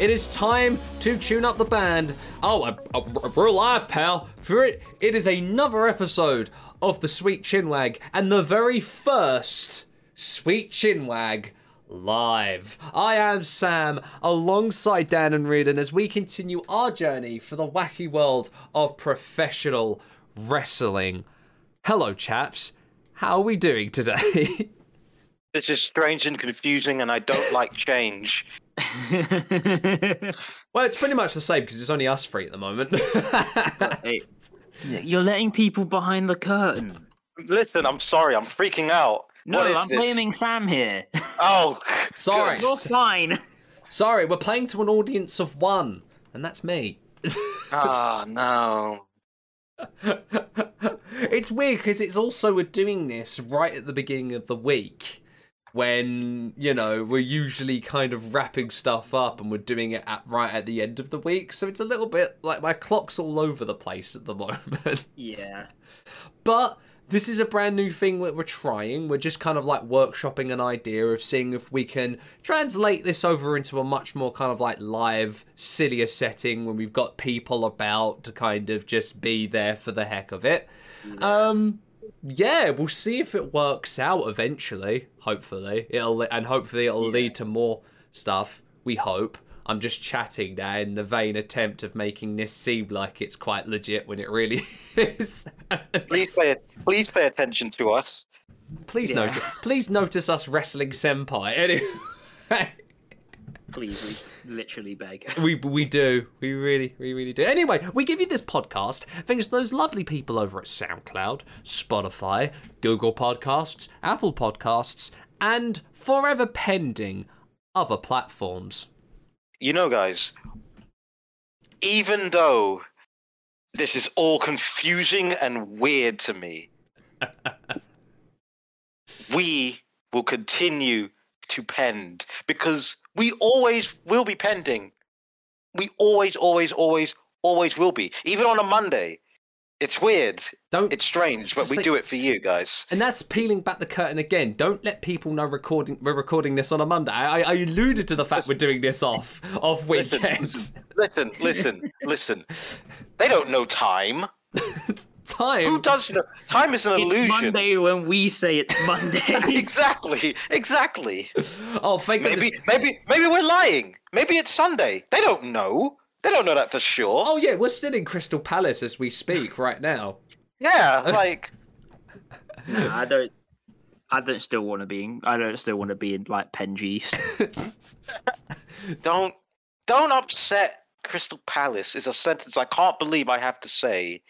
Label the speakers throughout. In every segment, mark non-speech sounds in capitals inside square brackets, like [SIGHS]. Speaker 1: It is time to tune up the band. Oh, uh, uh, we're alive, pal. For it, it is another episode of the Sweet Chinwag and the very first Sweet Chinwag live. I am Sam, alongside Dan and Reardon, as we continue our journey for the wacky world of professional wrestling. Hello, chaps. How are we doing today? [LAUGHS]
Speaker 2: This is strange and confusing, and I don't like change.
Speaker 1: well, it's pretty much the same because it's only us three at the moment. [LAUGHS]
Speaker 3: [LAUGHS] You're letting people behind the curtain.
Speaker 2: Listen, I'm sorry, I'm freaking out.
Speaker 3: No,
Speaker 2: what is
Speaker 3: I'm
Speaker 2: this?
Speaker 3: blaming Sam [LAUGHS] here.
Speaker 2: Oh, [LAUGHS]
Speaker 1: Sorry.
Speaker 3: You're
Speaker 1: S-
Speaker 3: fine.
Speaker 1: Sorry, we're playing to an audience of one, and that's me. [LAUGHS]
Speaker 2: ah, no.
Speaker 1: it's weird because it's also we're doing this right at the beginning of the week when you know we're usually kind of wrapping stuff up and we're doing it at right at the end of the week so it's a little bit like my clock's all over the place at the [LAUGHS] moment
Speaker 3: Yeah.
Speaker 1: but this is a brand new thing that we're trying. We're just kind of like workshopping an idea of seeing if we can translate this over into a much more kind of like live, sillier setting when we've got people about to kind of just be there for the heck of it. Um, yeah, we'll see if it works out eventually. Hopefully, it'll and hopefully it'll lead to more stuff. We hope. I'm just chatting now in the vain attempt of making this seem like it's quite legit when it really [LAUGHS] is.
Speaker 2: Please pay, please pay attention to us.
Speaker 1: Please
Speaker 3: Yeah.
Speaker 1: notice. Please notice us wrestling senpai. Anyway,
Speaker 3: Please, we literally [LAUGHS] beg.
Speaker 1: [LAUGHS] we we do. We really we really do. Anyway, we give you this podcast thanks to those lovely people over at SoundCloud, Spotify, Google Podcasts, Apple Podcasts, and forever pending other platforms.
Speaker 2: You know, guys, even though this is all confusing and weird to me, we will continue to pend because we always will be pending. We always, always, always, always will be. Even on a Monday. It's weird.
Speaker 1: Don't
Speaker 2: It's strange, but
Speaker 1: It's
Speaker 2: we
Speaker 1: like-
Speaker 2: do it for you guys.
Speaker 1: And that's peeling back the curtain again. Don't let people know recording we're recording this on a Monday. I, I alluded to the fact we're doing this off off weekend.
Speaker 2: Listen, listen, listen. They don't know time. Who
Speaker 1: [LAUGHS] Time
Speaker 2: does know? Time is an
Speaker 3: It's
Speaker 2: illusion.
Speaker 3: Monday when we say it's [LAUGHS] Monday.
Speaker 2: Exactly, exactly.
Speaker 1: Oh thank goodness.
Speaker 2: Maybe, maybe, maybe we're lying. Maybe it's Sunday. They don't know. They don't know that for sure.
Speaker 1: Oh yeah, we're still in Crystal Palace as we speak right now.
Speaker 2: yeah, like
Speaker 3: nah, I [LAUGHS] don't. I don't still want to be. In, I don't still want to be in like Penji's. [LAUGHS]
Speaker 2: don't, don't upset. Crystal Palace is a sentence I can't believe I have to say.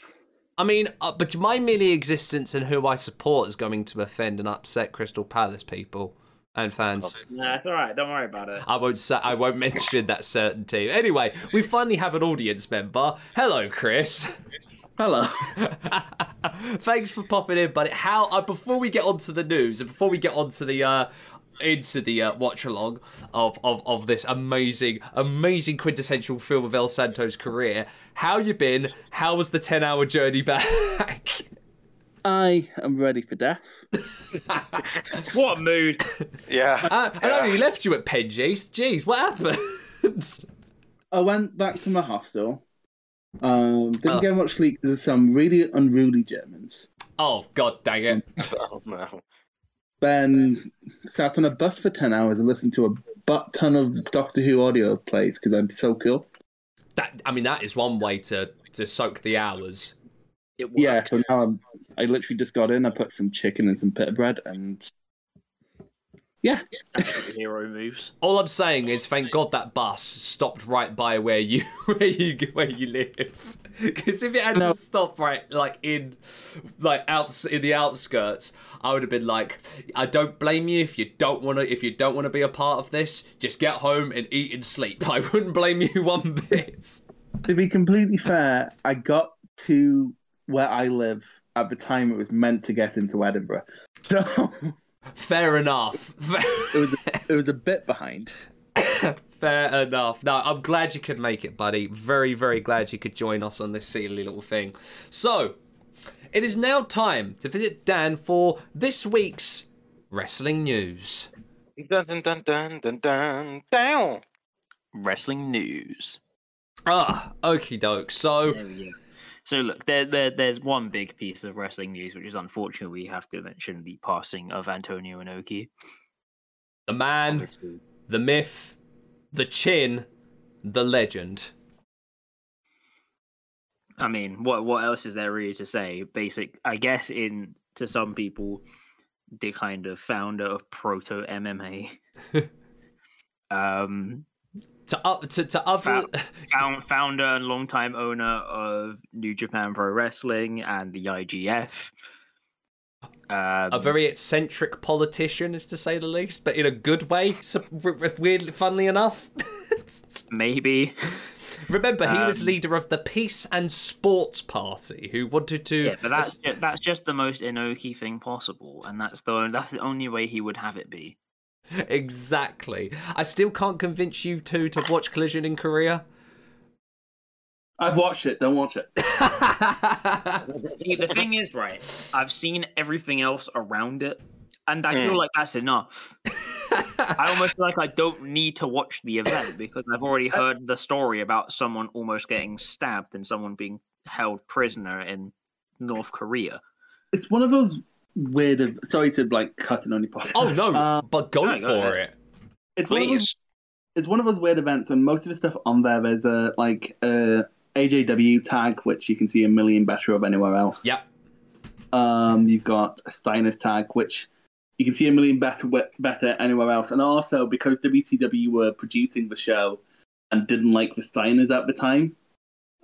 Speaker 1: I mean, uh, but my merely existence and who I support is going to offend and upset Crystal Palace people and fans.
Speaker 3: nah, it's all right. Don't worry about it.
Speaker 1: I won't say, I won't mention that certainty. Anyway, we finally have an audience member. Hello, Chris.
Speaker 3: Hello.
Speaker 1: [LAUGHS] Thanks for popping in, buddy. How uh, before we get on to the news and before we get on to the uh into the uh, watch along of, of of this amazing amazing quintessential film of El Santo's career, how you been? How was the 10-hour journey back? [LAUGHS]
Speaker 4: I am ready for death.
Speaker 3: What a mood?
Speaker 2: Yeah.
Speaker 1: I, I
Speaker 2: [LAUGHS]
Speaker 1: only left you at Penji's. Jeez, what happened? [LAUGHS]
Speaker 4: I went back to my hostel. Um, didn't
Speaker 1: Oh.
Speaker 4: get much sleep because of some really unruly Germans.
Speaker 1: oh god, dang it!
Speaker 2: oh no.
Speaker 4: Then sat on a bus for 10 hours and listened to a butt ton of Doctor Who audio plays because I'm so cool.
Speaker 1: That I mean, that is one way to to soak the hours.
Speaker 3: It worked.
Speaker 4: Yeah, so now I'm, I literally just got in. I put some chicken and some pita bread and
Speaker 3: That's what hero moves.
Speaker 1: All I'm saying is, thank God that bus stopped right by where you [LAUGHS] where you where you live. Because if it had
Speaker 4: No.
Speaker 1: to stop right like in like outs in the outskirts, I would have been like, I don't blame you if you don't want to if you don't want to be a part of this. Just get home and eat and sleep. [LAUGHS] I wouldn't blame you one bit.
Speaker 4: to be completely fair, I got to where I live at the time it was meant to get into Edinburgh. [LAUGHS] So
Speaker 1: Fair enough. [LAUGHS]
Speaker 4: it was it was a bit behind.
Speaker 1: Fair enough. No, I'm glad you could make it, buddy. Very, very glad you could join us on this silly little thing. So, it is now time to visit Dan for this week's wrestling news.
Speaker 2: Dun dun dun dun dun dun down.
Speaker 3: wrestling news.
Speaker 1: Ah, okie doke. So
Speaker 3: There we go. So look, there, there there's one big piece of wrestling news, which is unfortunate. We have to mention the passing of Antonio Inoki.
Speaker 1: the man,
Speaker 3: Obviously,
Speaker 1: the myth, the chin, the legend.
Speaker 3: I mean, what what else is there really to say? Basic, I guess, in to some people, the kind of founder of proto MMA. um,
Speaker 1: To up to, to other
Speaker 3: found, founder and longtime owner of New Japan Pro Wrestling and the IGF. Um,
Speaker 1: a very eccentric politician, is to say the least, but in a good way. So, weirdly, funnily enough.
Speaker 3: maybe.
Speaker 1: Remember, he was
Speaker 3: Um,
Speaker 1: leader of the Peace and Sports Party, who wanted to.
Speaker 3: Yeah, but that's ju- that's just the most Inoki thing possible, and that's the that's the only way he would have it be.
Speaker 1: [LAUGHS] exactly. I still can't convince you two to watch Collision in
Speaker 3: [LAUGHS]
Speaker 1: Korea.
Speaker 4: I've watched it. Don't watch it.
Speaker 3: See, the thing is, right? I've seen everything else around it, and I
Speaker 1: Mm.
Speaker 3: feel like that's enough. I almost feel like I don't need to watch the event because I've already
Speaker 1: Uh,
Speaker 3: heard the story about someone almost getting stabbed and someone being held prisoner in North Korea.
Speaker 4: It's one of those weird. Of, sorry to like cutting on your podcast.
Speaker 1: oh no!
Speaker 4: Uh,
Speaker 1: but go
Speaker 3: no, go
Speaker 1: for it.
Speaker 4: it's one of those
Speaker 2: Please.
Speaker 4: it's one of those weird events when most of the stuff on there there's a like a AJW tag which you can see a million better of anywhere else.
Speaker 1: Yep.
Speaker 4: Um, you've got a Steiner's tag which you can see a million better better anywhere else, and also because WCW were producing the show and didn't like the Steiners at the time,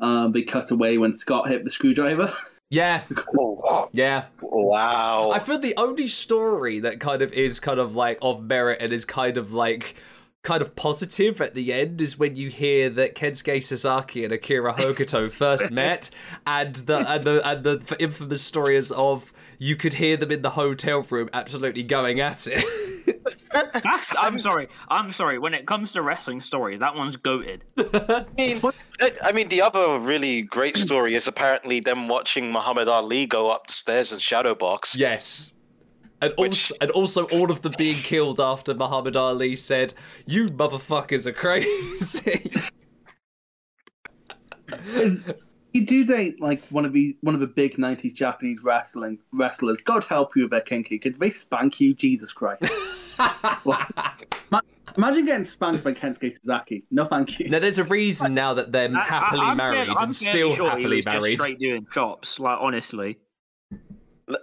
Speaker 4: um, they cut away when Scott hit the screwdriver.
Speaker 1: Yeah.
Speaker 2: Oh,
Speaker 1: Yeah.
Speaker 2: wow.
Speaker 1: I feel the only story that kind of is kind of like of merit and is kind of like kind of positive at the end is when you hear that Kensuke Sasaki and Akira
Speaker 3: [LAUGHS]
Speaker 1: Hokuto first met and the and the and the infamous story is of you could hear them in the hotel room absolutely going at it. [LAUGHS]
Speaker 3: That's I'm sorry, I'm sorry. When it comes to wrestling stories, that one's goated.
Speaker 2: I mean, I- I mean, the other really great story is apparently them watching Muhammad Ali go up the stairs and shadow box.
Speaker 1: yes. And also, and also all of them being killed after Muhammad Ali said, You motherfuckers are crazy. [LAUGHS]
Speaker 4: you do date like one of the one of the big '90s Japanese wrestling wrestlers. God help you if they're kinky because they spank you, Jesus Christ! Ma- imagine getting spanked by Kensuke Sasaki. No, thank you.
Speaker 1: Now there's a reason now that they're
Speaker 3: I- I-
Speaker 1: happily
Speaker 3: I'm fair-
Speaker 1: married
Speaker 3: I'm
Speaker 1: and
Speaker 3: fairly
Speaker 1: still
Speaker 3: sure he
Speaker 1: happily
Speaker 3: was just
Speaker 1: married.
Speaker 3: straight doing chops. Like honestly,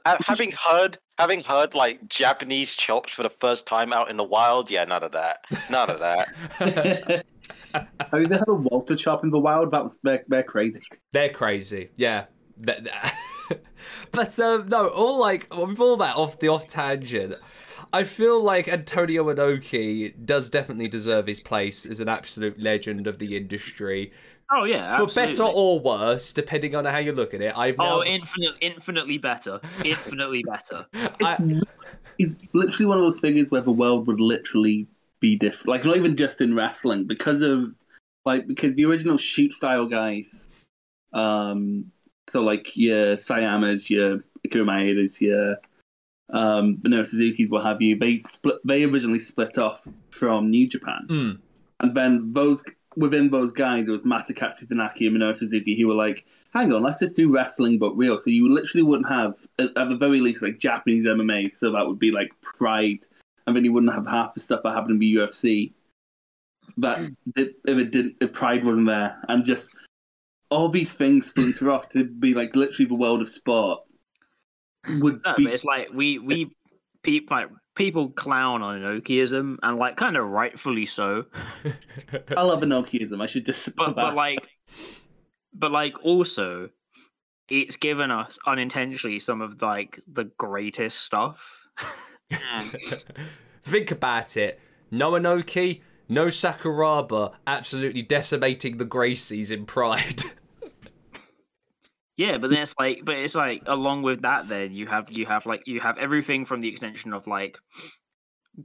Speaker 2: Uh, Having heard, having heard like Japanese chops for the first time out in the wild, yeah, none of that, none of that.
Speaker 4: Have you ever had a Walter chop in the wild? That was they're, they're crazy.
Speaker 1: They're crazy. Yeah. Th- th- [LAUGHS] but um, no, all like with all that off the off tangent, I feel like Antonio Inoki does definitely deserve his place as an absolute legend of the industry,
Speaker 3: oh yeah,
Speaker 1: for better
Speaker 3: absolutely.
Speaker 1: or worse, depending on how you look at it. I've now,
Speaker 3: Oh, infinite, infinitely better, infinitely better.
Speaker 1: I,
Speaker 4: He's literally one of those figures where the world would literally be different. Like not even just in wrestling because of like because the original shoot style guys. Um, so like your Sayamas, your Akira Maedas, your um, Minoru Suzuki's, what have you. They split. They originally split off from New Japan.
Speaker 1: [LAUGHS] Mm.
Speaker 4: And then those within those guys, there was Masakatsu Funaki and Minoru Suzuki who were like, "Hang on, let's just do wrestling but real." So you literally wouldn't have, at at the very least, like Japanese MMA. So that would be like Pride, and then you wouldn't have half the stuff that happened in the UFC. That
Speaker 3: Mm.
Speaker 4: did, if it didn't, if Pride wasn't there, and just all these things splinter off to be like literally the world of sport would
Speaker 3: No,
Speaker 4: be
Speaker 3: but it's like we we peep like people clown on Enochism and like kind of rightfully so.
Speaker 4: I love Enochism. I should just
Speaker 3: But but like but like also it's given us unintentionally some of like the greatest stuff. [LAUGHS]
Speaker 1: Hmm. think about it. No Inoki, no Sakuraba, absolutely decimating the Gracies in Pride. [LAUGHS]
Speaker 3: Yeah, but then it's like, but it's like, along with that, then you have you have like you have everything from the extension of like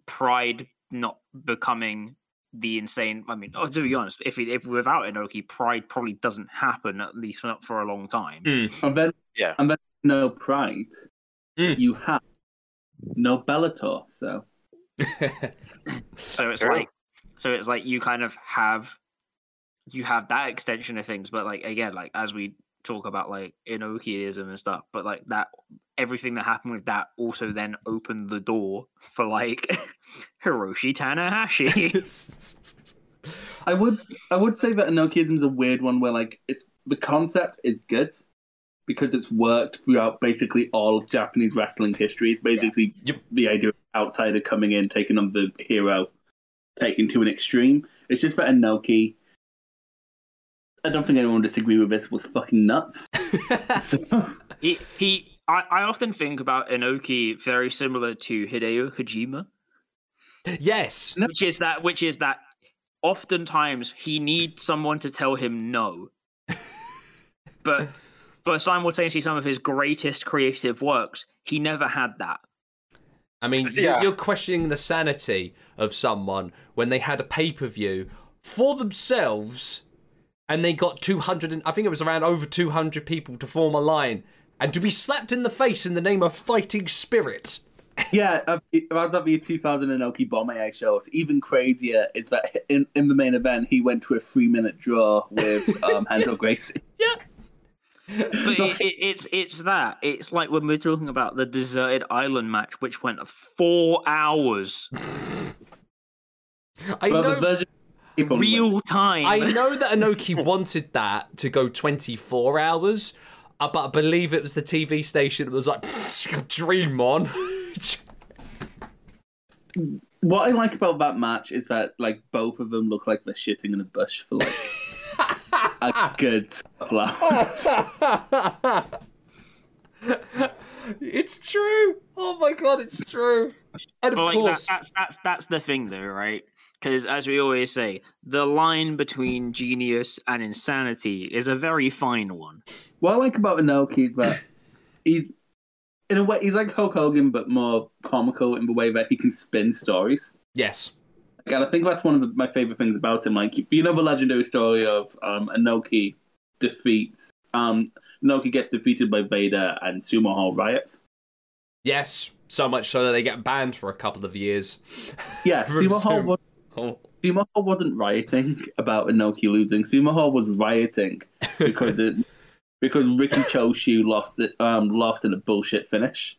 Speaker 3: pride not becoming the insane. I mean, oh, to be honest, if it, if without Inoki, pride probably doesn't happen at least not for a long time.
Speaker 4: And then
Speaker 2: Yeah.
Speaker 4: and then no pride.
Speaker 1: Mm.
Speaker 4: You have no Bellator, so
Speaker 3: So it's
Speaker 2: Sure.
Speaker 3: like So it's like you kind of have you have that extension of things, but like again, like as we talk about like Enochiism and stuff, but like that everything that happened with that also then opened the door for like [LAUGHS] Hiroshi
Speaker 1: [LAUGHS]
Speaker 3: Tanahashi.
Speaker 4: I would I would say that Enochism is a weird one where like it's the concept is good because it's worked throughout basically all of Japanese wrestling history. It's basically
Speaker 1: Yep.
Speaker 4: the idea of outsider coming in, taking on the hero, taking to an extreme. It's just that Enoki I don't think anyone would disagree with this was fucking nuts. So-
Speaker 3: he he I, I often think about Inoki very similar to Hideo Kojima.
Speaker 1: yes.
Speaker 3: which is that which is that oftentimes he needs someone to tell
Speaker 1: [LAUGHS]
Speaker 3: him no but for simultaneously some of his greatest creative works he never had that
Speaker 1: I mean, you-
Speaker 2: Yeah.
Speaker 1: you're questioning the sanity of someone when they had a pay per view for themselves and they got 200, and I think it was around over 200 people to form a line and to be slapped in the face in the name of fighting spirit.
Speaker 4: Yeah, uh, around that the 2000 Inoki Bomb egg show. It's even crazier is that in, in the main event, he went to a three minute draw with um, Handel Gracie.
Speaker 3: but it, it, it's it's that it's like when we're talking about the deserted island match which went four hours
Speaker 1: I
Speaker 4: But
Speaker 1: know
Speaker 4: the version he probably went-
Speaker 3: real time
Speaker 1: I know that Anoki wanted that to go 24 hours, uh, but I believe it was the TV station that was like, [LAUGHS] dream on. [LAUGHS]
Speaker 4: What I like about that match is that like both of them look like they're shitting in a bush for like a good couple
Speaker 1: Oh.
Speaker 4: hours.
Speaker 1: [LAUGHS] it's true. Oh my god, it's true. And of
Speaker 3: But, like, that-
Speaker 1: course,
Speaker 3: that's that's that's the thing though right because as we always say the line between genius and insanity is a very fine one
Speaker 4: What I like about Inoki is that he's in a way he's like Hulk Hogan but more comical in the way that he can spin stories.
Speaker 1: yes.
Speaker 4: God, I think that's one of the, my favorite things about him. Like, you know the legendary story of um, Inoki defeats um, Inoki gets defeated by Vader and Sumo Hall riots.
Speaker 1: Yes. So much so that they get banned for a couple of years.
Speaker 4: Yeah,
Speaker 1: From
Speaker 4: Sumo Hall,
Speaker 1: Sumo.
Speaker 4: was,
Speaker 1: Oh.
Speaker 4: Sumo Hall wasn't rioting about Inoki losing. Sumo Hall was rioting because it, because Ricky Choshu lost it um, lost in a bullshit finish.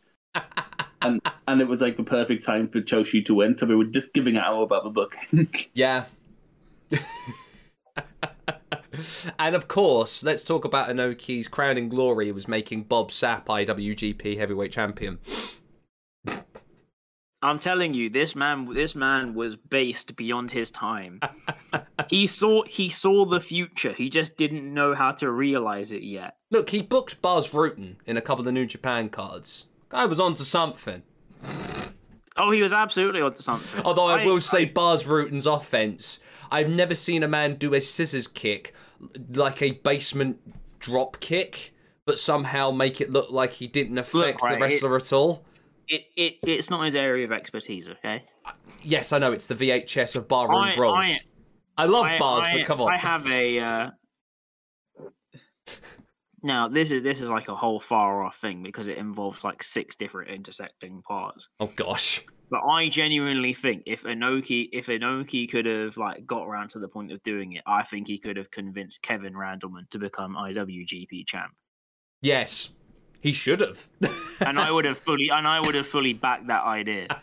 Speaker 4: And, and it was like the perfect time for Choshu to win, so they were just giving out about the booking. [LAUGHS]
Speaker 1: Yeah. [LAUGHS] and of course, let's talk about Inoki's crowning glory was making Bob Sapp IWGP heavyweight champion.
Speaker 3: I'm telling you, this man, this man was based beyond
Speaker 1: [LAUGHS]
Speaker 3: his time. he saw, he saw the future. He just didn't know how to realize it yet.
Speaker 1: Look, he booked Bars Rutan in a couple of the New Japan cards. Guy was onto something.
Speaker 3: Oh, he was absolutely onto something.
Speaker 1: Although I,
Speaker 3: I-
Speaker 1: will say, Bars Rutan's offense, I've never seen a man do a scissors kick like a basement drop kick, but somehow make it look like he didn't affect
Speaker 3: right,
Speaker 1: the
Speaker 3: it-
Speaker 1: wrestler at all.
Speaker 3: It, it, it's not his area of expertise. Okay.
Speaker 1: Yes, I know it's the VHS of Barroom
Speaker 3: I-
Speaker 1: Brawls.
Speaker 3: I-
Speaker 1: I, love
Speaker 3: I-
Speaker 1: bars,
Speaker 3: I-
Speaker 1: but come on.
Speaker 3: I have
Speaker 1: [LAUGHS]
Speaker 3: a. Uh... Now this is this is like a whole far off thing because it involves like six different intersecting parts.
Speaker 1: Oh gosh.
Speaker 3: But I genuinely think if Inoki if Inoki could have like got around to the point of doing it, I think he could have convinced Kevin Randleman to become IWGP champ.
Speaker 1: Yes, he should have.
Speaker 3: And I would have fully and I would have fully backed that idea.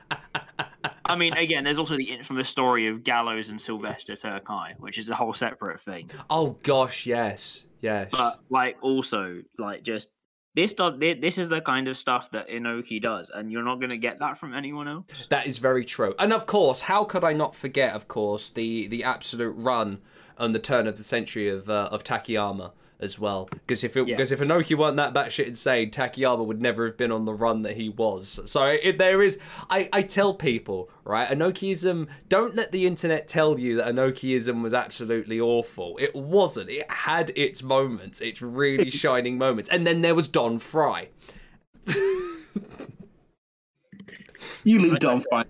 Speaker 3: I mean, again, there's also the infamous story of Gallows and Sylvester Turkai, which is a whole separate thing.
Speaker 1: [LAUGHS] oh gosh, yes, yes.
Speaker 3: But like also like just this does thi- this is the kind of stuff that Inoki does, and you're not gonna get that from anyone else.
Speaker 1: That is very true. And of course, how could I not forget, of course, the the absolute run on the turn of the century of uh, of Takayama as well. Because if
Speaker 3: Yeah.
Speaker 1: because if Inoki weren't that batshit insane, Takayama would never have been on the run that he was. So if there is, I I tell people right, Inokiism. Don't let the internet tell you that Inokiism was absolutely awful. It wasn't. It had its moments. Its really shining moments. And then there was Don Fry.
Speaker 4: you leave Don Fry.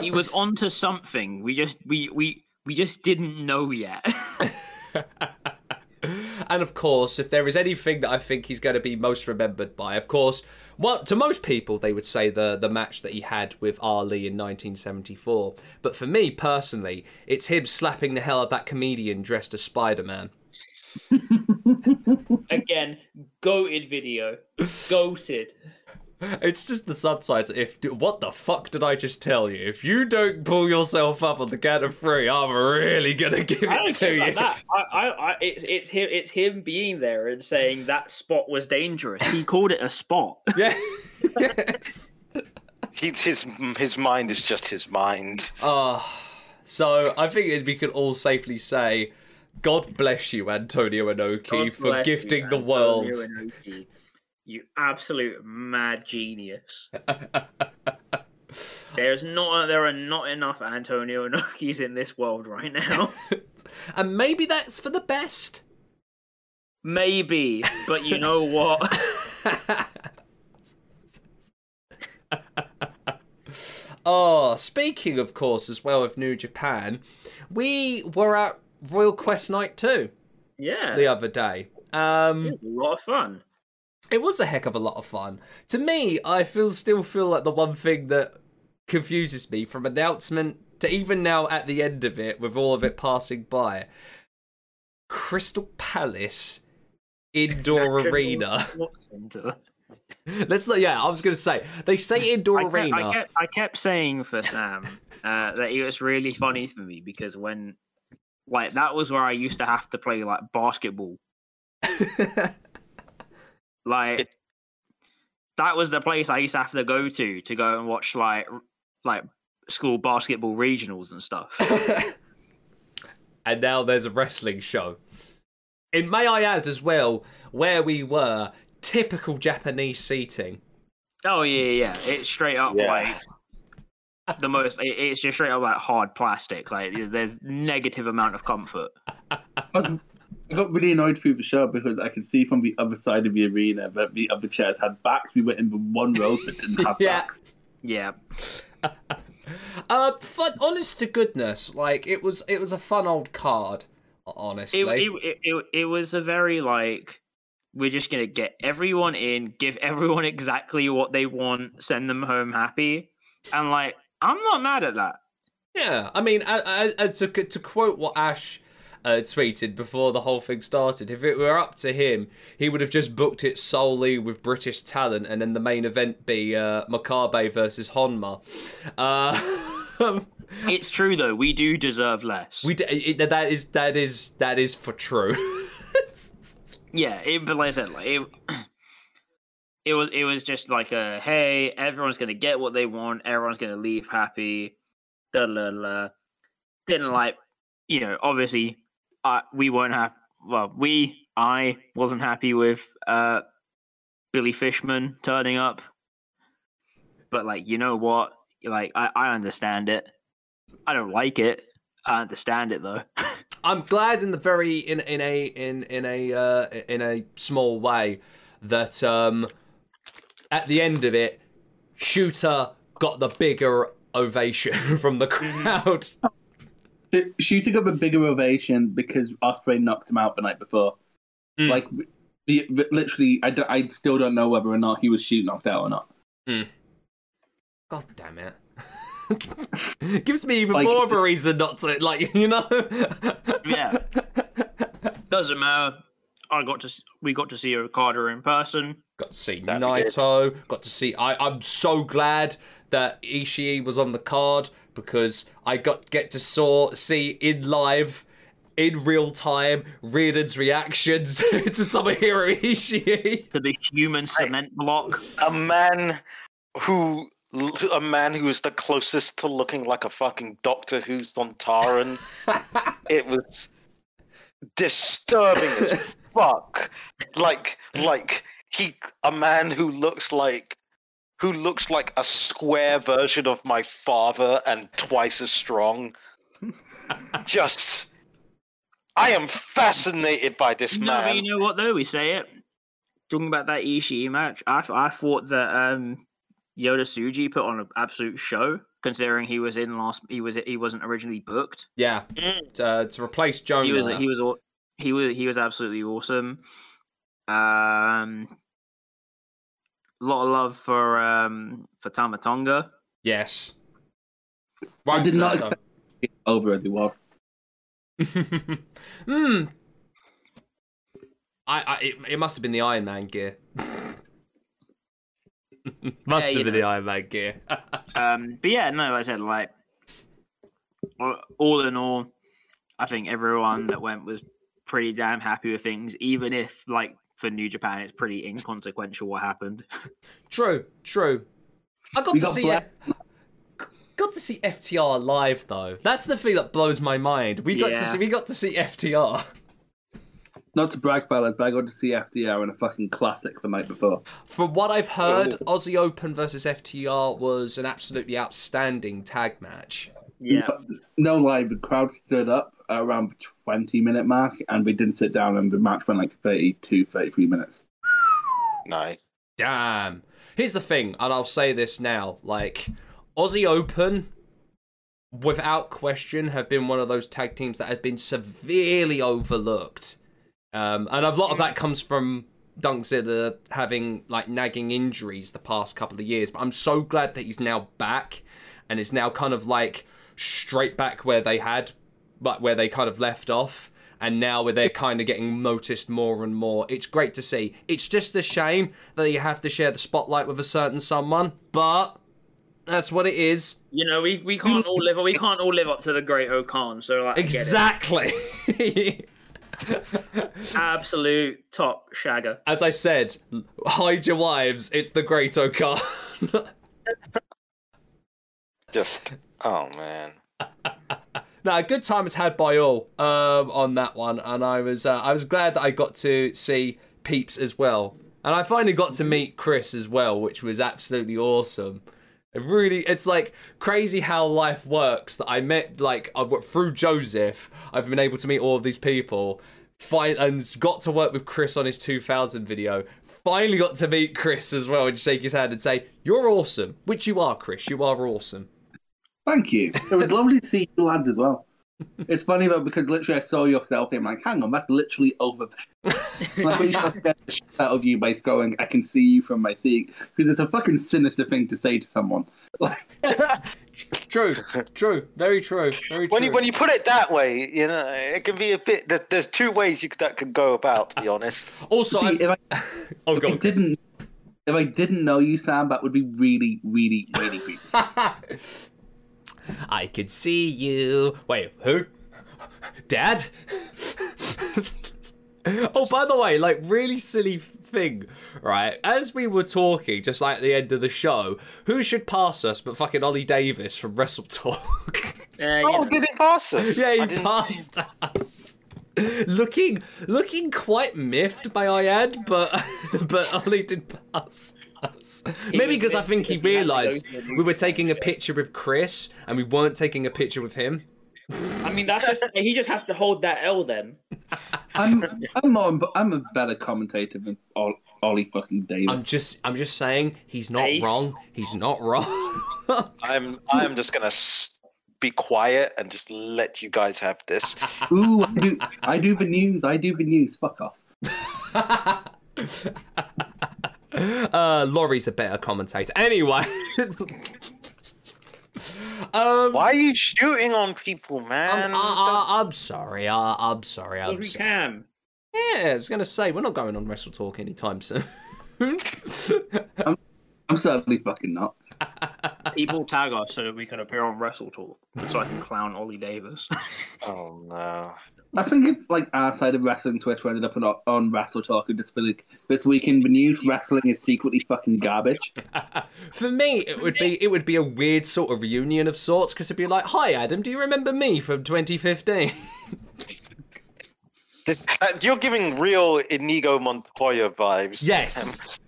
Speaker 3: he was onto [LAUGHS] something. We just we we we just didn't know yet.
Speaker 1: [LAUGHS] And of course, if there is anything that I think he's going to be most remembered by, of course, well, to most people, they would say the, the match that he had with Ali in 1974. But for me personally, it's him slapping the hell out of that comedian dressed as Spider Man.
Speaker 3: Again, goated video.
Speaker 1: [LAUGHS]
Speaker 3: Goated.
Speaker 1: It's just the subtitles. If what the fuck did I just tell you? If you don't pull yourself up on the count of three, I'm really gonna give
Speaker 3: I don't
Speaker 1: it to
Speaker 3: care
Speaker 1: you.
Speaker 3: about that. I, I, I, it's, it's him. It's him being there and saying that spot was dangerous. He called it
Speaker 1: [LAUGHS]
Speaker 3: a spot.
Speaker 1: Yeah. yes.
Speaker 2: He, his his mind is just his mind.
Speaker 1: Ah, so I think as we can all safely say, God bless you, Antonio Inoki,
Speaker 3: God
Speaker 1: for
Speaker 3: bless you,
Speaker 1: gifting the
Speaker 3: Antonio
Speaker 1: world.
Speaker 3: Inoki. You absolute mad genius.
Speaker 1: [LAUGHS]
Speaker 3: There's not there are not enough Antonio Inokis in this world right now. [LAUGHS]
Speaker 1: And maybe that's for the best. [LAUGHS]
Speaker 3: Maybe, but you know
Speaker 1: [LAUGHS]
Speaker 3: what?
Speaker 1: Oh, speaking of course as well of New Japan, we were at Royal Quest Night 2
Speaker 3: Yeah,
Speaker 1: the other day. Um
Speaker 3: it was a lot of fun.
Speaker 1: it was a heck of a lot of fun. To me, I feel still feel like the one thing that confuses me from announcement to even now at the end of it, with all of it passing by, Crystal Palace indoor
Speaker 3: [LAUGHS] National
Speaker 1: arena.
Speaker 3: Sports Centre.
Speaker 1: [LAUGHS] Let's not. Yeah, I was gonna say they say indoor
Speaker 3: I kept,
Speaker 1: arena.
Speaker 3: I kept I kept saying for Sam uh, that it was really funny for me because when like that was where I used to have to play like basketball. like
Speaker 2: It-
Speaker 3: that was the place I used to have to go to to go and watch like r- like school basketball regionals and stuff.
Speaker 1: and now there's a wrestling show. And may I add as well, where we were, typical Japanese seating.
Speaker 3: oh yeah, yeah, yeah. It's straight up
Speaker 2: Yeah.
Speaker 3: like the most. it- It's just straight up like hard plastic. Like there's negative amount of comfort.
Speaker 4: I, was- I got really annoyed through the show because I could see from the other side of the arena that the other chairs had backs. We were in the one row that didn't have
Speaker 1: Yeah.
Speaker 4: backs.
Speaker 3: Yeah,
Speaker 1: Uh, fun. Honest to goodness, like it was. It was a fun old card. Honestly,
Speaker 3: it, it, it, it, it was a very like we're just gonna get everyone in give everyone [LAUGHS] exactly what they want send them home happy and like i'm not mad at that
Speaker 1: yeah. I mean, I, I, I, to to quote what Ash uh, tweeted before the whole thing started, if it were up to him, he would have just booked it solely with British talent, and then the main event be uh, Makabe versus Honma. Uh, [LAUGHS]
Speaker 3: it's true though we do deserve less
Speaker 1: we d- it, that is that is that is for true. [LAUGHS]
Speaker 3: yeah it but like i said like it, [CLEARS THROAT] it was it was just like a hey everyone's gonna get what they want everyone's gonna leave happy da la la didn't like you know obviously uh, we weren't happy well we i wasn't happy with uh billy fishman turning up but like you know what like i, I understand it i don't like it i understand it though
Speaker 1: I'm glad in the very in in a in in a uh, in a small way that um at the end of it, Shooter got the bigger ovation [LAUGHS] from the crowd.
Speaker 4: The- Shooter got a bigger ovation because Osprey knocked him out the night before.
Speaker 1: Mm.
Speaker 4: Like, the, the- literally, I, don't- I still don't know whether or not he was shoot knocked out or not.
Speaker 1: [LAUGHS] God damn it. [LAUGHS] Gives me even
Speaker 4: Like-
Speaker 1: more of a reason not to like [LAUGHS] you know.
Speaker 3: yeah [LAUGHS] doesn't matter i got to s- we got to see ricardo in person
Speaker 1: got to see
Speaker 2: That we did.
Speaker 1: Naito. Got to see. I, I'm so glad that Ishii was on the card because I got get to saw see in live, in real time, Reardon's reactions [LAUGHS] to Tomohiro Ishii.
Speaker 3: to the human cement block
Speaker 2: A man who a man who is the closest to looking like a fucking Doctor Who Sontaran. it was disturbing as fuck. Like like he a man who looks like who looks like a square version of my father and twice as strong. Just I am fascinated by this
Speaker 3: no
Speaker 2: man.
Speaker 3: but you know what though we say it talking about that ishii match i, th- I thought that um yoda suji put on an absolute show considering he was in last he was he wasn't originally booked
Speaker 1: Yeah,
Speaker 2: Mm.
Speaker 3: Oh,
Speaker 1: to, to replace Jonah.
Speaker 3: he was he was all He was he was absolutely awesome. Um, lot of love for um for Tamatonga.
Speaker 1: Yes.
Speaker 4: I did not
Speaker 1: so.
Speaker 4: expect over as he was.
Speaker 1: [LAUGHS] Hmm. I, I it, it must have been the Iron Man gear. [LAUGHS] must
Speaker 3: Yeah,
Speaker 1: have
Speaker 3: you
Speaker 1: been the Iron Man gear. [LAUGHS]
Speaker 3: Um, but yeah, no, like I said like all- all in all, I think everyone that went was pretty damn happy with things, even if like for New Japan, it's pretty inconsequential what happened.
Speaker 1: true, true. I got
Speaker 4: We
Speaker 1: to
Speaker 4: got
Speaker 1: see
Speaker 4: Black-
Speaker 1: got to see FTR live though. That's the thing that blows my mind. We got
Speaker 3: Yeah.
Speaker 1: to see we got to see FTR.
Speaker 4: Not to brag, fellas, but I got to see FDR in a fucking classic the night before.
Speaker 1: From what I've heard, Aussie Open versus FTR was an absolutely outstanding tag match.
Speaker 3: [LAUGHS] Yeah,
Speaker 4: No lie, the crowd stood up at around the 20 minute mark and we didn't sit down and the match went like 32, 33 minutes.
Speaker 2: Nice.
Speaker 1: Damn. Here's the thing, and I'll say this now. Like, Aussie Open, without question, have been one of those tag teams that has been severely overlooked. Um, and a lot of that comes from Dunkzilla having, like, nagging injuries the past couple of years. But I'm so glad that he's now back and is now kind of, like, straight back where they had, like, where they kind of left off. And now where they're kind of getting noticed more and more. It's great to see. It's just a shame that you have to share the spotlight with a certain someone, but that's what it is.
Speaker 3: you know we, we can't all live we can't all live up to the great Okan. So like I get it.
Speaker 1: Exactly. [LAUGHS]
Speaker 3: absolute top shagger.
Speaker 1: As I said, hide your wives. It's the Great [LAUGHS] Okan.
Speaker 2: Just oh man.
Speaker 1: now, a good time is had by all um, on that one, and I was uh, I was glad that I got to see Peeps as well, and I finally got to meet Chris as well, which was absolutely awesome. It really, it's like crazy how life works. That I met like I've worked through Joseph. I've been able to meet all of these people. Fine, and got to work with Chris on his 2000 video. Finally got to meet Chris as well and shake his hand and say, "You're awesome," which you are, Chris. You are awesome.
Speaker 4: Thank you. It was lovely to see you lads as well. It's funny though because literally I saw your selfie. I'm like, hang on, that's literally over. there. like when you just get the shit out of you by going, I can see you from my seat because it's a fucking sinister thing to say to someone. Like,
Speaker 2: [LAUGHS]
Speaker 1: True, true, very true, very true.
Speaker 2: When you when you put it that way, you know it can be a bit. there- There's two ways you could, that could go about. To
Speaker 1: [LAUGHS]
Speaker 2: be honest,
Speaker 1: also,
Speaker 4: see,
Speaker 1: I've-
Speaker 4: if I,
Speaker 1: oh
Speaker 4: if I
Speaker 1: god, Chris.
Speaker 4: didn't, if I didn't know you, Sam, that would be really, really, really creepy.
Speaker 1: I could see you. Wait, who? Dad? oh, by the way, like, really silly thing, right? As we were talking, just like at the end of the show, who should pass us but fucking Ollie Davis from Wrestle Talk? [LAUGHS]
Speaker 3: Uh, you
Speaker 2: oh,
Speaker 3: know.
Speaker 2: did it pass us?
Speaker 1: yeah,
Speaker 2: I
Speaker 1: he
Speaker 2: didn't-
Speaker 1: passed us. Looking, looking quite miffed by Ayad, but [LAUGHS] but Ollie did pass us. Maybe
Speaker 3: was
Speaker 1: because I
Speaker 3: miffed
Speaker 1: think he
Speaker 3: because he had to go
Speaker 1: realised
Speaker 3: to the
Speaker 1: we were taking a picture with Chris and we weren't taking a picture with him.
Speaker 3: I mean, that's just he just has to hold that L then.
Speaker 4: I'm, I'm more, I'm a better commentator than Ol- Ollie fucking Davis.
Speaker 1: I'm just, I'm just saying he's not
Speaker 3: Ace.
Speaker 1: wrong. He's not wrong. [LAUGHS]
Speaker 2: I'm I'm just gonna s- be quiet and just let you guys have this.
Speaker 4: Ooh, I do, I do the news. I do the news. Fuck off.
Speaker 1: Uh, Laurie's a better commentator. Anyway, [LAUGHS] um,
Speaker 2: Why are you shooting on people, man?
Speaker 1: I'm,
Speaker 3: um,
Speaker 1: I, I, am sorry. I, I'm sorry. I'm
Speaker 3: we
Speaker 1: so-
Speaker 3: can.
Speaker 1: Yeah, I was gonna say we're not going on Wrestle Talk anytime soon. [LAUGHS]
Speaker 4: I'm certainly fucking not.
Speaker 3: People tag us so that we can appear on Wrestle Talk, so I can clown Ollie Davis. [LAUGHS]
Speaker 2: oh no.
Speaker 4: I think if like our side of wrestling Twitter ended up on, on Wrestle Talk and just be like, this week in the news, wrestling is secretly fucking garbage.
Speaker 1: For me, it would be it would be a weird sort of reunion of sorts because it'd be like, "Hi, Adam, do you remember me from 2015?"
Speaker 2: This, uh, you're giving real Inigo Montoya
Speaker 1: [LAUGHS]
Speaker 2: vibes.
Speaker 1: yes.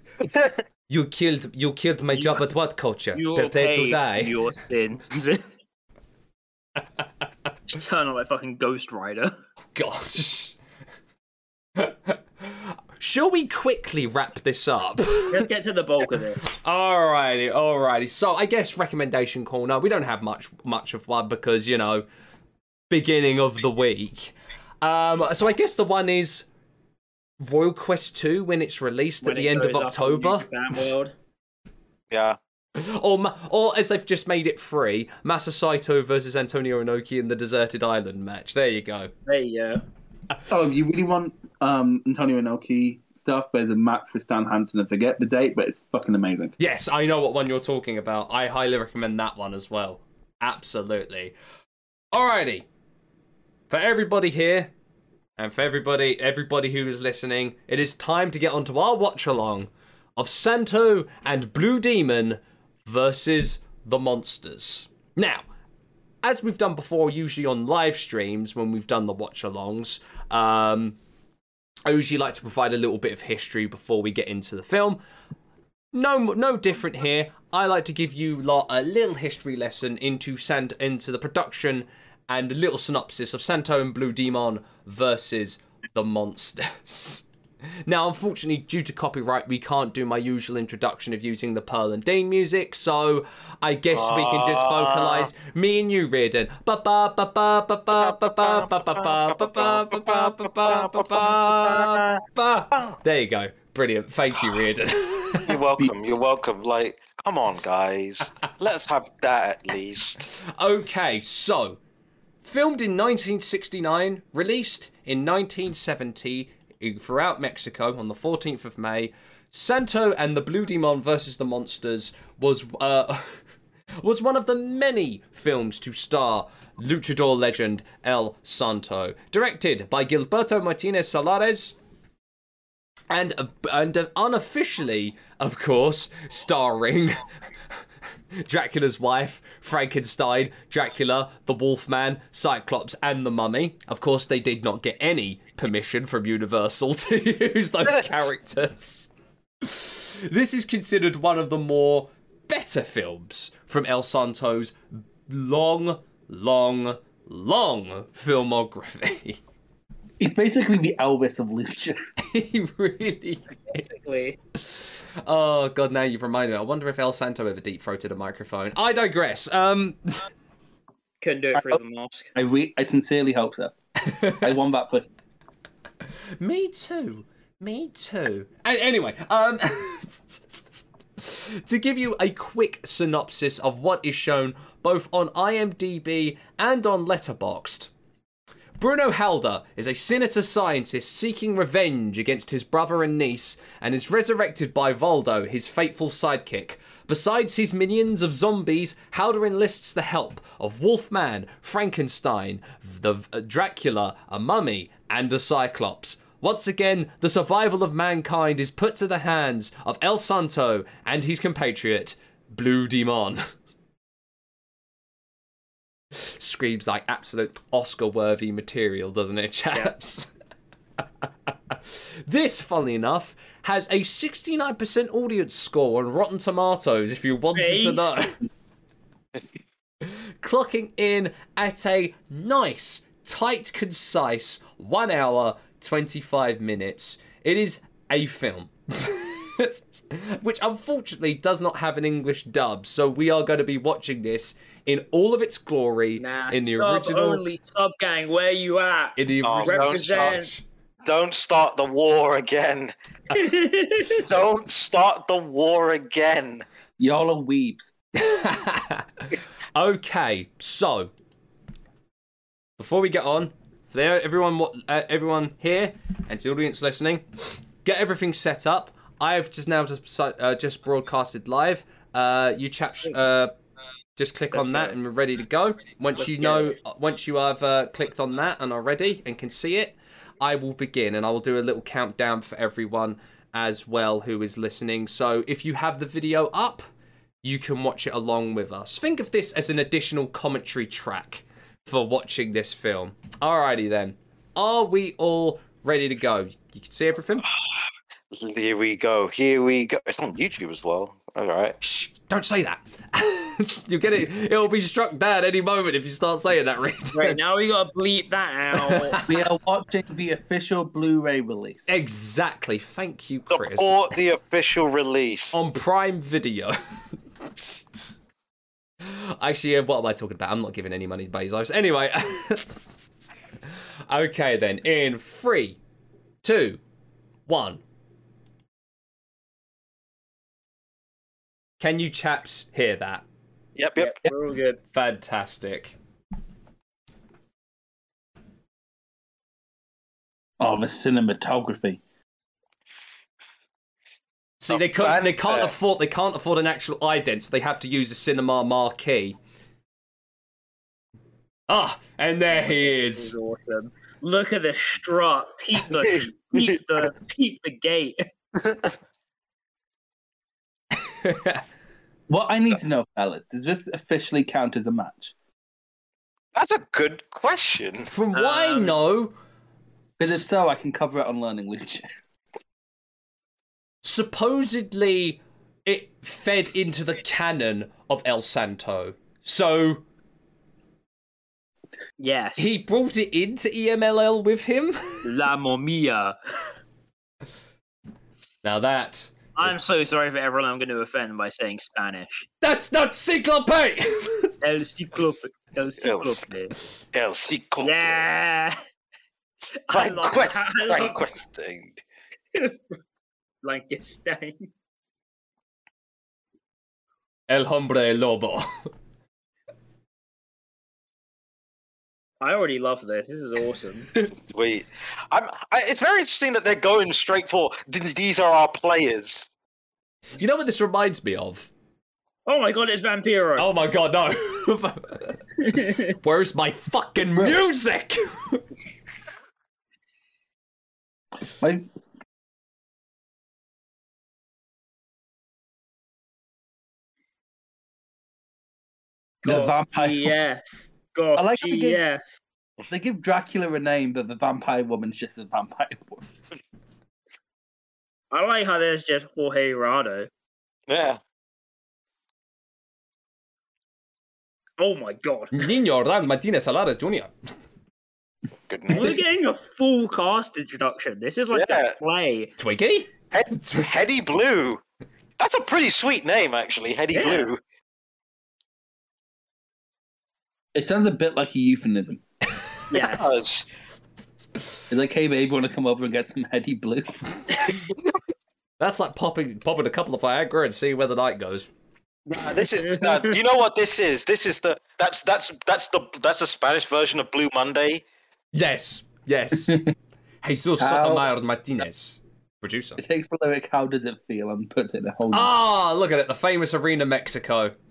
Speaker 1: You killed you killed my job at what culture?
Speaker 3: You will
Speaker 1: Prepare to
Speaker 3: pay
Speaker 1: die. [LAUGHS]
Speaker 3: for your sins. Just Turn on like fucking Ghost Rider.
Speaker 1: Gosh. Shall we quickly wrap this up?
Speaker 3: Let's get to the bulk of it.
Speaker 1: Alrighty, alrighty. So I guess recommendation corner. We don't have much much of one because you know beginning of the week. Um, so I guess the one is Royal Quest 2 when it's released
Speaker 3: when
Speaker 1: at
Speaker 3: it
Speaker 1: the end of
Speaker 3: goes up on
Speaker 1: October.
Speaker 3: New Japan World.
Speaker 2: Yeah.
Speaker 1: Or, ma- or as they've just made it free, Masasaito versus Antonio Inoki in the Deserted Island match. There you go.
Speaker 3: There you go.
Speaker 4: Oh, you really want um, Antonio Inoki stuff? There's a match with Stan Hansen. I forget the date, but it's fucking amazing.
Speaker 1: Yes, I know what one you're talking about. I highly recommend that one as well. Absolutely. Alrighty. For everybody here, and for everybody, everybody who is listening, it is time to get onto our watch along of Santo and Blue Demon versus the monsters. Now, as we've done before, usually on live streams when we've done the watch alongs, um, I usually like to provide a little bit of history before we get into the film no no different here. I like to give you lot a little history lesson into Sant into the production and a little synopsis of Santo and Blue Demon versus the monsters. [LAUGHS] Now, unfortunately, due to copyright, we can't do my usual introduction of using the Pearl and Dean music, so I guess we can just vocalize me and you, Reardon. Ba ba ba ba ba ba ba ba ba ba ba ba ba ba ba ba ba ba ba. There you go. Brilliant. Thank you, Reardon. [LAUGHS]
Speaker 2: You're welcome. You're welcome. Like, come on, guys. Let's have that at least.
Speaker 1: Okay, so filmed in 1969, released in 1970 in- throughout Mexico on the 14th of May. Santo and the Blue Demon versus the Monsters was uh, [LAUGHS] was one of the many films to star luchador legend El Santo, directed by Gilberto Martinez Solares. And, uh, and unofficially, of course, starring [LAUGHS] Dracula's wife, Frankenstein, Dracula, the Wolfman, Cyclops, and the Mummy. Of course, they did not get any permission from Universal [LAUGHS] to use those characters. This is considered one of the more better films from El Santo's long, long, long filmography. [LAUGHS]
Speaker 4: It's basically the Elvis of Lucha.
Speaker 1: he really is.
Speaker 3: Basically.
Speaker 1: Oh god, now you've reminded me. I wonder if El Santo ever deep throated a microphone. I digress. Um
Speaker 3: Couldn't do it through the mask.
Speaker 4: I re- I sincerely hope [LAUGHS] so. I won that push.
Speaker 1: Me too. Me too. A- anyway, um, [LAUGHS] to give you a quick synopsis of what is shown both on IMDb and on Letterboxd. Bruno Halder is a senator scientist seeking revenge against his brother and niece and is resurrected by Voldo, his faithful sidekick. Besides his minions of zombies, Halder enlists the help of Wolfman, Frankenstein, the uh, Dracula, a mummy, and a cyclops. Once again, the survival of mankind is put to the hands of El Santo and his compatriot, Blue Demon. [LAUGHS] Screams like absolute Oscar worthy material, doesn't it, chaps? [LAUGHS] this, funnily enough, has a 69% audience score on Rotten Tomatoes, if you wanted to
Speaker 3: Jeez.
Speaker 1: know. [LAUGHS] Clocking in at a nice, tight, concise one hour, 25 minutes. It is a film. [LAUGHS] Which unfortunately does not have an English dub, so we are going to be watching this in all of its glory
Speaker 3: Nah,
Speaker 1: in the
Speaker 3: sub
Speaker 1: original
Speaker 3: only sub gang, where you at?
Speaker 1: in the
Speaker 2: Oh,
Speaker 1: original
Speaker 2: don't
Speaker 3: Represent.
Speaker 2: start. Don't start the war again. Don't start the war again.
Speaker 4: Y'all are weebs.
Speaker 1: [LAUGHS] okay, so before we get on, for there, everyone, wa- uh, everyone here, and to the audience listening, get everything set up. I have just now just si- uh, just broadcasted live. Uh, you chaps, uh, just click on that, and we're ready to go. Once you know, once you have uh, clicked on that and are ready and can see it, I will begin, and I will do a little countdown for everyone as well who is listening. So if you have the video up, you can watch it along with us. Think of this as an additional commentary track for watching this film. Alrighty then. Are we all ready to go? You can see everything?
Speaker 2: Here we go. Here we go. It's on YouTube as well. All right.
Speaker 1: Shh, don't say that. [LAUGHS] You'll get it. It'll be struck down any moment if you start saying that, Reed.
Speaker 3: [LAUGHS] right now we gotta bleep
Speaker 1: [LAUGHS]
Speaker 3: that out.
Speaker 4: We are watching the official Blu-ray release.
Speaker 1: Exactly. Thank you, Chris.
Speaker 2: Support the official release.
Speaker 3: Oh
Speaker 1: On Prime Video. Actually, yeah, what am I talking about? I'm not giving any money to Bezos. Anyway. [LAUGHS] Okay, then. In three, two, one. Can you chaps hear that?
Speaker 2: Yep, yep.
Speaker 3: Yeah, we're all good.
Speaker 1: Fantastic.
Speaker 4: Oh, the cinematography.
Speaker 1: See, they can't. They can't afford. They can't afford an actual ident, so they have to use a cinema marquee. Ah, and there he
Speaker 3: This is
Speaker 1: is. [LAUGHS]
Speaker 3: awesome. Look at the strut. Peep the peep the peep the gate.
Speaker 4: What I need to know, fellas, does this officially count as a match?
Speaker 2: That's a good question.
Speaker 1: From what I
Speaker 3: Um,
Speaker 1: know,
Speaker 4: Because if so, I can cover it on Learning Lucha.
Speaker 1: supposedly it fed into the canon of El Santo. So
Speaker 3: Yes.
Speaker 1: he brought it into E EMLL with him.
Speaker 3: La Momia.
Speaker 1: [LAUGHS] now that
Speaker 3: I'm so sorry for everyone I'm going to offend by saying Spanish.
Speaker 1: that's not Cyclope.
Speaker 3: El Ciclope. El Ciclope.
Speaker 2: El Cico.
Speaker 3: Yeah. [LAUGHS] I
Speaker 2: Frank
Speaker 3: love
Speaker 2: Quest.
Speaker 3: that. I
Speaker 2: Frank
Speaker 3: love
Speaker 2: Questing.
Speaker 3: Frankenstein.
Speaker 1: [LAUGHS] El hombre lobo.
Speaker 3: I already love this. This is awesome. [LAUGHS]
Speaker 2: Wait, I'm, I, it's very interesting that they're going straight for "Th- these are our players.
Speaker 1: You know what this reminds me of?
Speaker 3: oh my god, it's Vampiro.
Speaker 1: Oh my god, no. Where's my fucking music?
Speaker 4: My... The
Speaker 3: God,
Speaker 4: vampire.
Speaker 3: [LAUGHS] Yeah. God,
Speaker 4: I like how they gave-
Speaker 3: yeah.
Speaker 4: They give Dracula a name, but the vampire woman's just a vampire woman.
Speaker 3: I like how there's just Jorge Rado.
Speaker 2: Yeah.
Speaker 3: Oh my god.
Speaker 1: Nino Ram Martinez Alares Jr.
Speaker 2: Good
Speaker 3: We're
Speaker 2: [LAUGHS] name.
Speaker 3: getting a full cast introduction. This is like
Speaker 2: Yeah.
Speaker 3: a play.
Speaker 1: Twiggy?
Speaker 2: Head, Heady Blue. That's a pretty sweet name, actually. Heady
Speaker 3: Yeah.
Speaker 2: Blue.
Speaker 4: It sounds a bit like a euphemism.
Speaker 3: Yeah.
Speaker 2: Because
Speaker 4: It's like, hey, babe, want to come over and get some heady blue? [LAUGHS]
Speaker 1: That's like popping popping a couple of Viagra and seeing where the night goes.
Speaker 2: this is. Uh,
Speaker 3: [LAUGHS]
Speaker 2: do you know what this is? This is the. That's that's that's the that's the Spanish version of Blue Monday.
Speaker 1: Yes, yes. Jesus
Speaker 4: How-
Speaker 1: Sotomayor Martinez,
Speaker 4: [LAUGHS]
Speaker 1: producer.
Speaker 4: It takes the lyric, how does it feel, and puts it in a whole.
Speaker 1: Ah, look at it, the famous Arena Mexico. [LAUGHS]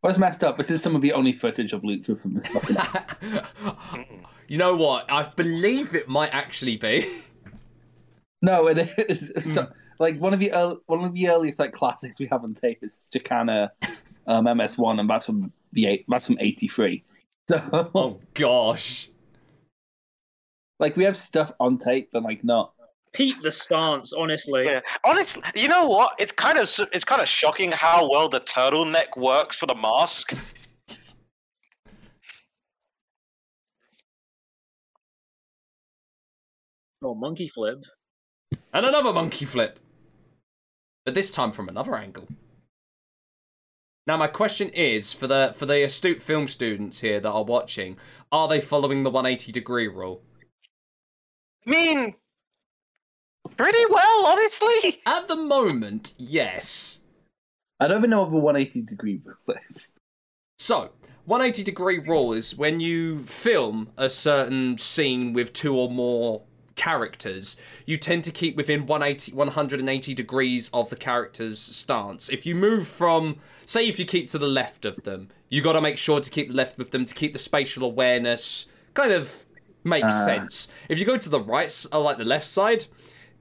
Speaker 4: What's messed up? This is some of the only footage of Lucha from this fucking.
Speaker 1: you know what? I believe it might actually be. [LAUGHS]
Speaker 4: no, it is [LAUGHS] it's so- like one of the earl one of the earliest like classics we have on tape is Chicana, um, MS1, and that's from the eight, that's from '83. So
Speaker 1: Oh gosh.
Speaker 4: [LAUGHS] like we have stuff on tape, but like not.
Speaker 3: Peep the stance, honestly.
Speaker 2: Yeah. Honestly, you know what? It's kind of su- it's kind of shocking how well the turtleneck works for the mask.
Speaker 3: Oh, monkey flip.
Speaker 1: And another monkey flip. But this time from another angle. Now my question is for the for the astute film students here that are watching, are they following the 180 degree rule?
Speaker 2: I mean, pretty well, honestly.
Speaker 1: At the moment, yes.
Speaker 4: I don't even know what the 180 degree rule is.
Speaker 1: So, 180 degree rule is when you film a certain scene with two or more characters, you tend to keep within 180, 180 degrees of the character's stance. If you move from, say, if you keep to the left of them, you got to make sure to keep left with them to keep the spatial awareness kind of makes sense. If you go to the right, s- or like the left side,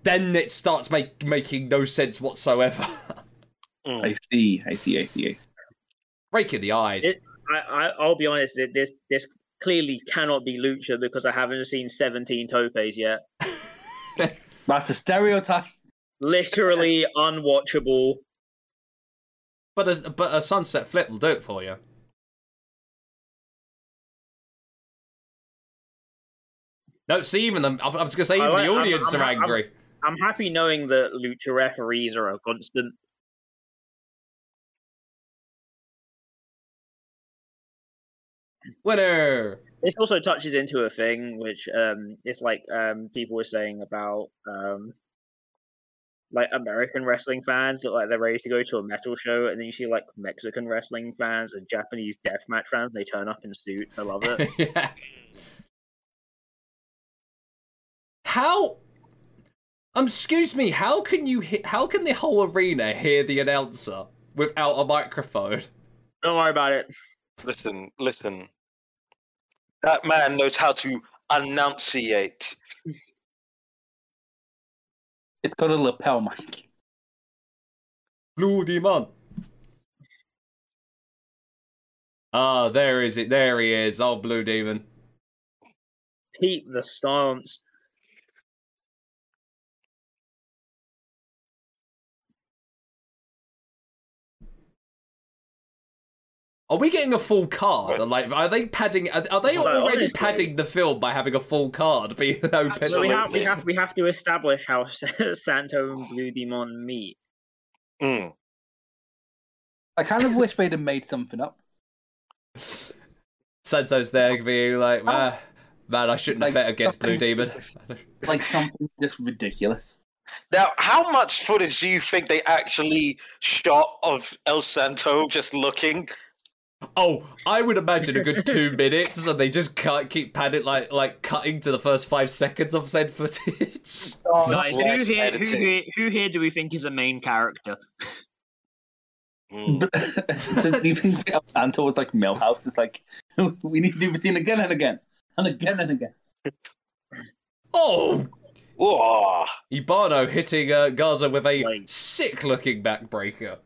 Speaker 1: then it starts make, making no sense whatsoever. [LAUGHS]
Speaker 4: I see, I see, I see, I see.
Speaker 1: Rake in the eyes.
Speaker 3: It- I, I, I'll be honest. th- This, this clearly cannot be Lucha because I haven't seen 17 topes yet.
Speaker 4: That's a stereotype.
Speaker 3: Literally unwatchable.
Speaker 1: But a, but a sunset flip will do it for you. No, see, even the I was I was gonna say
Speaker 3: I
Speaker 1: even
Speaker 3: like-
Speaker 1: the
Speaker 3: I'm-
Speaker 1: audience
Speaker 3: I'm-
Speaker 1: are
Speaker 3: I'm-
Speaker 1: angry.
Speaker 3: I'm happy knowing that Lucha referees are a constant.
Speaker 1: Winner. [LAUGHS]
Speaker 3: This also touches into a thing which um it's like um people were saying about um like American wrestling fans look like they're ready to go to a metal show, and then you see like Mexican wrestling fans and Japanese deathmatch fans. They turn up in suits. I
Speaker 1: [LAUGHS]
Speaker 3: love it.
Speaker 1: yeah. How? Um, excuse me. How can you? He- how can the whole arena hear the announcer without a microphone?
Speaker 3: Don't worry about it.
Speaker 2: Listen, listen. That man knows how to enunciate.
Speaker 4: It's got a lapel mic.
Speaker 1: Bloody man. Ah, there is it. There he is. Oh, Blue Demon.
Speaker 3: Keep the stance.
Speaker 1: Are we getting a full card? Or, Like, are they padding? Are, are they
Speaker 3: No,
Speaker 1: already
Speaker 3: honestly.
Speaker 1: padding the film by having a full card being [LAUGHS] open?
Speaker 3: So we have
Speaker 2: Absolutely.
Speaker 3: we have we have to establish how
Speaker 5: [LAUGHS]
Speaker 3: Santo and Blue Demon meet.
Speaker 2: Mm.
Speaker 4: I kind of wish they'd have made something up.
Speaker 1: Santo's there being like, man, man I shouldn't have
Speaker 4: Like,
Speaker 1: bet against Blue Demon.
Speaker 4: Like something just ridiculous.
Speaker 2: Now, how much footage do you think they actually shot of El Santo just looking?
Speaker 1: oh, I would imagine a good two minutes, and they just can't keep padding like like cutting to the first five seconds of said footage. [LAUGHS]
Speaker 5: Like,
Speaker 2: Oh, Less
Speaker 5: who, here, who,
Speaker 2: editing.
Speaker 5: here, who here do we think is a main character?
Speaker 4: [LAUGHS]
Speaker 2: Mm.
Speaker 4: Does- do you think El Santo was like Millhouse? It's like [LAUGHS] we need to do the scene again and again and again and again.
Speaker 1: Oh,
Speaker 2: Whoa.
Speaker 1: Ibano hitting uh, Gaza with a
Speaker 3: Like-
Speaker 1: sick-looking backbreaker.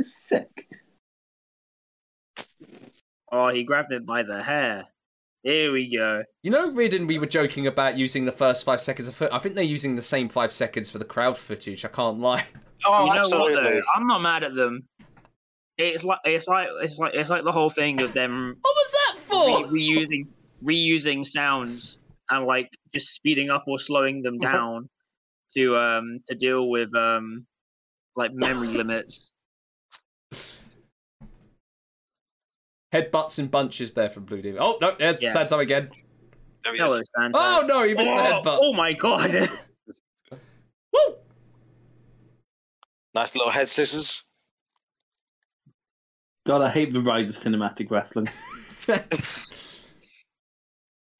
Speaker 4: Sick.
Speaker 3: Oh, he grabbed it by the hair. Here we go.
Speaker 1: You know, Ridden, we were joking about using the first five seconds of foot. I think they're using the same five seconds for the crowd footage. I can't lie.
Speaker 2: Oh,
Speaker 5: you know what
Speaker 2: absolutely.
Speaker 5: though? I'm not mad at them. It's like it's like it's like it's like the whole thing of them
Speaker 1: What was that
Speaker 5: re-
Speaker 1: for?
Speaker 5: reusing reusing sounds and like just speeding up or slowing them down to um to deal with um like memory
Speaker 2: [LAUGHS]
Speaker 5: limits.
Speaker 1: Headbutts and bunches there from Blue Demon. Oh no, there's
Speaker 5: Yeah.
Speaker 1: Santo again.
Speaker 2: There he is.
Speaker 3: Hello, Santo.
Speaker 1: Oh no, he missed the
Speaker 3: oh,
Speaker 1: headbutt.
Speaker 3: oh my god. [LAUGHS]
Speaker 1: Woo!
Speaker 2: Nice little head scissors. [LAUGHS]
Speaker 4: God, I hate the rise of cinematic wrestling.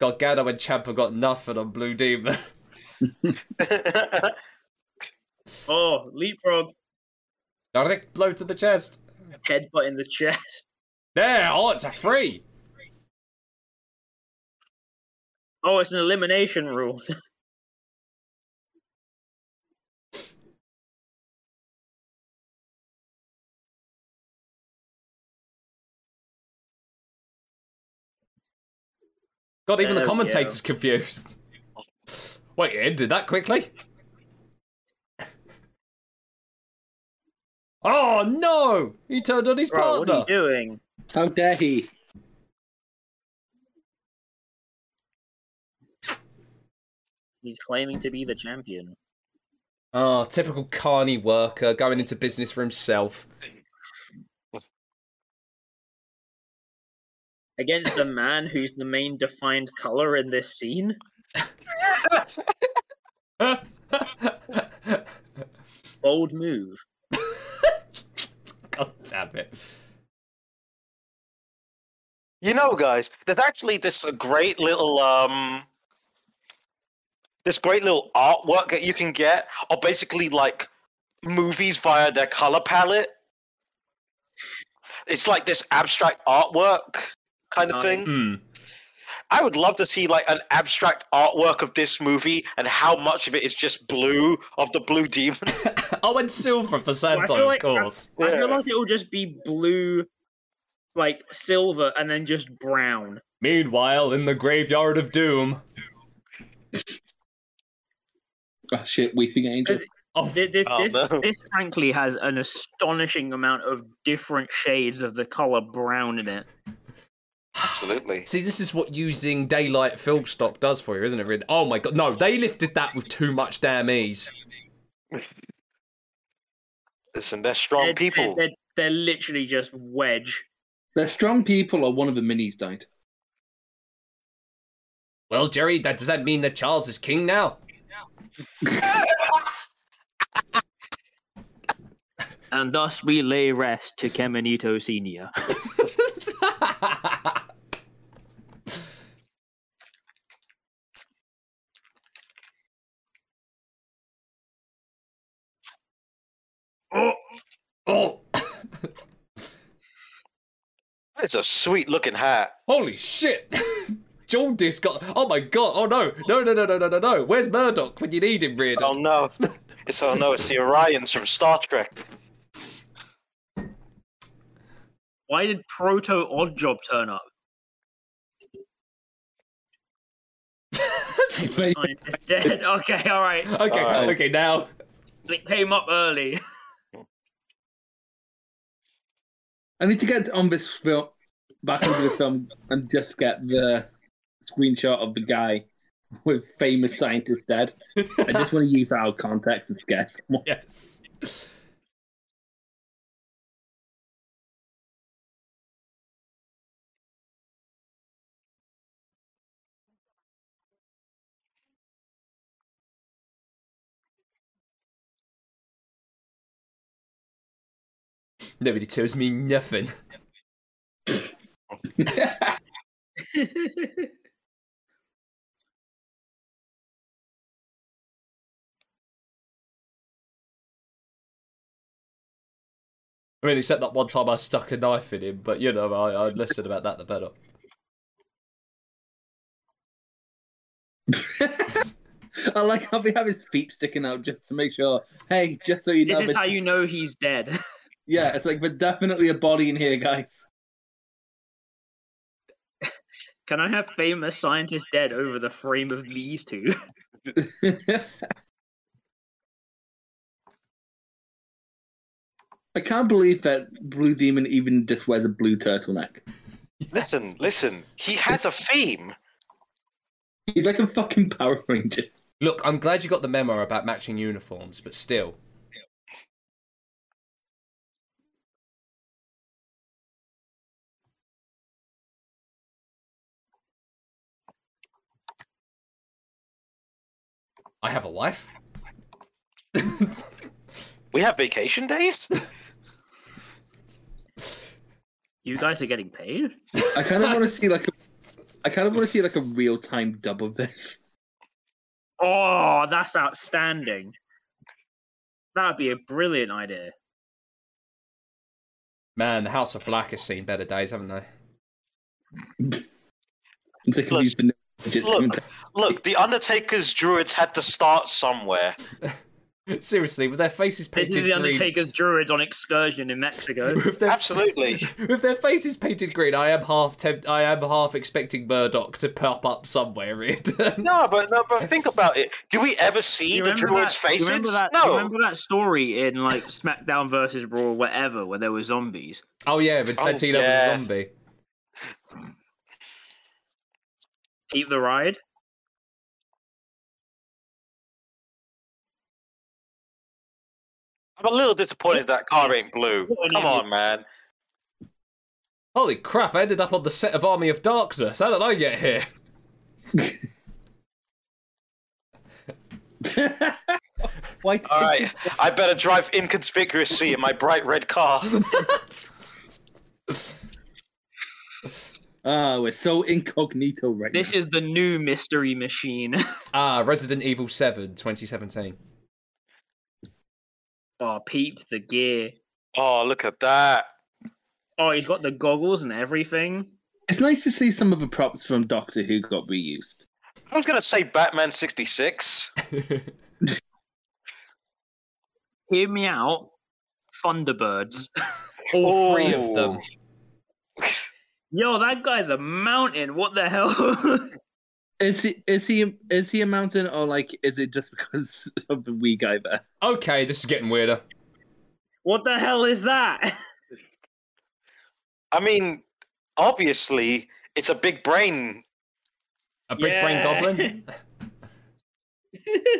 Speaker 1: Gargano and Champa [LAUGHS] got nothing on Blue Demon. [LAUGHS]
Speaker 3: oh, leapfrog
Speaker 1: Direct blow to the chest.
Speaker 3: headbutt in the chest.
Speaker 1: There, oh, it's a free.
Speaker 3: Oh, it's an elimination [LAUGHS] rules.
Speaker 1: God, even
Speaker 3: There
Speaker 1: the
Speaker 3: we
Speaker 1: commentator's confused. [LAUGHS] Wait, it ended that quickly? [LAUGHS] oh no! He turned on his
Speaker 3: Bro, what are
Speaker 1: partner.
Speaker 3: you doing?
Speaker 4: How dare he?
Speaker 3: He's claiming to be the champion.
Speaker 1: Oh, typical carny worker going into business for himself. [LAUGHS]
Speaker 3: Against the man who's the main defined color in this scene?
Speaker 1: God
Speaker 3: Bold move.
Speaker 1: damn it.
Speaker 2: You know, guys, there's actually this uh, great little um, this great little artwork that you can get of basically like movies via their color palette. It's like this abstract artwork kind of
Speaker 3: Nice.
Speaker 2: thing.
Speaker 1: Hmm.
Speaker 2: I would love to see like an abstract artwork of this movie and how much of it is just blue of the blue demon.
Speaker 1: Oh, and silver for Santo,
Speaker 3: feel
Speaker 1: of
Speaker 3: like
Speaker 1: course.
Speaker 3: that's- I
Speaker 2: Yeah.
Speaker 3: feel like it'll just be blue, like silver, and then just brown.
Speaker 1: Meanwhile, in the graveyard of doom.
Speaker 4: Oh shit, weeping angel.
Speaker 3: Does-
Speaker 1: Oh,
Speaker 3: This, this,
Speaker 2: Oh,
Speaker 3: this,
Speaker 2: no.
Speaker 3: this frankly has an astonishing amount of different shades of the color brown in it.
Speaker 2: [LAUGHS] Absolutely.
Speaker 1: See, this is what using daylight film stock does for you, isn't it? Really? Oh my god, no, they lifted that with too much damn ease.
Speaker 2: Listen, they're strong
Speaker 3: They're- they're-
Speaker 2: people.
Speaker 3: They're, they're literally just wedge.
Speaker 4: They're strong people, or one of the minis died.
Speaker 1: Well, Jerry, that does that mean that Charles is king
Speaker 3: [LAUGHS]
Speaker 1: now?
Speaker 3: And thus we lay rest to Kemenito Senior. [LAUGHS]
Speaker 1: oh, oh,
Speaker 2: It's a sweet looking hat.
Speaker 1: holy shit! [LAUGHS] Jaundice got. Oh my god! Oh no! No! No! No! No! No! No! No! Where's Murdoch when you need him, Reardon?
Speaker 2: Oh no. It's oh no, it's the Orions from Star Trek.
Speaker 3: Why did Proto Oddjob turn
Speaker 1: [LAUGHS]
Speaker 3: up? Scientist dead. [LAUGHS] Okay, all right.
Speaker 1: Okay.
Speaker 2: Alright.
Speaker 1: Okay. Now. [LAUGHS]
Speaker 3: It came up early.
Speaker 4: I need to get on this film, back into this film, and just get the screenshot of the guy with famous scientist dead. I just want to use that out of context to scare someone.
Speaker 1: Yes. Nobody tells me nothing. I mean, except that one time I stuck a knife in him, but you know, I, I'd listen about that the better.
Speaker 4: [LAUGHS] I like how they have his feet sticking out just to make sure. Hey, just so you know,
Speaker 3: This is
Speaker 4: there-
Speaker 3: how you know he's dead. [LAUGHS]
Speaker 4: yeah, it's like there's definitely a body in here, guys.
Speaker 3: Can I have famous scientist dead over the frame of these two? [LAUGHS]
Speaker 4: [LAUGHS] I can't believe that Blue Demon even just wears a blue turtleneck.
Speaker 2: Listen, listen. He has a theme.
Speaker 4: He's like a fucking Power Ranger.
Speaker 1: Look, I'm glad you got the memo about matching uniforms, but still. I have a wife.
Speaker 2: We have vacation days?
Speaker 3: You guys are getting paid?
Speaker 4: I kind of want to see like a, I kind of want to see like a real time dub of this. [LAUGHS]
Speaker 3: Oh, that's outstanding. That'd be a brilliant idea.
Speaker 1: Man, the House of Black has seen better days, haven't they? [LAUGHS]
Speaker 4: I'm sick of
Speaker 2: Look,
Speaker 4: these vanilla digits.
Speaker 2: look.
Speaker 4: coming down.
Speaker 2: Look, the Undertaker's druids had to start [LAUGHS] somewhere.
Speaker 1: Seriously, with their faces
Speaker 3: This
Speaker 1: painted
Speaker 3: is the
Speaker 1: green.
Speaker 3: Undertaker's druids on excursion in
Speaker 1: [LAUGHS]
Speaker 3: Mexico.
Speaker 1: with their,
Speaker 2: Absolutely.
Speaker 1: with their faces painted green, I am half tempt- I am half expecting Murdoch to pop up somewhere. Reardon.
Speaker 2: No, but no, but think about it. Do we ever see
Speaker 3: You
Speaker 2: the
Speaker 3: remember
Speaker 2: druids'
Speaker 3: that- you
Speaker 2: faces?
Speaker 3: remember that- you
Speaker 2: no.
Speaker 3: remember that story in like [LAUGHS] SmackDown versus Raw, whatever, where there were zombies?
Speaker 1: [LAUGHS] Oh yeah, Vincentino
Speaker 2: yes.
Speaker 1: was a zombie.
Speaker 3: Keep the ride.
Speaker 2: I'm a little disappointed that car ain't blue.
Speaker 3: What an
Speaker 2: Come
Speaker 3: idiot.
Speaker 2: on, man.
Speaker 1: Holy crap, I ended up on the set of Army of Darkness. How did I get here?
Speaker 4: Why? did-
Speaker 2: All right, I better drive inconspicuously in my bright red car.
Speaker 4: Ah, we're so incognito right
Speaker 3: This
Speaker 4: now.
Speaker 3: is the new mystery machine. [LAUGHS]
Speaker 1: ah, Resident Evil 7, 2017.
Speaker 3: oh, peep the gear.
Speaker 2: [LAUGHS] Oh, look at that.
Speaker 3: Oh, he's got the goggles and everything.
Speaker 4: It's nice to see some of the props from Doctor Who got reused.
Speaker 2: I was gonna say Batman '66.
Speaker 3: Hear me out.
Speaker 1: [LAUGHS]
Speaker 3: Thunderbirds.
Speaker 1: All three of them.
Speaker 2: Oh.
Speaker 3: Yo, that guy's a mountain. What the hell? [LAUGHS]
Speaker 4: Is he? Is he? Is he a mountain, or like, is it just because [LAUGHS] of the wee guy there?
Speaker 1: Okay, this is getting weirder.
Speaker 3: what the hell is that?
Speaker 2: I mean, obviously, it's a big brain.
Speaker 1: A big brain
Speaker 3: Yeah. [LAUGHS]
Speaker 1: goblin?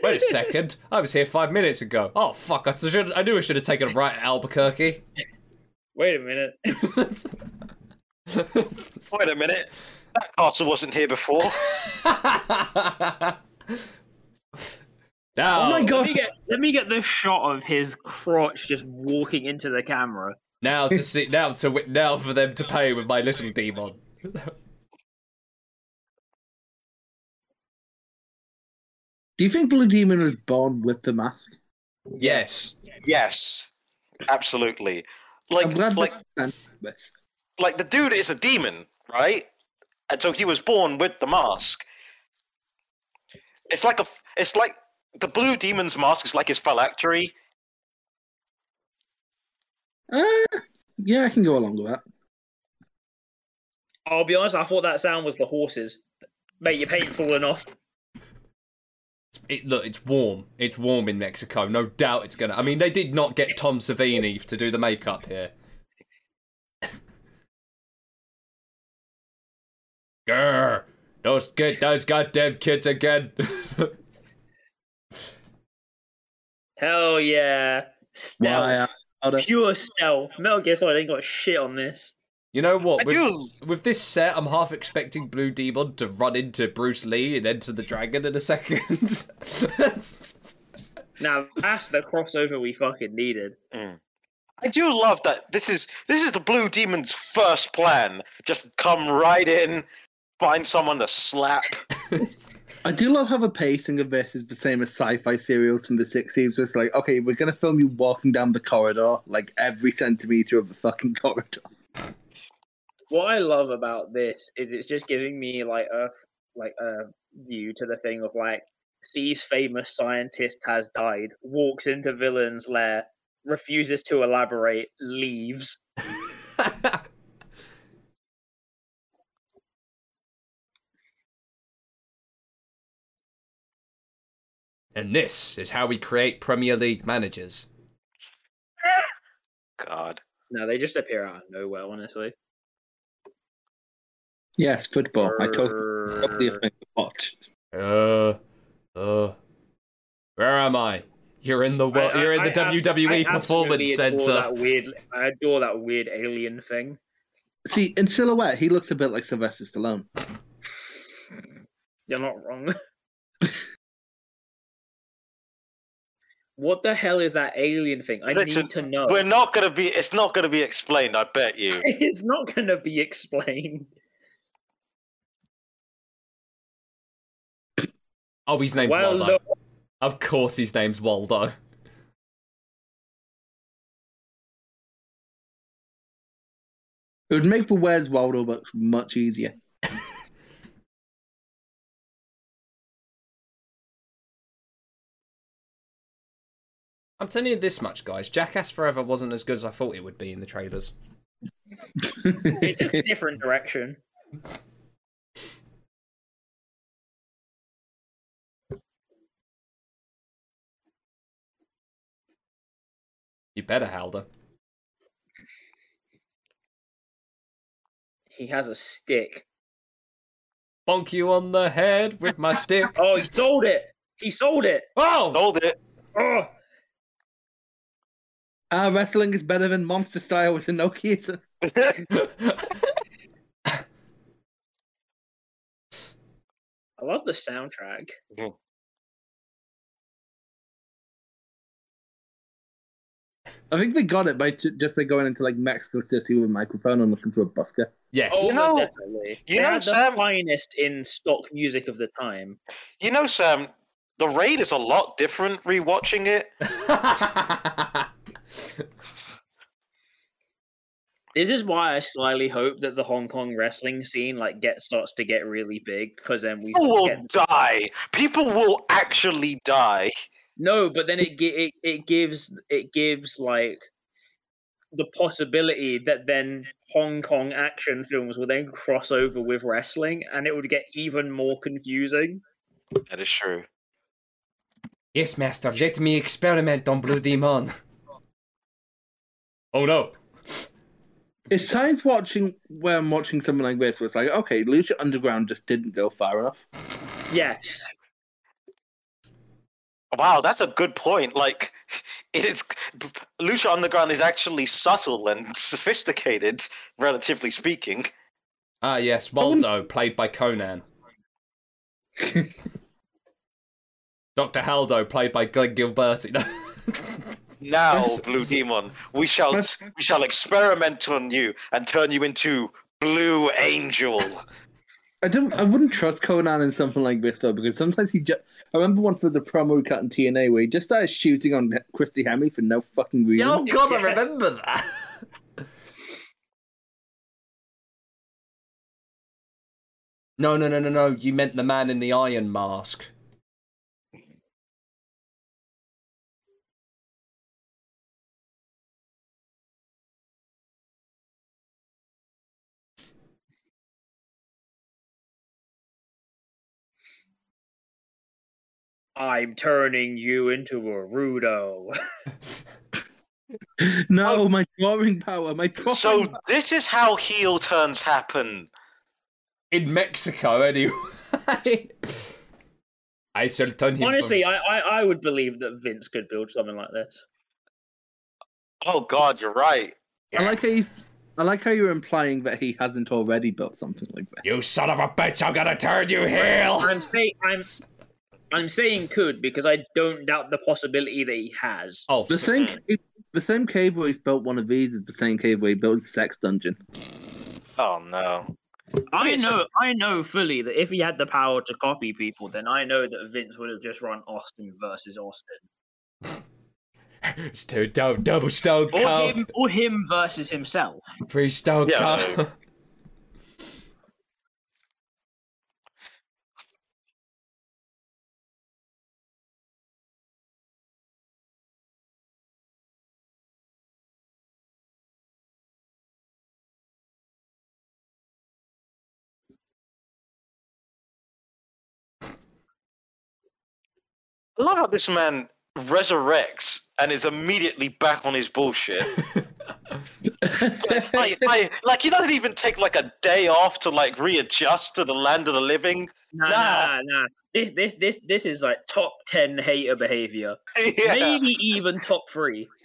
Speaker 1: Wait a second. I was here five minutes ago. Oh, fuck. I, should, I knew I should have taken a right at Albuquerque. [LAUGHS]
Speaker 3: [LAUGHS] Wait a minute.
Speaker 2: Wait a minute. That castle wasn't here
Speaker 4: [LAUGHS]
Speaker 2: before.
Speaker 1: now,
Speaker 2: Oh my
Speaker 6: Let
Speaker 2: god.
Speaker 6: me get let me get this shot of his crotch just walking into the camera.
Speaker 1: now to see, now to wit, now for them to pay with my little demon.
Speaker 4: Do you think Blue Demon was born with the mask?
Speaker 1: Yes,
Speaker 2: Yes. Absolutely.
Speaker 4: I'm
Speaker 2: Like
Speaker 4: glad
Speaker 2: like
Speaker 4: they understand this.
Speaker 2: like the dude is a demon, right? And so he was born with the mask. It's like a, f- it's like the blue demon's mask is like his phylactery.
Speaker 4: Uh, yeah, I can go along with that.
Speaker 3: I'll be honest, I thought that sound was the horses. Mate, your paint falling off.
Speaker 1: it, look, it's warm. It's warm in Mexico. No doubt it's gonna. I mean, they did not get Tom Savini to do the makeup here. Grr, those kid, those goddamn kids again. [LAUGHS]
Speaker 3: Hell yeah.
Speaker 4: Why,
Speaker 3: Stealth.
Speaker 4: uh, I don't-
Speaker 3: Pure stealth. Metal Gear Solid ain't got shit on this.
Speaker 1: you know what?
Speaker 2: I
Speaker 1: With,
Speaker 2: do.
Speaker 1: with this set, I'm half expecting Blue Demon to run into Bruce Lee and enter the dragon in a second. [LAUGHS]
Speaker 3: Now that's the crossover we fucking needed.
Speaker 2: I do love that. This is this is the blue demon's first plan. Just come right in, find someone to slap.
Speaker 4: I do love how the pacing of this is the same as sci-fi serials from the sixties. It's like, okay, we're gonna film you walking down the corridor, like every centimeter of the fucking [LAUGHS] corridor.
Speaker 3: What I love about this is it's just giving me like a like a view to the thing of like sees famous scientist has died, walks into villain's lair, refuses to elaborate, leaves.
Speaker 1: [LAUGHS] and this is how we create Premier League managers.
Speaker 4: [LAUGHS]
Speaker 2: God.
Speaker 3: No, they just appear out of nowhere, honestly.
Speaker 4: Yes, football. I totally totally
Speaker 3: Err.
Speaker 4: think watch.
Speaker 1: Uh, uh, where am I? You're in the world.
Speaker 3: I-
Speaker 1: You're in
Speaker 3: I-
Speaker 1: the
Speaker 3: I ab-
Speaker 1: WWE
Speaker 3: I
Speaker 1: Performance
Speaker 3: absolutely adore
Speaker 1: Center.
Speaker 3: That weird, I adore that weird alien thing.
Speaker 4: See, in silhouette, he looks a bit like Sylvester Stallone.
Speaker 3: You're not wrong. [LAUGHS] what the hell is that alien thing? I
Speaker 2: Listen,
Speaker 3: need to know.
Speaker 2: We're not gonna be. It's not gonna be explained. I bet
Speaker 4: [LAUGHS]
Speaker 2: you.
Speaker 3: [LAUGHS] it's not going to be explained. [LAUGHS]
Speaker 1: Oh, his name's
Speaker 3: Well,
Speaker 1: Waldo.
Speaker 3: look,
Speaker 1: Of course, his name's Waldo.
Speaker 4: It would make the Where's Waldo books much easier. [LAUGHS]
Speaker 1: I'm telling you this much, guys. Jackass Forever wasn't as good as I thought it would be in the trailers.
Speaker 3: it took
Speaker 4: [LAUGHS]
Speaker 3: a different direction.
Speaker 1: You better, Halder.
Speaker 3: He has a stick.
Speaker 1: Bonk you on the head with my stick.
Speaker 3: [LAUGHS] Oh, he sold it. He sold it.
Speaker 1: Oh,
Speaker 2: Hold it.
Speaker 3: Oh,
Speaker 4: Ah, wrestling is better than monster style with Inoki. So
Speaker 3: I love the soundtrack.
Speaker 4: I think they got it by t- just by going into like Mexico City with a microphone and looking for a busker.
Speaker 1: yes.
Speaker 3: Oh,
Speaker 2: You know-
Speaker 3: most definitely.
Speaker 2: you
Speaker 3: They
Speaker 2: know,
Speaker 3: had the
Speaker 2: Sam-
Speaker 3: finest in stock music of the time.
Speaker 2: You know, Sam. The raid is a lot different. Rewatching it.
Speaker 3: This is why I slyly hope that the Hong Kong wrestling scene like get starts to get really big because then we
Speaker 2: People will
Speaker 3: get-
Speaker 2: die. People will actually die.
Speaker 3: no, but then it, gi- it it gives it gives like the possibility that then Hong Kong action films will then cross over with wrestling and it would get even more confusing.
Speaker 2: That is true.
Speaker 1: [LAUGHS] Yes, master, let me experiment on Blue Demon. Oh no.
Speaker 4: It's times watching where I'm watching something like this where it's like, okay, Lucha Underground just didn't go far enough.
Speaker 3: Yes,
Speaker 2: Wow, that's a good point. Like, [LAUGHS] it is Lucha Underground is actually subtle and sophisticated, relatively speaking.
Speaker 1: Ah, yes, Waldo, played by [LAUGHS] Conan. Dr. Haldo, played by Glenn Gilberti. [LAUGHS]
Speaker 2: Now, Oh, Blue Demon, we shall we shall experiment on you and turn you into Blue Angel.
Speaker 4: I don't. I wouldn't trust Conan in something like this though, because sometimes he. Ju- I remember once there was a promo we cut in TNA where he just started shooting on Christy Hemme for no fucking reason.
Speaker 1: oh, God, I remember that. no, no, no, no, no. You meant the man in the iron mask.
Speaker 3: I'm turning you into a Rudo.
Speaker 4: No, my drawing power, my drawing.
Speaker 2: So
Speaker 4: [LAUGHS] power.
Speaker 2: this is how heel turns happen.
Speaker 1: In Mexico, anyway. [LAUGHS] I shall turn him from-
Speaker 3: Honestly, I, I I would believe that Vince could build something like this.
Speaker 2: Oh God, you're right.
Speaker 4: I like how he's. I like how you're implying that he hasn't already built something like this.
Speaker 1: You son of a bitch, I'm gonna turn you heel!
Speaker 3: I'm saying I'm I'm saying could because I don't doubt the possibility that he has.
Speaker 1: Oh,
Speaker 4: The same, cave, the same cave where he's built one of these is the same cave where he built his sex dungeon.
Speaker 2: Oh no.
Speaker 7: I
Speaker 2: It's
Speaker 7: know,
Speaker 2: just-
Speaker 7: I know fully that if he had the power to copy people, then I know that Vince would have just run Austin versus Austin,
Speaker 1: it's too dope. Double stone
Speaker 7: or
Speaker 1: cold.
Speaker 7: him, or him versus himself.
Speaker 1: Free stone
Speaker 2: Yeah.
Speaker 1: cold.
Speaker 2: I love how this man resurrects and is immediately back on his bullshit. like, like, like, he doesn't even take like a day off to like readjust to the land of the living. [LAUGHS]
Speaker 3: Nah,
Speaker 2: Nah.
Speaker 3: nah, nah. This this this this is like top ten hater behavior.
Speaker 2: yeah.
Speaker 3: Maybe even top three.
Speaker 1: [LAUGHS]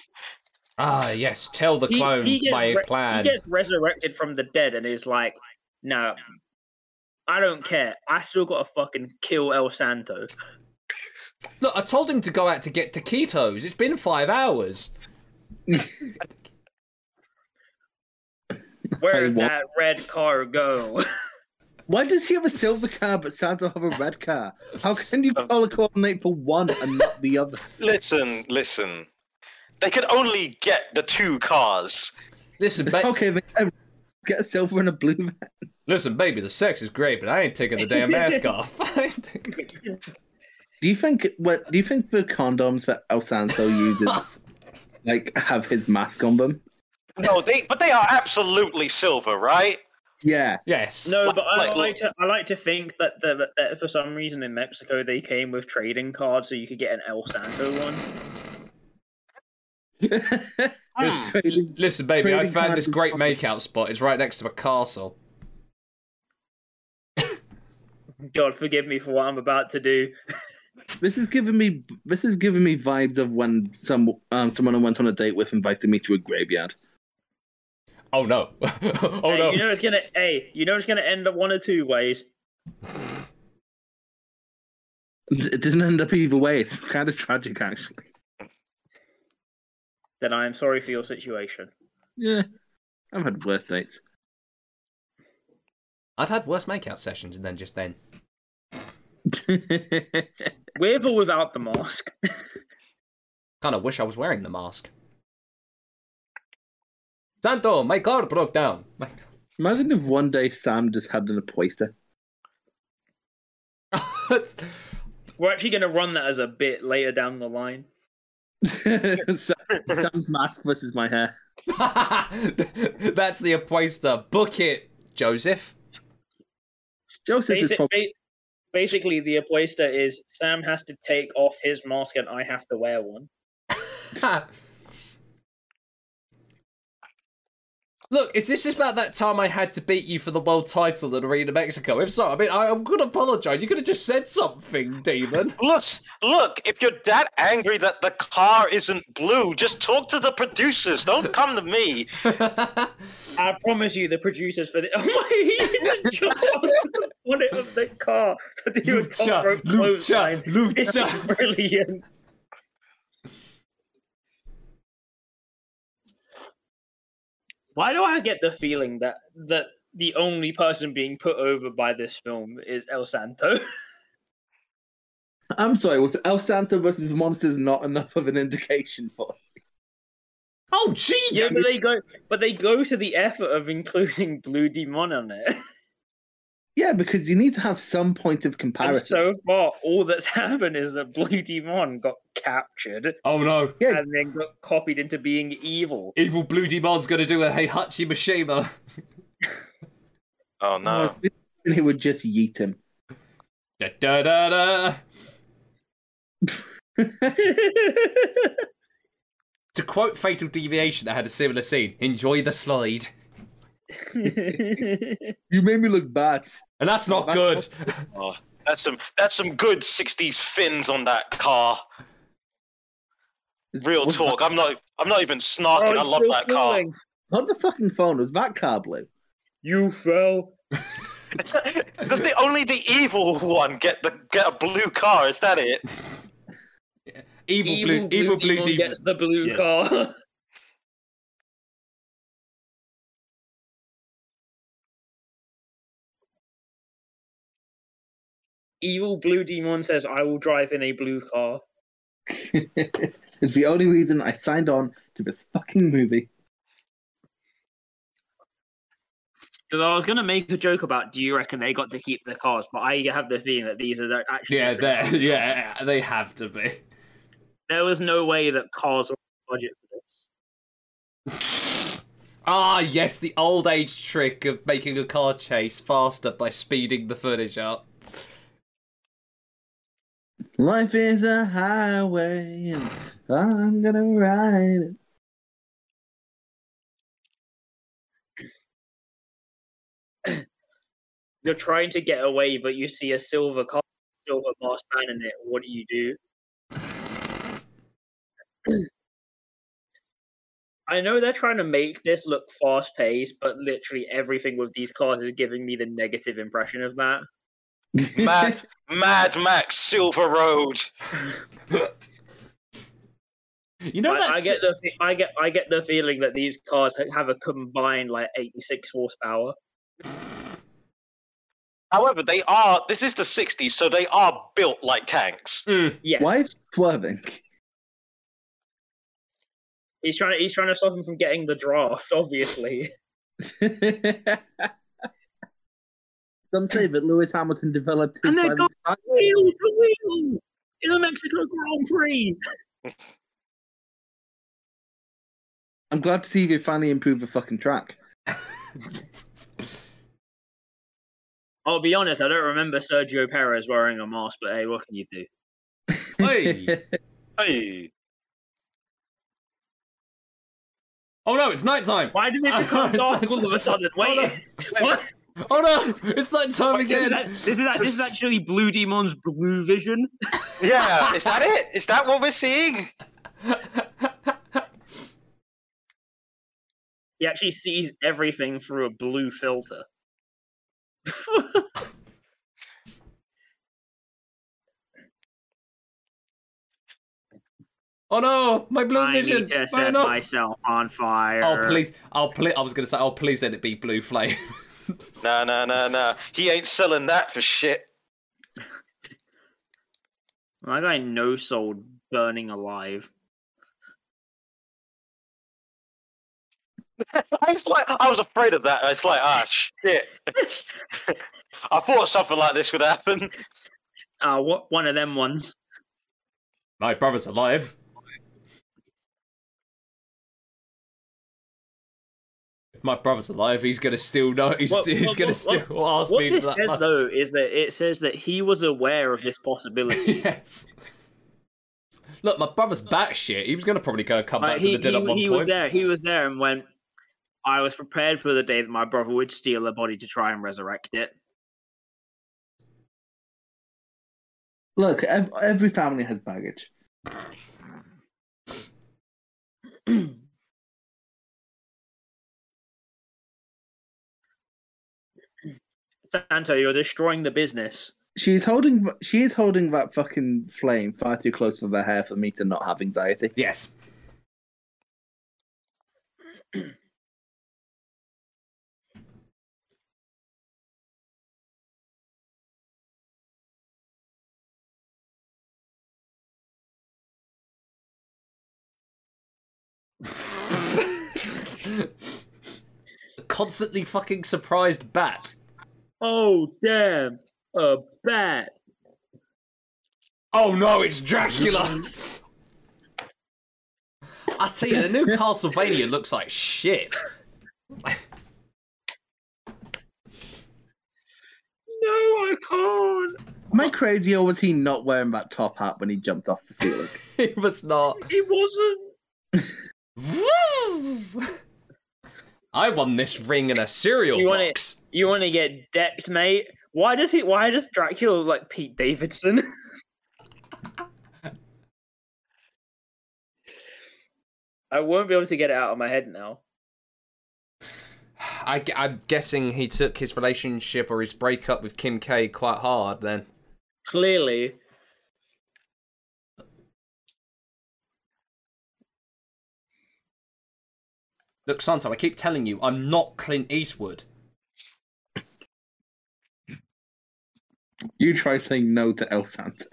Speaker 1: Ah, yes, tell the
Speaker 3: He-
Speaker 1: clone
Speaker 3: he gets
Speaker 1: my
Speaker 3: re- he
Speaker 1: plan.
Speaker 3: He gets resurrected from the dead and is like, no, I don't care. I still gotta fucking kill El Santo.
Speaker 1: Look, I told him to go out to get taquitos. It's been five hours.
Speaker 3: Where did
Speaker 4: what?
Speaker 3: that red car
Speaker 2: [LAUGHS]
Speaker 3: go?
Speaker 4: Why does he have a silver car but Santa have a red car? How can you color coordinate for one and not the other?
Speaker 2: Listen, listen. They could only get the two cars.
Speaker 1: Listen, ba-
Speaker 4: Okay, then uh, get a silver and a blue. Van.
Speaker 1: listen, baby, the sex is great, but I ain't taking the damn
Speaker 3: [LAUGHS]
Speaker 1: mask off. [LAUGHS]
Speaker 4: Do you think what? Do you think the condoms that El Santo uses like have his mask on them?
Speaker 2: No, they but they are absolutely silver, right?
Speaker 4: [LAUGHS] Yeah,
Speaker 1: yes.
Speaker 3: No,
Speaker 2: Like-
Speaker 3: but I
Speaker 2: like-
Speaker 3: like, to I like to think that, the, that for some reason in Mexico they came with trading cards so you could get an El Santo one.
Speaker 1: Ah.
Speaker 2: Hmm.
Speaker 4: trading,
Speaker 1: Listen, baby, I
Speaker 4: Trading
Speaker 1: found this
Speaker 4: cards is
Speaker 1: great
Speaker 4: fucking-
Speaker 1: makeout spot. It's right next to a castle.
Speaker 3: God forgive me for what I'm about to do.
Speaker 4: this is giving me this is giving me vibes of when some um someone I went on a date with invited me to a graveyard.
Speaker 1: Oh no! [LAUGHS] oh
Speaker 3: hey,
Speaker 1: no!
Speaker 3: You know it's gonna. Hey, you know it's gonna end up one of two ways.
Speaker 4: It didn't end up either way. It's kind of tragic, actually.
Speaker 3: Then I am sorry for your situation.
Speaker 4: Yeah, I've had worse dates. [LAUGHS]
Speaker 1: I've had worse makeout sessions than just then.
Speaker 3: With or without the mask. [LAUGHS]
Speaker 1: Kind of wish I was wearing the mask. Santo, my car broke down. My- [LAUGHS]
Speaker 4: Imagine if one day Sam just had an oyster. [LAUGHS]
Speaker 3: We're actually gonna run that as a bit later down the line.
Speaker 4: Sam- Sam's mask versus my hair.
Speaker 1: That's the appoister. Book it, Joseph. [LAUGHS]
Speaker 4: Joseph is
Speaker 3: Basic,
Speaker 4: probably
Speaker 3: ba- basically, the apuesta is Sam has to take off his mask and I have to wear one.
Speaker 1: Look, is this about that time I had to beat you for the world title at Arena Mexico? If so, I mean, I, I'm going to apologize. You could have just said something, demon.
Speaker 2: Look, look, if you're that angry that the car isn't blue, just talk to the producers. Don't come to me.
Speaker 3: I promise you, the producers for the [LAUGHS] oh my, he just jumped on the bonnet of the car to do a top rope clothesline. This is
Speaker 1: Lucha.
Speaker 3: brilliant. Why do I get the feeling that that the only person being put over by this film is El Santo? [LAUGHS]
Speaker 4: I'm sorry, was El Santo versus Monsters not enough of an indication for?
Speaker 1: Oh, gee.
Speaker 3: yeah, but they go, but they go to the effort of including Blue Demon on it. [LAUGHS]
Speaker 4: Yeah, because you need to have some point of
Speaker 3: And
Speaker 4: comparison.
Speaker 3: so far, all that's [LAUGHS] happened is that Blue Demon got captured
Speaker 1: Oh, no.
Speaker 4: Yeah.
Speaker 3: and then got copied into being [LAUGHS]
Speaker 2: [LAUGHS]
Speaker 3: evil.
Speaker 1: Evil Blue Demon's going to do a Heihachi Mishima.
Speaker 2: Oh no.
Speaker 4: And he would just yeet him.
Speaker 1: Da da da da. To quote Fatal Deviation that had a similar scene, enjoy the slide.
Speaker 4: You made me look bad.
Speaker 1: And that's not
Speaker 4: That's
Speaker 1: good.
Speaker 2: Oh, that's some that's some good 60s fins on that car.
Speaker 4: Is-
Speaker 2: Real
Speaker 4: was
Speaker 2: talk. I'm not I'm not even
Speaker 3: Oh,
Speaker 2: snarking. I love that car.
Speaker 4: That, on the fucking phone was that car blue? [LAUGHS]
Speaker 3: You fell.
Speaker 2: [LAUGHS] Does the only the evil one get the get a blue car? Is that it?
Speaker 1: Evil, Blue, Evil Blue
Speaker 3: Demon
Speaker 1: Demon.
Speaker 3: gets the blue
Speaker 2: Yes.
Speaker 3: car. [LAUGHS] Evil Blue Demon says, "I will drive in a blue car."
Speaker 4: it's the only reason I signed on to this fucking movie.
Speaker 8: Because I was gonna make
Speaker 3: The joke about, do you reckon they got to keep the cars? But I have the feeling that these are the- actually.
Speaker 1: Yeah,
Speaker 3: [LAUGHS] the-
Speaker 1: there. Yeah, they have to be.
Speaker 3: there was no way that cars were on budget for this.
Speaker 1: Ah, yes, the old age trick of making a car chase faster by speeding the footage up.
Speaker 4: Life is a highway, and I'm gonna ride it.
Speaker 3: You're trying to get away, but you see a silver car, silver masked man in it. What do you do? [CLEARS THROAT] I know they're trying to make this look fast paced, but literally everything with these cars is giving me the negative impression of that.
Speaker 2: [LAUGHS] Mad
Speaker 4: [LAUGHS]
Speaker 2: Mad Max Silver Road.
Speaker 1: You know
Speaker 3: I,
Speaker 1: that
Speaker 3: I
Speaker 1: s-
Speaker 3: get the fe- I get I get the feeling that these cars ha- have a combined like 86 horsepower.
Speaker 2: However, they are. This is the '60s, so they are built like tanks.
Speaker 3: Yeah,
Speaker 4: Why is he [LAUGHS] swerving?
Speaker 3: he's trying to he's trying to stop him from getting the draft. Obviously,
Speaker 4: Some say that Lewis Hamilton developed
Speaker 3: [LAUGHS]
Speaker 4: his
Speaker 3: And they
Speaker 4: driving
Speaker 3: got-
Speaker 4: style.
Speaker 3: wheels to wheel in the Mexico Grand Prix.
Speaker 4: I'm glad to see they finally improved the fucking track.
Speaker 3: I'll be honest, I don't remember Sergio Perez wearing a mask, but hey, what can you do?
Speaker 1: Hmm.
Speaker 4: [LAUGHS]
Speaker 1: Hey.
Speaker 2: Hey,
Speaker 1: Oh no, it's nighttime.
Speaker 3: Why
Speaker 1: [LAUGHS]
Speaker 3: did it
Speaker 1: Oh,
Speaker 3: become
Speaker 1: it's
Speaker 3: dark
Speaker 1: like-
Speaker 3: all of a sudden? Wait, what?
Speaker 1: Oh no, it's nighttime
Speaker 2: Wait,
Speaker 3: This is,
Speaker 1: again.
Speaker 3: act- this, is, act- this is actually Blue Demon's blue vision.
Speaker 2: yeah, is that it? Is that what we're seeing?
Speaker 3: He actually sees everything through a blue filter.
Speaker 1: [LAUGHS] Oh no, my blue
Speaker 3: I
Speaker 1: vision.
Speaker 3: need to
Speaker 1: oh,
Speaker 3: set
Speaker 1: no.
Speaker 3: myself on fire.
Speaker 1: oh please, oh please. I was gonna say, oh please, let it be blue flame. [LAUGHS]
Speaker 2: No, no, no, no. He ain't selling that for shit.
Speaker 3: My guy no sold burning alive.
Speaker 2: I was like, I was afraid of that. It's like, ah, shit. [LAUGHS] I thought something like this would happen.
Speaker 3: Uh, what one of them ones?
Speaker 1: my brother's alive. If my brother's alive, he's gonna still know. He's,
Speaker 3: What-
Speaker 1: he's
Speaker 3: what-
Speaker 1: gonna
Speaker 3: what-
Speaker 1: still ask
Speaker 3: What
Speaker 1: me
Speaker 3: this
Speaker 1: for that.
Speaker 3: says
Speaker 1: money.
Speaker 3: though is that it says that he was aware of this possibility.
Speaker 1: [LAUGHS] yes. Look, my brother's batshit. He was gonna probably go come back
Speaker 3: Like,
Speaker 1: to
Speaker 3: he,
Speaker 1: the dead
Speaker 3: he-
Speaker 1: at one
Speaker 3: he
Speaker 1: point.
Speaker 3: was there. He was there and went. I was prepared for the day that my brother would steal a body to try and resurrect it.
Speaker 4: Look, ev- every family has baggage.
Speaker 3: Santo, you're destroying the business.
Speaker 4: She's holding. She is holding that fucking flame far too close for her hair for me to not have anxiety.
Speaker 1: Yes. Constantly fucking surprised bat.
Speaker 3: Oh damn, a bat.
Speaker 1: Oh no, it's [LAUGHS] Dracula! I tell you, the [LAUGHS] new Castlevania looks like shit.
Speaker 3: No, I can't.
Speaker 4: Am I crazy or was he not wearing that top hat when he jumped off the ceiling?
Speaker 1: It was not.
Speaker 3: It wasn't.
Speaker 1: I won this ring in a cereal
Speaker 3: You want it?
Speaker 1: box.
Speaker 3: You want to get decked, mate? Why does he? Why does Dracula look like Pete Davidson? [LAUGHS] I won't be able to get it out of my head now.
Speaker 1: I, am guessing he took his relationship or his breakup with Kim K quite hard then.
Speaker 3: Clearly,
Speaker 1: Look, Santo, I keep telling you, I'm not Clint Eastwood.
Speaker 4: you try saying no to El [LAUGHS] Santa.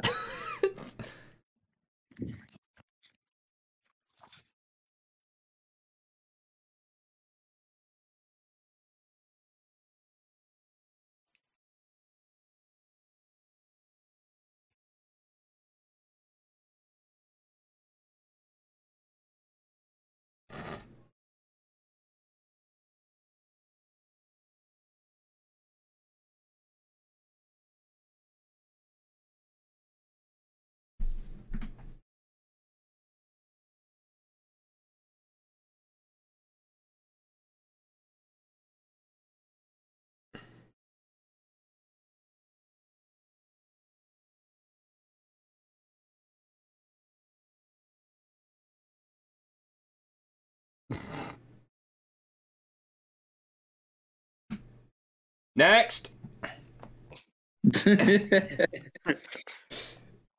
Speaker 1: Next!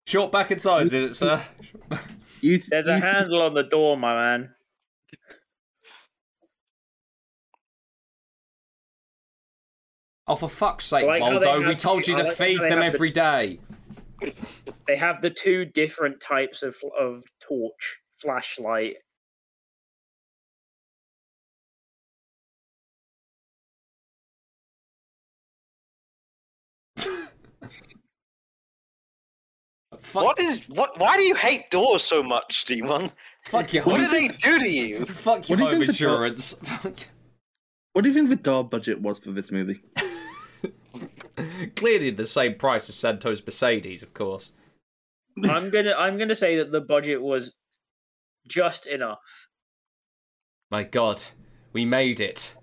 Speaker 1: Short back and size, is it, sir?
Speaker 4: you,
Speaker 3: there's a
Speaker 4: you-
Speaker 3: handle on the door, my man.
Speaker 1: Oh, for fuck's sake,
Speaker 3: I like how they
Speaker 1: Waldo, we
Speaker 3: have-
Speaker 1: told you
Speaker 3: I
Speaker 1: to
Speaker 3: like how
Speaker 1: feed
Speaker 3: they
Speaker 1: them
Speaker 3: have the-
Speaker 1: every day.
Speaker 3: They have the two different types of of torch
Speaker 2: [LAUGHS]
Speaker 3: flashlight.
Speaker 1: Fuck,
Speaker 2: What is what? Why do you hate doors so much, Demon?
Speaker 1: fuck your
Speaker 2: What
Speaker 1: home,
Speaker 2: do they do to you?
Speaker 1: fuck your
Speaker 4: What do you
Speaker 1: home
Speaker 4: think the dog-
Speaker 1: insurance. [LAUGHS] Fuck.
Speaker 4: What do you think the door budget was for this [LAUGHS] movie?
Speaker 1: Clearly the same price as Santo's Mercedes, of course.
Speaker 3: I'm gonna I'm gonna say that the budget was just enough.
Speaker 1: My god, we made it.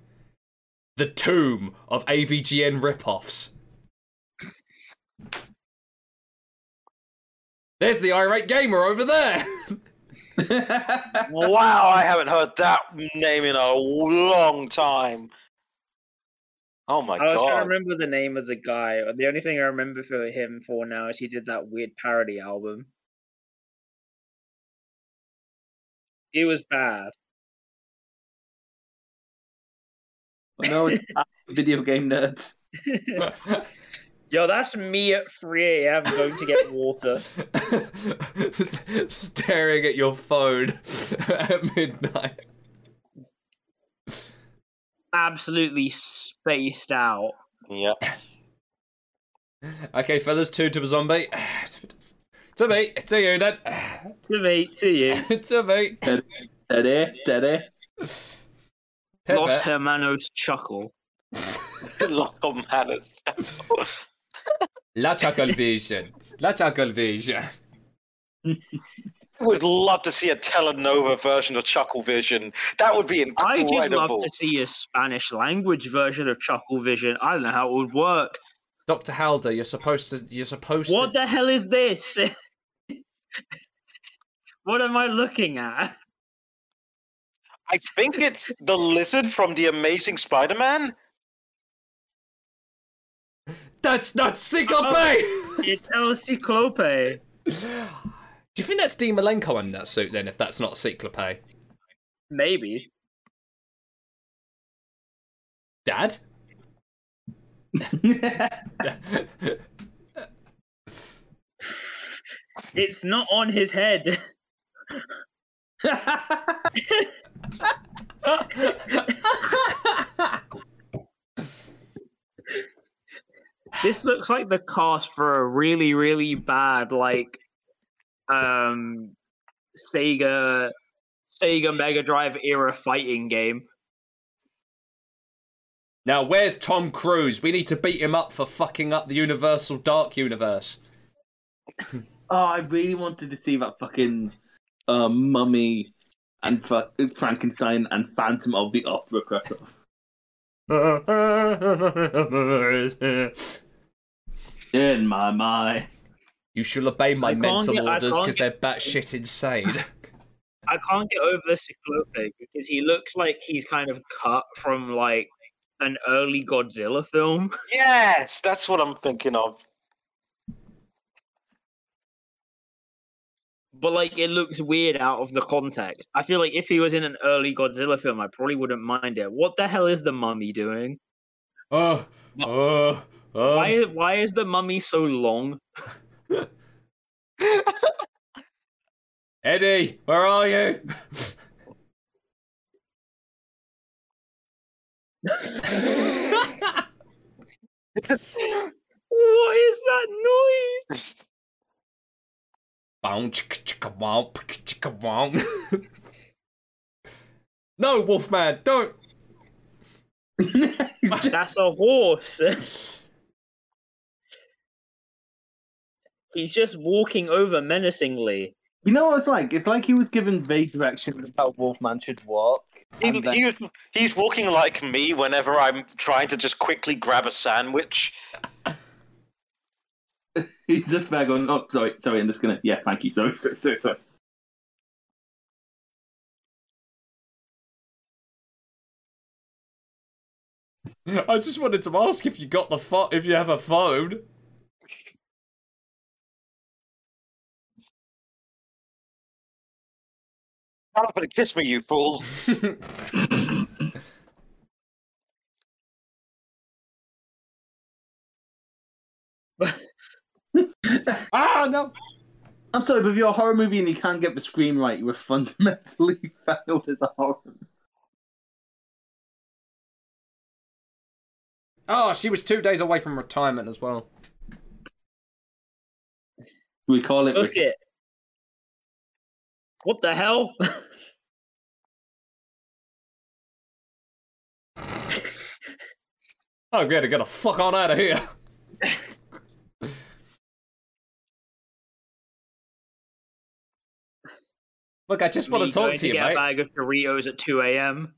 Speaker 1: The tomb of AVGN ripoffs. There's the irate gamer over there! [LAUGHS]
Speaker 2: Wow, I haven't heard that name in a long time. Oh my
Speaker 3: I was trying
Speaker 2: god!
Speaker 3: to remember the name of the guy. The only thing I remember for him for now is he did that weird parody album. It was bad.
Speaker 9: no,
Speaker 4: [LAUGHS]
Speaker 9: it's video game nerds.
Speaker 3: Yo, that's me at 3 a.m. going to
Speaker 2: [LAUGHS]
Speaker 3: get water.
Speaker 1: Staring at your phone at midnight.
Speaker 3: Absolutely spaced out.
Speaker 2: Yeah,
Speaker 1: Okay, fellas, two to a zombie. To me, to you then. [LAUGHS]
Speaker 3: To me, to you.
Speaker 1: to me.
Speaker 9: Steady, steady.
Speaker 3: Los
Speaker 1: Pivot.
Speaker 3: Hermanos chuckle.
Speaker 2: [LAUGHS] lock on manners.
Speaker 1: La Chuckle Vision. La Chuckle Vision.
Speaker 2: I [LAUGHS] would love to see a Telenova version of Chuckle Vision. That would be
Speaker 3: I
Speaker 2: incredible.
Speaker 3: just love to see a Spanish language version of Chuckle Vision. I don't know how it would work.
Speaker 1: Doctor Halder, you're supposed to. You're supposed
Speaker 3: What
Speaker 1: to.
Speaker 3: the hell is this? [LAUGHS] what am I looking at?
Speaker 2: I think it's the lizard from the Amazing Spider-Man.
Speaker 1: That's not Syncope.
Speaker 3: It's Elsie Clope.
Speaker 1: Do you think that's Dean Malenko in that suit then? If that's not Cyclope,
Speaker 3: Maybe. [LAUGHS]
Speaker 1: Dad.
Speaker 3: It's not on his head. [LAUGHS] This looks like the cast for a really, really bad like um Sega Sega Mega Drive era fighting game.
Speaker 1: now where's Tom Cruise? We need to beat him up for fucking up the Universal Dark Universe.
Speaker 4: Oh, I really wanted to see that fucking uh, mummy and Fra- Frankenstein and Phantom of the Opera cross off.
Speaker 1: You
Speaker 4: [LAUGHS] In my mind. [LAUGHS]
Speaker 1: shall obey my
Speaker 3: I can't
Speaker 1: mental
Speaker 3: get- I
Speaker 1: orders
Speaker 3: can't
Speaker 1: because they're batshit
Speaker 3: [LAUGHS]
Speaker 1: insane.
Speaker 3: I can't get over Cyclope because he looks like he's kind of cut from like an early Godzilla film.
Speaker 2: Yes, that's what I'm thinking of. [LAUGHS]
Speaker 3: But like it looks weird out of the context. I feel like if he was in an early Godzilla film, I probably wouldn't mind it. What the hell is the mummy doing?
Speaker 1: oh, oh, oh.
Speaker 3: Why why is the mummy so long?
Speaker 1: Eddie, where are you?
Speaker 3: What is that noise?
Speaker 1: Bow, chicka, chicka, wow, picka, chicka, wow. [LAUGHS] no, Wolfman, don't. [LAUGHS]
Speaker 3: That's a horse. [LAUGHS] He's just walking over menacingly.
Speaker 4: You know what it's like? It's like he was given vague directions about how Wolfman should walk.
Speaker 2: He,
Speaker 4: and then-
Speaker 2: he was- he's walking like me whenever I'm trying to just quickly grab a sandwich.
Speaker 4: he's just there going, oh, sorry, sorry, I'm just gonna, yeah, thank you, sorry, sorry, sorry, sorry.
Speaker 1: I just wanted to ask if you got the fo- if you have a phone.
Speaker 2: Shut up and kiss me, you fool.
Speaker 1: Ah, no.
Speaker 4: I'm sorry, but if you're a horror movie and you can't get the scream right, you were fundamentally [LAUGHS] failed as a horror.
Speaker 1: Oh, she was two days away from retirement as well.
Speaker 4: We call it.
Speaker 3: Look it. What the hell?
Speaker 1: I'm gonna get the fuck on out of here. [LAUGHS] Look, I just want
Speaker 3: Me
Speaker 1: to talk
Speaker 3: going
Speaker 1: to you,
Speaker 3: get
Speaker 1: mate.
Speaker 3: a bag of Doritos at 2 a.m.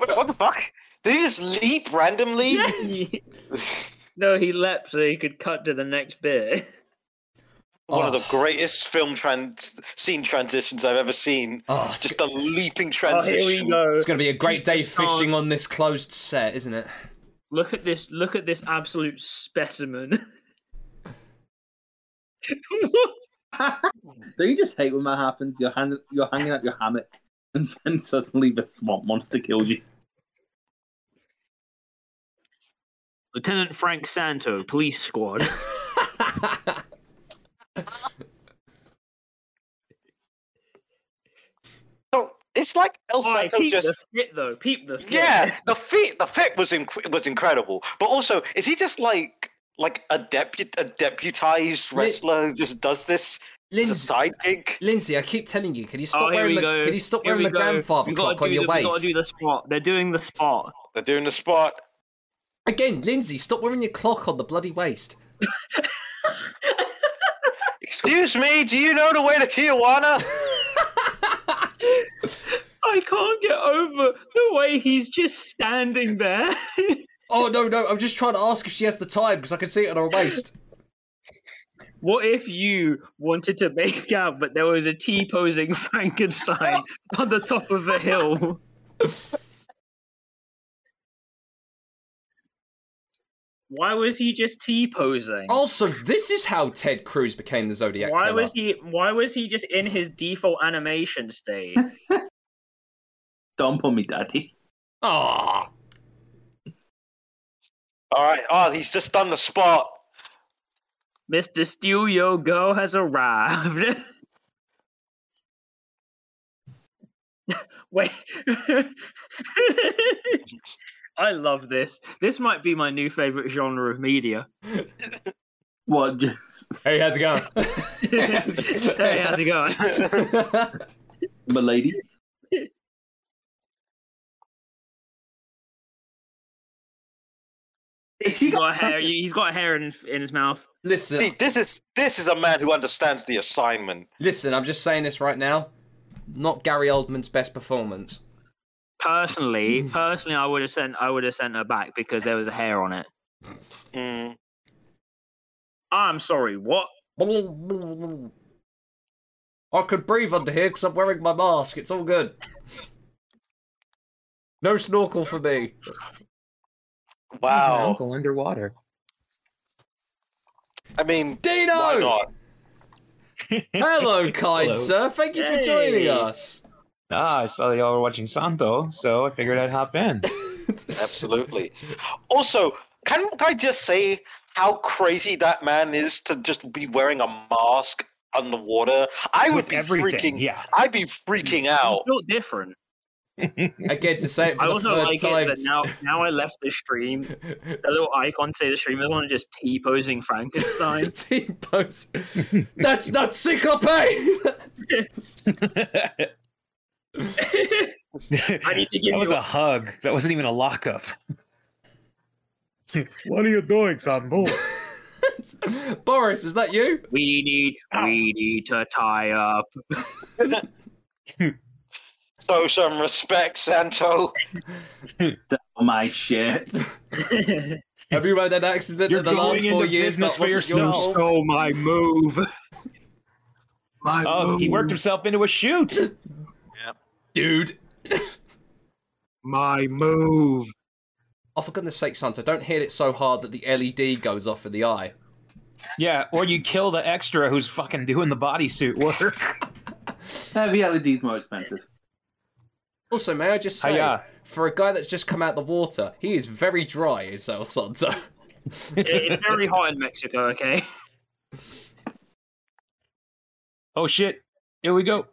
Speaker 2: Wait, what the fuck? Did he just leap randomly?
Speaker 3: [LAUGHS] no, he leapt so he could cut to the next bit. [LAUGHS]
Speaker 2: One of
Speaker 1: Oh.
Speaker 2: the greatest film trans- scene transitions I've ever seen.
Speaker 1: Oh, it's,
Speaker 2: Just a leaping
Speaker 3: Oh, here we
Speaker 2: transition.
Speaker 3: go.
Speaker 1: it's gonna be a great day fishing
Speaker 3: stars.
Speaker 1: on this closed set, isn't it?
Speaker 3: Look at this! Look at this absolute specimen. [LAUGHS]
Speaker 4: Do you just hate when that happens? You're, hand- you're hanging out your hammock, [LAUGHS] and then suddenly the swamp monster kills you.
Speaker 3: Lieutenant Frank Santo, police squad.
Speaker 2: So it's like El
Speaker 3: Oh,
Speaker 2: Santo
Speaker 3: peep
Speaker 2: just
Speaker 3: the fit though. Peep the fit. Oh,
Speaker 2: Yeah, the fit the fit was inc- was incredible. But also, is he just like like a deput a deputized
Speaker 1: Li-
Speaker 2: wrestler who just does this as a
Speaker 1: Lindsay,
Speaker 2: side gig?
Speaker 1: Lindsay, I keep telling you, can you stop
Speaker 3: Oh, here
Speaker 1: wearing
Speaker 3: we
Speaker 1: the
Speaker 3: go.
Speaker 1: can you stop
Speaker 3: Here
Speaker 1: wearing
Speaker 3: we
Speaker 1: the
Speaker 3: go.
Speaker 1: grandfather
Speaker 3: We gotta
Speaker 1: clock on
Speaker 3: do
Speaker 1: your
Speaker 3: the, We gotta
Speaker 1: waist?
Speaker 3: do the spot. They're doing the spot.
Speaker 2: They're doing the spot.
Speaker 1: Again, Lindsay, stop wearing your clock on the bloody waist.
Speaker 10: [LAUGHS]
Speaker 2: Excuse me, do you know the way to Tijuana?
Speaker 3: I can't get over the way he's just standing there. [LAUGHS]
Speaker 1: Oh no, no! I'm just trying to ask if she has the time because I can see it on her
Speaker 3: [LAUGHS]
Speaker 1: waist.
Speaker 3: what if you wanted to make out, but there was a T posing [LAUGHS] Frankenstein on the top of a hill? Why was he just T posing?
Speaker 1: Also, this is how Ted Cruz became the Zodiac
Speaker 3: why
Speaker 1: Killer.
Speaker 3: was he? Why was he just in his default animation state?
Speaker 4: Dump on me, daddy.
Speaker 1: Ah,
Speaker 2: All right. Oh, he's just done the spot.
Speaker 3: Mr. Stew Yo Go has arrived. [LAUGHS] Wait. [LAUGHS] I love this. This might be my new favorite genre of media. [LAUGHS]
Speaker 4: What? Just [LAUGHS]
Speaker 1: hey, how's it going?
Speaker 3: hey, how's it going?
Speaker 4: my lady.
Speaker 11: Has she
Speaker 3: He's
Speaker 11: got
Speaker 3: got hair, he's got hair in, in his mouth.
Speaker 1: [LAUGHS]
Speaker 2: See,
Speaker 1: listen,
Speaker 2: this is this is a man who understands the assignment.
Speaker 1: listen. I'm just saying this right now. Not Gary Oldman's best performance. Hmm.
Speaker 3: Personally, personally, I would have sent I would have sent her back because there was a hair on it.
Speaker 2: Mm.
Speaker 3: I'm sorry, what?
Speaker 1: I could breathe under here because I'm wearing my mask. It's all good. No snorkel for me.
Speaker 2: Wow.
Speaker 10: Go underwater.
Speaker 2: I mean,
Speaker 1: Dino!
Speaker 2: why not?
Speaker 1: [LAUGHS] Hello,
Speaker 10: [LAUGHS]
Speaker 1: kind
Speaker 10: Hello.
Speaker 1: sir. Thank you for joining
Speaker 3: Hey.
Speaker 1: us.
Speaker 10: Ah, I saw y'all were watching Santo, so I figured I'd hop in.
Speaker 2: Absolutely. Also, can I just say how crazy that man is to just be wearing a mask underwater? I would
Speaker 10: With
Speaker 2: be
Speaker 10: everything,
Speaker 2: freaking.
Speaker 10: Yeah.
Speaker 2: I'd be freaking
Speaker 10: [LAUGHS]
Speaker 2: out.
Speaker 3: Not different.
Speaker 1: Again, to say it for
Speaker 3: I
Speaker 1: the
Speaker 3: also
Speaker 1: third
Speaker 3: like it that
Speaker 1: time.
Speaker 3: now now I left the
Speaker 1: [LAUGHS]
Speaker 3: stream. The little icon say the streamers want to just T posing Frankenstein.
Speaker 10: [LAUGHS]
Speaker 1: Team pose. That's not Cyclope!
Speaker 10: that
Speaker 3: I
Speaker 10: [LAUGHS]
Speaker 3: need to give
Speaker 10: was
Speaker 3: you
Speaker 10: a hug. That wasn't even a lockup. [LAUGHS] what are you doing, Santo?
Speaker 1: [LAUGHS] Boris, is that you?
Speaker 3: we need
Speaker 10: Ow.
Speaker 3: we need to tie up.
Speaker 2: Show some respect, Santo.
Speaker 4: Oh my shit.
Speaker 1: Have you had an accident
Speaker 10: You're
Speaker 1: in the
Speaker 10: going
Speaker 1: last four
Speaker 10: into
Speaker 1: years?
Speaker 10: business
Speaker 1: That
Speaker 10: for
Speaker 1: wasn't your
Speaker 10: yourself.
Speaker 1: fault?
Speaker 3: Oh my move. My
Speaker 10: Oh,
Speaker 3: move.
Speaker 10: he worked himself into a shoot.
Speaker 1: Dude.
Speaker 3: my move.
Speaker 1: Oh, for goodness sake, Santa, don't hit it so hard that the LED goes off in the eye.
Speaker 10: Yeah, or you kill the extra who's fucking doing the bodysuit work.
Speaker 4: Heavy LED's more expensive.
Speaker 1: Also, may I just say,
Speaker 10: Hiya.
Speaker 1: for a guy that's just come out the water, he is very dry, is El Santo. [LAUGHS]
Speaker 3: It- it's very hot in Mexico, okay?
Speaker 10: Oh shit. Here we go.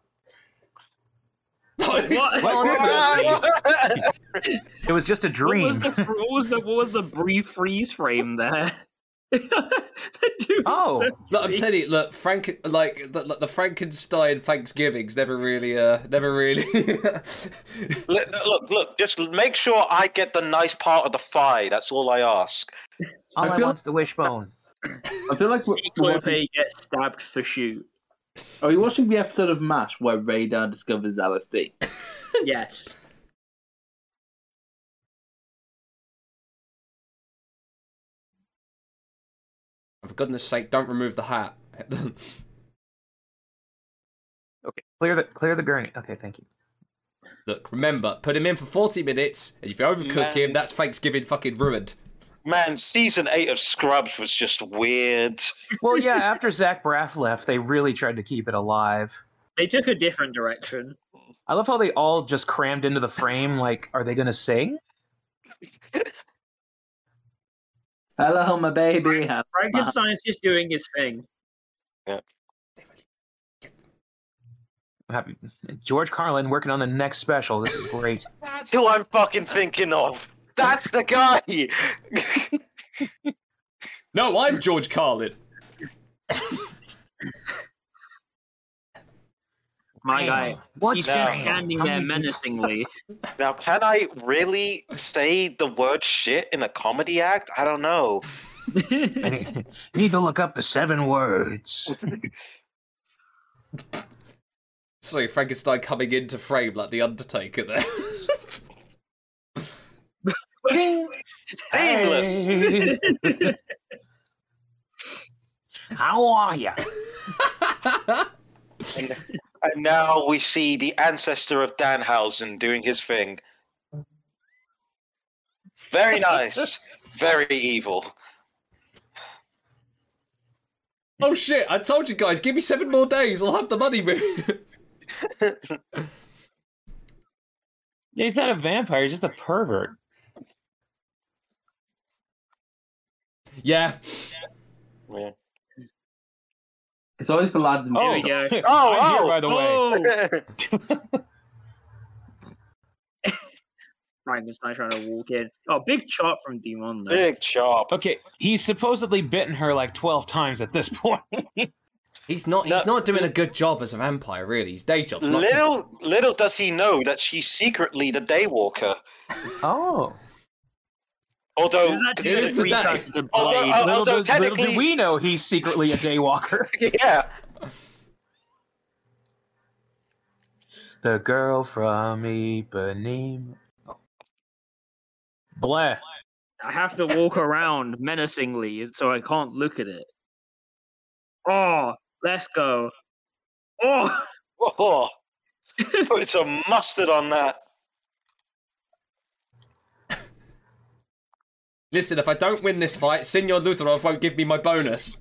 Speaker 1: What?
Speaker 10: [LAUGHS] What- It was just a
Speaker 3: What
Speaker 10: dream.
Speaker 3: was the fr- what was the what was the brief freeze frame there? [LAUGHS] the dude [LAUGHS]
Speaker 10: Oh.
Speaker 3: said-
Speaker 1: Look, I'm telling you, look, Frank, like the, the Frankenstein Thanksgivings never really, uh, never really. [LAUGHS]
Speaker 2: Look, look, look, just make sure I get the nice part of the thigh. That's all I ask.
Speaker 10: All
Speaker 4: I
Speaker 10: I,
Speaker 4: feel-
Speaker 10: want's the wishbone.
Speaker 4: I feel like we're, we're watching,
Speaker 3: Clope gets stabbed for shoot.
Speaker 4: are you watching the episode of MASH where Radar discovers LSD?
Speaker 3: Yes.
Speaker 1: for goodness sake, don't remove the hat. [LAUGHS]
Speaker 10: Okay, clear the clear the gurney. Okay, thank you.
Speaker 1: look, remember, put him in for 40 minutes, and if you overcook
Speaker 2: Man.
Speaker 1: him, that's Thanksgiving fucking ruined.
Speaker 2: Man, season eight of Scrubs was just weird.
Speaker 10: Well, yeah, after Zach Braff left, they really tried to keep it alive.
Speaker 3: They took a different direction.
Speaker 10: I love how they all just crammed into the frame. Like, are they gonna sing?
Speaker 4: Hello, my baby. How-
Speaker 3: Frankenstein's just doing his thing.
Speaker 10: I'm happy. George Carlin working on the next special. This is great.
Speaker 2: That's who I'm fucking thinking of. That's the guy.
Speaker 1: No, I'm George Carlin.
Speaker 3: My guy.
Speaker 10: Damn. What's
Speaker 3: He's
Speaker 2: now?
Speaker 3: just standing
Speaker 10: How
Speaker 3: there
Speaker 10: many-
Speaker 3: menacingly.
Speaker 2: now, can I really say the word shit in a comedy act? I don't know.
Speaker 10: I need- [LAUGHS]
Speaker 2: [LAUGHS]
Speaker 10: need to look up the seven words.
Speaker 1: Sorry, Frankenstein coming into frame like the Undertaker there. [LAUGHS]
Speaker 2: Painless.
Speaker 10: Hey. [LAUGHS] How are you?
Speaker 2: And now we see the ancestor of Danhausen doing his thing. Very nice. Very evil.
Speaker 1: oh shit, I told you guys, give me seven more days, I'll have the money.
Speaker 10: Yeah, He's not a vampire. He's just a pervert.
Speaker 1: [LAUGHS] yeah.
Speaker 2: Yeah.
Speaker 4: It's always for lads.
Speaker 10: Oh,
Speaker 4: Oh.
Speaker 10: [LAUGHS]
Speaker 3: go.
Speaker 10: I'm
Speaker 2: Oh,
Speaker 10: here,
Speaker 2: oh,
Speaker 10: by the way.
Speaker 3: Frankenstein trying to walk in. Oh, big chop from Demon. though.
Speaker 2: [LAUGHS] Big chop.
Speaker 10: Okay, he's supposedly bitten her like twelve times at this [LAUGHS] point.
Speaker 1: He's not he's not doing a good job as a vampire, really. His day job's not
Speaker 2: Little little does he know that she's secretly the daywalker.
Speaker 10: oh,
Speaker 2: Although
Speaker 3: Is that
Speaker 1: It is
Speaker 2: considering-
Speaker 1: the Oh,
Speaker 3: three
Speaker 1: day.
Speaker 3: chances to
Speaker 2: Although-
Speaker 3: blade?
Speaker 2: uh,
Speaker 10: little,
Speaker 2: although
Speaker 10: does, little
Speaker 2: technically-
Speaker 10: do we know he's secretly a daywalker.
Speaker 2: [LAUGHS] yeah.
Speaker 10: the girl from Ipanema. Bleh.
Speaker 3: I have to walk around menacingly, so I can't look at it. Oh, let's go. Oh, [LAUGHS]
Speaker 2: Oh, put some mustard on that.
Speaker 1: Listen, if I don't win this fight, Senor Lutherov won't give me my bonus.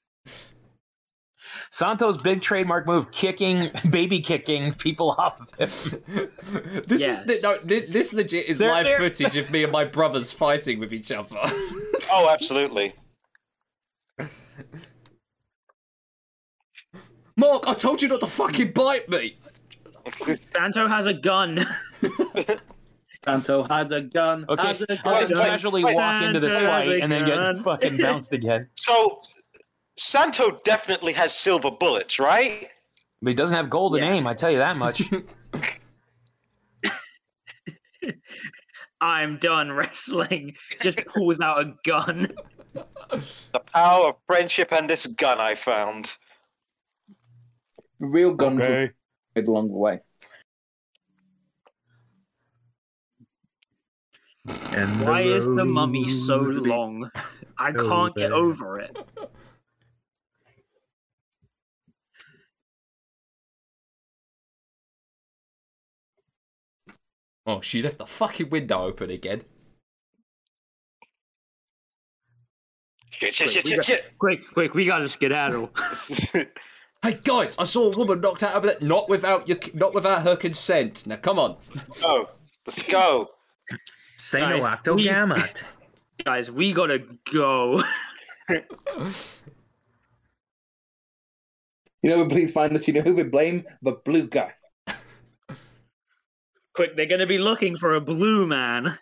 Speaker 1: [LAUGHS]
Speaker 10: Santo's big trademark move: kicking, [LAUGHS] baby kicking people [LAUGHS] off of him.
Speaker 1: this is
Speaker 3: Yes.
Speaker 1: no, thi- this legit is
Speaker 10: They're-
Speaker 1: live
Speaker 10: they're-
Speaker 1: footage of me and my brothers fighting with each other. [LAUGHS]
Speaker 2: Oh, absolutely.
Speaker 1: Mark, I told you not to fucking bite me.
Speaker 3: Santo has a gun. [LAUGHS]
Speaker 4: Santo has a gun.
Speaker 10: Okay,
Speaker 4: Has a
Speaker 10: I'll
Speaker 2: wait,
Speaker 4: gun.
Speaker 10: just casually
Speaker 2: wait.
Speaker 10: walk into this
Speaker 3: Santo has
Speaker 10: fight
Speaker 3: a
Speaker 10: and then
Speaker 3: gun.
Speaker 10: get fucking bounced again.
Speaker 2: So Santo definitely has silver bullets, right?
Speaker 10: But he doesn't have golden
Speaker 3: Yeah.
Speaker 10: aim. I tell you that [LAUGHS] much.
Speaker 3: I'm done wrestling. Just pulls out a gun.
Speaker 2: The power of friendship and this gun I found.
Speaker 11: Real gun would along the way.
Speaker 3: Why is the mummy so long? I can't get over it.
Speaker 1: Oh, she left the fucking window open again.
Speaker 2: Shit, shit, shit,
Speaker 3: we
Speaker 2: shit,
Speaker 3: got-
Speaker 2: shit.
Speaker 3: Quick, quick, we gotta skedaddle.
Speaker 1: Hey guys, I saw a woman knocked out of it, not without your, not without her consent. Now come on.
Speaker 2: [LAUGHS] Go. Let's go.
Speaker 10: Say
Speaker 3: no, Guys, we-
Speaker 10: octogamma. [LAUGHS]
Speaker 3: Guys, we gotta go. [LAUGHS]
Speaker 11: You know, please find us. You know who we blame? The blue guy.
Speaker 3: Quick, they're gonna be looking for a blue man.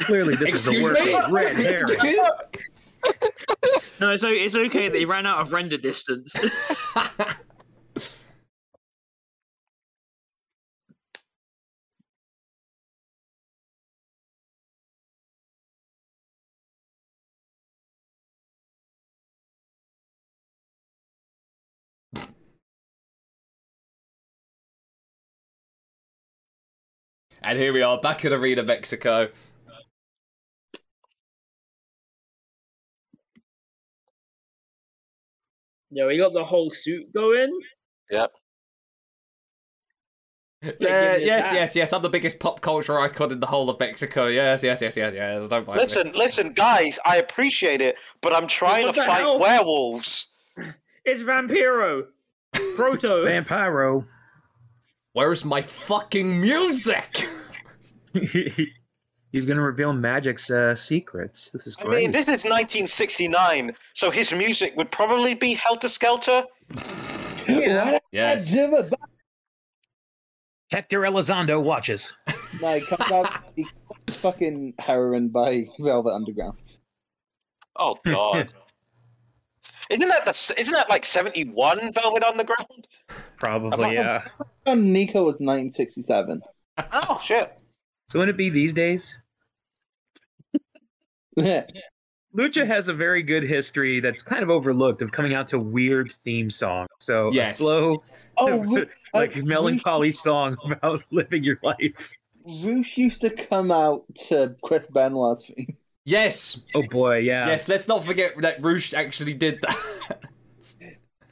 Speaker 10: Clearly, this
Speaker 1: Excuse me. [LAUGHS] Excuse-
Speaker 3: No, it's, o- it's okay. They ran out of render distance. [LAUGHS]
Speaker 1: and here we are, back at Arena Mexico.
Speaker 3: yeah, we got the whole suit going.
Speaker 1: Yeah,
Speaker 3: this
Speaker 1: yes,
Speaker 3: back.
Speaker 1: yes, yes. I'm the biggest pop culture icon in the whole of Mexico. Yes, yes, yes, yes, yes. Don't mind me.
Speaker 2: Listen, listen, guys, I appreciate it, but I'm trying
Speaker 3: What
Speaker 2: to
Speaker 3: the
Speaker 2: fight
Speaker 3: hell?
Speaker 2: werewolves.
Speaker 3: It's Vampiro.
Speaker 1: [LAUGHS]
Speaker 3: Proto.
Speaker 10: Vampiro. [LAUGHS]
Speaker 1: Where's my fucking music?
Speaker 10: He's going to reveal magic's uh, secrets. This is
Speaker 2: I mean, this is 1969, so his music would probably be Helter Skelter.
Speaker 11: Yeah.
Speaker 1: Yes.
Speaker 10: Hector Elizondo watches.
Speaker 11: No, he comes out. He fucking heroin by Velvet Underground.
Speaker 2: Oh God. Isn't that the, s- isn't that like seventy one Velvet Underground?
Speaker 10: Probably, yeah.
Speaker 11: And Nico was 1967.
Speaker 2: Oh shit!
Speaker 10: So wouldn't it be these days?
Speaker 11: Yeah.
Speaker 10: Lucha has a very good history that's kind of overlooked of coming out to weird theme songs. So a
Speaker 1: Yes.
Speaker 10: slow,
Speaker 4: Oh, Ru-
Speaker 10: [LAUGHS] like
Speaker 4: uh,
Speaker 10: melancholy song [LAUGHS] about living your life.
Speaker 4: Roosh, Roosh used to come out to Chris Benoit's thing.
Speaker 1: Yes,
Speaker 10: Oh boy, yeah.
Speaker 1: yes. Let's not forget that Roosh actually did that.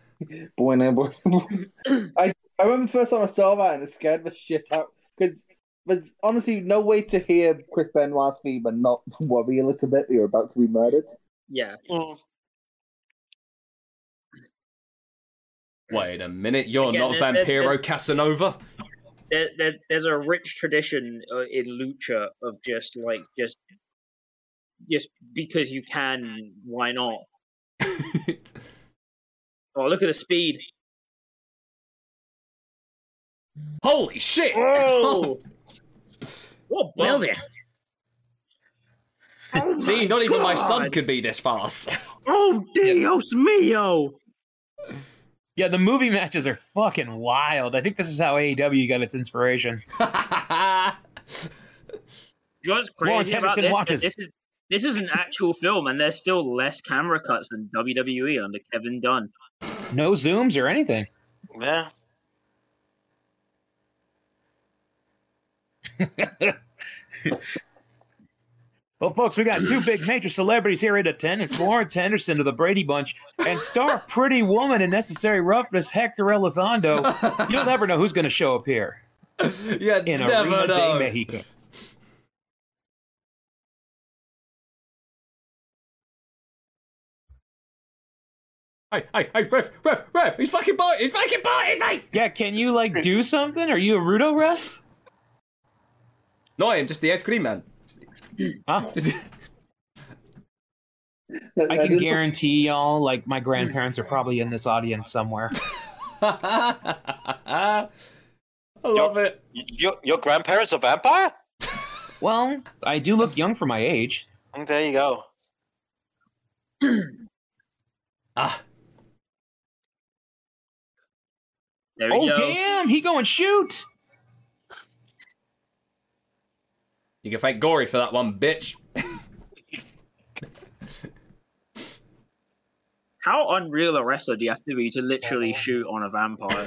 Speaker 1: [LAUGHS]
Speaker 4: Boy, no, boy, no, boy. I, I remember the first time I saw that and it scared the shit out because there's honestly no way to hear Chris Benoit's theme and not worry a little bit that you're about to be murdered.
Speaker 3: Yeah.
Speaker 2: Mm.
Speaker 1: Wait a minute, you're
Speaker 3: Again,
Speaker 1: not
Speaker 3: there- there-
Speaker 1: Vampiro
Speaker 3: there's-
Speaker 1: Casanova. [LAUGHS]
Speaker 3: There, there, there's a rich tradition uh, in lucha of just like just just because you can, why not? Oh, look at the speed!
Speaker 1: Holy shit!
Speaker 3: Oh, [LAUGHS] what?
Speaker 10: Well
Speaker 3: bump.
Speaker 10: then,
Speaker 3: Oh my
Speaker 1: See, not even my son
Speaker 3: God.
Speaker 1: could be this fast.
Speaker 12: Oh, Dios mio!
Speaker 10: yeah, the movie matches are fucking wild. I think this is how AEW got its inspiration.
Speaker 3: You know what's
Speaker 10: Lawrence
Speaker 3: crazy about
Speaker 10: Henderson
Speaker 3: this?
Speaker 10: watches.
Speaker 3: That This is this is an actual film, and there's still less camera cuts than WWE under Kevin Dunn.
Speaker 10: No zooms or anything. [LAUGHS]
Speaker 2: Yeah.
Speaker 10: Well, folks, we got two big major celebrities here in attendance: Lawrence Henderson of the Brady Bunch and star Pretty Woman in Necessary Roughness, Hector Elizondo. You'll never know who's going to show up here
Speaker 1: yeah,
Speaker 10: in
Speaker 1: never
Speaker 10: Arena de
Speaker 1: know.
Speaker 10: Mexico.
Speaker 1: Hey, hey, hey, ref, ref, ref! He's fucking biting! He's fucking biting me!
Speaker 10: Yeah, can you like do something? Are you a Rudo ref?
Speaker 1: No, I am just the ice cream man.
Speaker 10: Huh?
Speaker 1: Just-
Speaker 4: [LAUGHS]
Speaker 10: I
Speaker 4: I
Speaker 10: can
Speaker 4: didn't-
Speaker 10: guarantee y'all, like my grandparents are probably in this audience somewhere.
Speaker 1: [LAUGHS] I love it.
Speaker 2: Y- Your, your grandparents are vampire?
Speaker 10: Well, I do look young for my age.
Speaker 2: Mm, There you go.
Speaker 1: Ah,
Speaker 3: There
Speaker 10: Oh
Speaker 3: you go.
Speaker 10: damn, he going shoot.
Speaker 1: you can thank Gory for that one, bitch.
Speaker 3: How unreal a wrestler do you have to be to literally shoot on a vampire?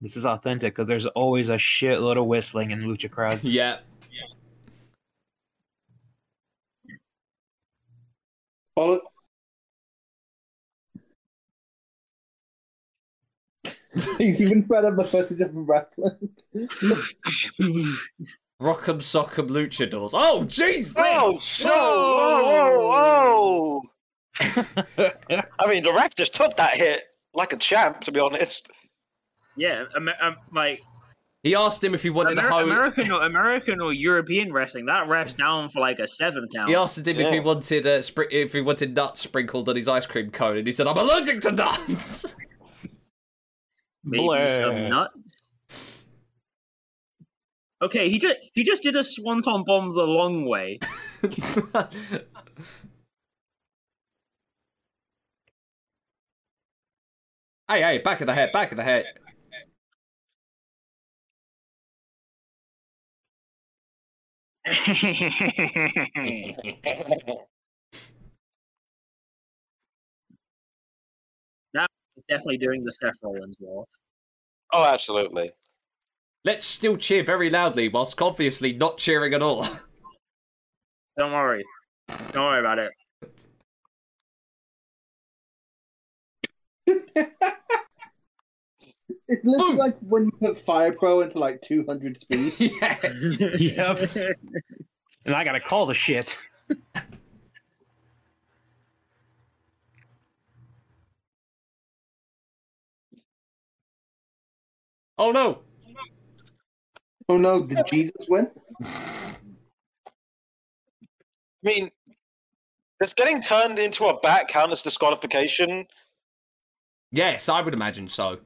Speaker 10: This is authentic because there's always a shitload of whistling in lucha crowds. [LAUGHS]
Speaker 1: Yeah.
Speaker 4: [LAUGHS] all, He's even spread out the footage of the wrestling.
Speaker 1: Rock'em sock'em luchadors. Oh, jeez!
Speaker 2: Oh, so, whoa, whoa, whoa. I mean, the ref just took that hit like a champ, to be honest.
Speaker 3: yeah, Amer- um, like
Speaker 1: He asked him if he wanted
Speaker 3: Amer-
Speaker 1: to hold.
Speaker 3: American or American or European wrestling, that ref's down for like a seven count.
Speaker 1: He asked him if he
Speaker 2: Yeah.
Speaker 1: wanted uh, spr- if he wanted nuts sprinkled on his ice cream cone, and he said, "I'm allergic to nuts."
Speaker 3: Maybe some
Speaker 10: Bleh.
Speaker 3: nuts. Okay, he just he just did a swanton bomb the long way.
Speaker 1: hey, hey! Back of the head! Back of the head!
Speaker 3: [LAUGHS] Definitely doing the Seth Rollins well.
Speaker 2: Oh, absolutely.
Speaker 1: Let's still cheer very loudly, whilst obviously not cheering at all. [LAUGHS]
Speaker 3: Don't worry. Don't worry about it.
Speaker 4: It's literally
Speaker 1: Boom.
Speaker 4: like when you put Fire Pro into like 200 speed.
Speaker 1: yes.
Speaker 10: Yep.
Speaker 3: [LAUGHS]
Speaker 10: and I gotta call the shit.
Speaker 1: Oh no!
Speaker 4: [LAUGHS] Oh no, did Jesus win?
Speaker 2: I mean, it's getting turned into a back count as disqualification.
Speaker 1: Yes, I would imagine so.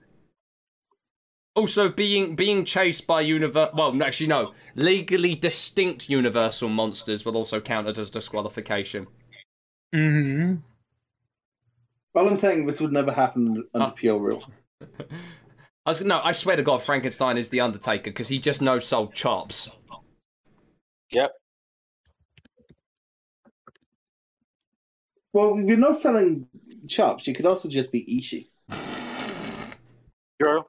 Speaker 1: Also, being being chased by universal well, no, actually no, legally distinct universal monsters will also counted as disqualification.
Speaker 10: hmm
Speaker 4: Well, I'm saying this would never happen under
Speaker 1: Ah.
Speaker 4: pure rules.
Speaker 1: I was no, I swear to God, Frankenstein is the Undertaker because he just no sold chops.
Speaker 4: Well, if you're not selling chops, you could also just be Ishi.
Speaker 2: Sure.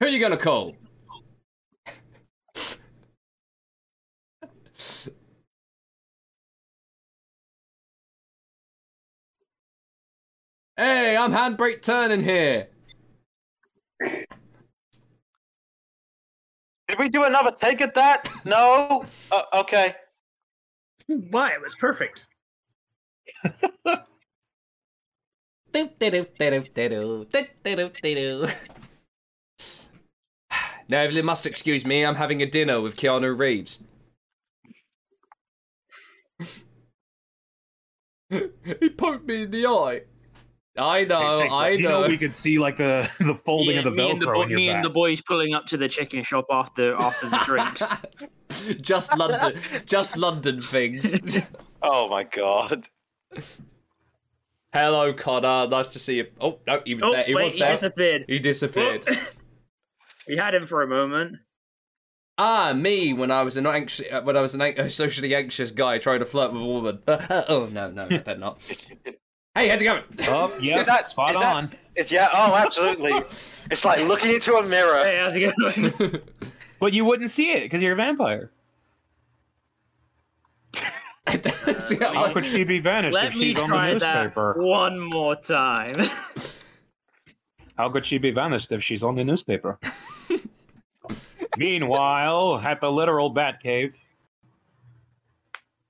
Speaker 1: Who are you gonna call? hey, I'm handbrake turning here.
Speaker 2: Did we do another take at that? No. Uh, okay.
Speaker 3: Why? It was perfect.
Speaker 1: Now, Evelyn must excuse me. I'm having a dinner with Keanu Reeves. [LAUGHS] he poked me in the eye. I know,
Speaker 10: Hey, Shane,
Speaker 1: I
Speaker 10: you know.
Speaker 1: know.
Speaker 10: we could see like the [LAUGHS] the folding
Speaker 13: Uh, me,
Speaker 10: of the
Speaker 13: me and the,
Speaker 10: velcro
Speaker 13: bo-
Speaker 10: in your
Speaker 13: me
Speaker 10: back.
Speaker 13: and the boys pulling up to the chicken shop after after the
Speaker 3: [LAUGHS]
Speaker 10: [LAUGHS]
Speaker 13: drinks.
Speaker 1: [LAUGHS] just London, just London things. [LAUGHS]
Speaker 2: Oh my god.
Speaker 1: Hello, Connor. Nice to see you. Oh no, he was
Speaker 3: Oh,
Speaker 1: there. He Oh.
Speaker 3: wait,
Speaker 1: was
Speaker 3: he
Speaker 1: there.
Speaker 3: disappeared.
Speaker 1: he disappeared.
Speaker 3: [LAUGHS] We had him for a moment.
Speaker 1: [LAUGHS] Ah, me when I was an anxious, uh, when I was an an- a socially anxious guy trying to flirt with a woman. [LAUGHS] oh no, no, I better not. hey, how's it going?
Speaker 13: [LAUGHS]
Speaker 1: [LAUGHS]
Speaker 10: Oh, yeah,
Speaker 2: Is that-
Speaker 10: spot
Speaker 2: is that-
Speaker 10: on.
Speaker 2: It's, yeah. Oh, absolutely. it's like looking into a mirror.
Speaker 1: uh,
Speaker 3: Hey, how's it
Speaker 10: [LAUGHS]
Speaker 3: going? [LAUGHS]
Speaker 10: But you wouldn't see it because you're
Speaker 13: [LAUGHS]
Speaker 10: a vampire. How could she be vanished if
Speaker 3: Let me
Speaker 10: she's on the
Speaker 3: try that
Speaker 10: newspaper?
Speaker 3: one more
Speaker 10: [LAUGHS]
Speaker 3: time. [LAUGHS]
Speaker 10: How could she be vanished if she's on
Speaker 13: [LAUGHS]
Speaker 10: the newspaper? Meanwhile, at the literal Batcave,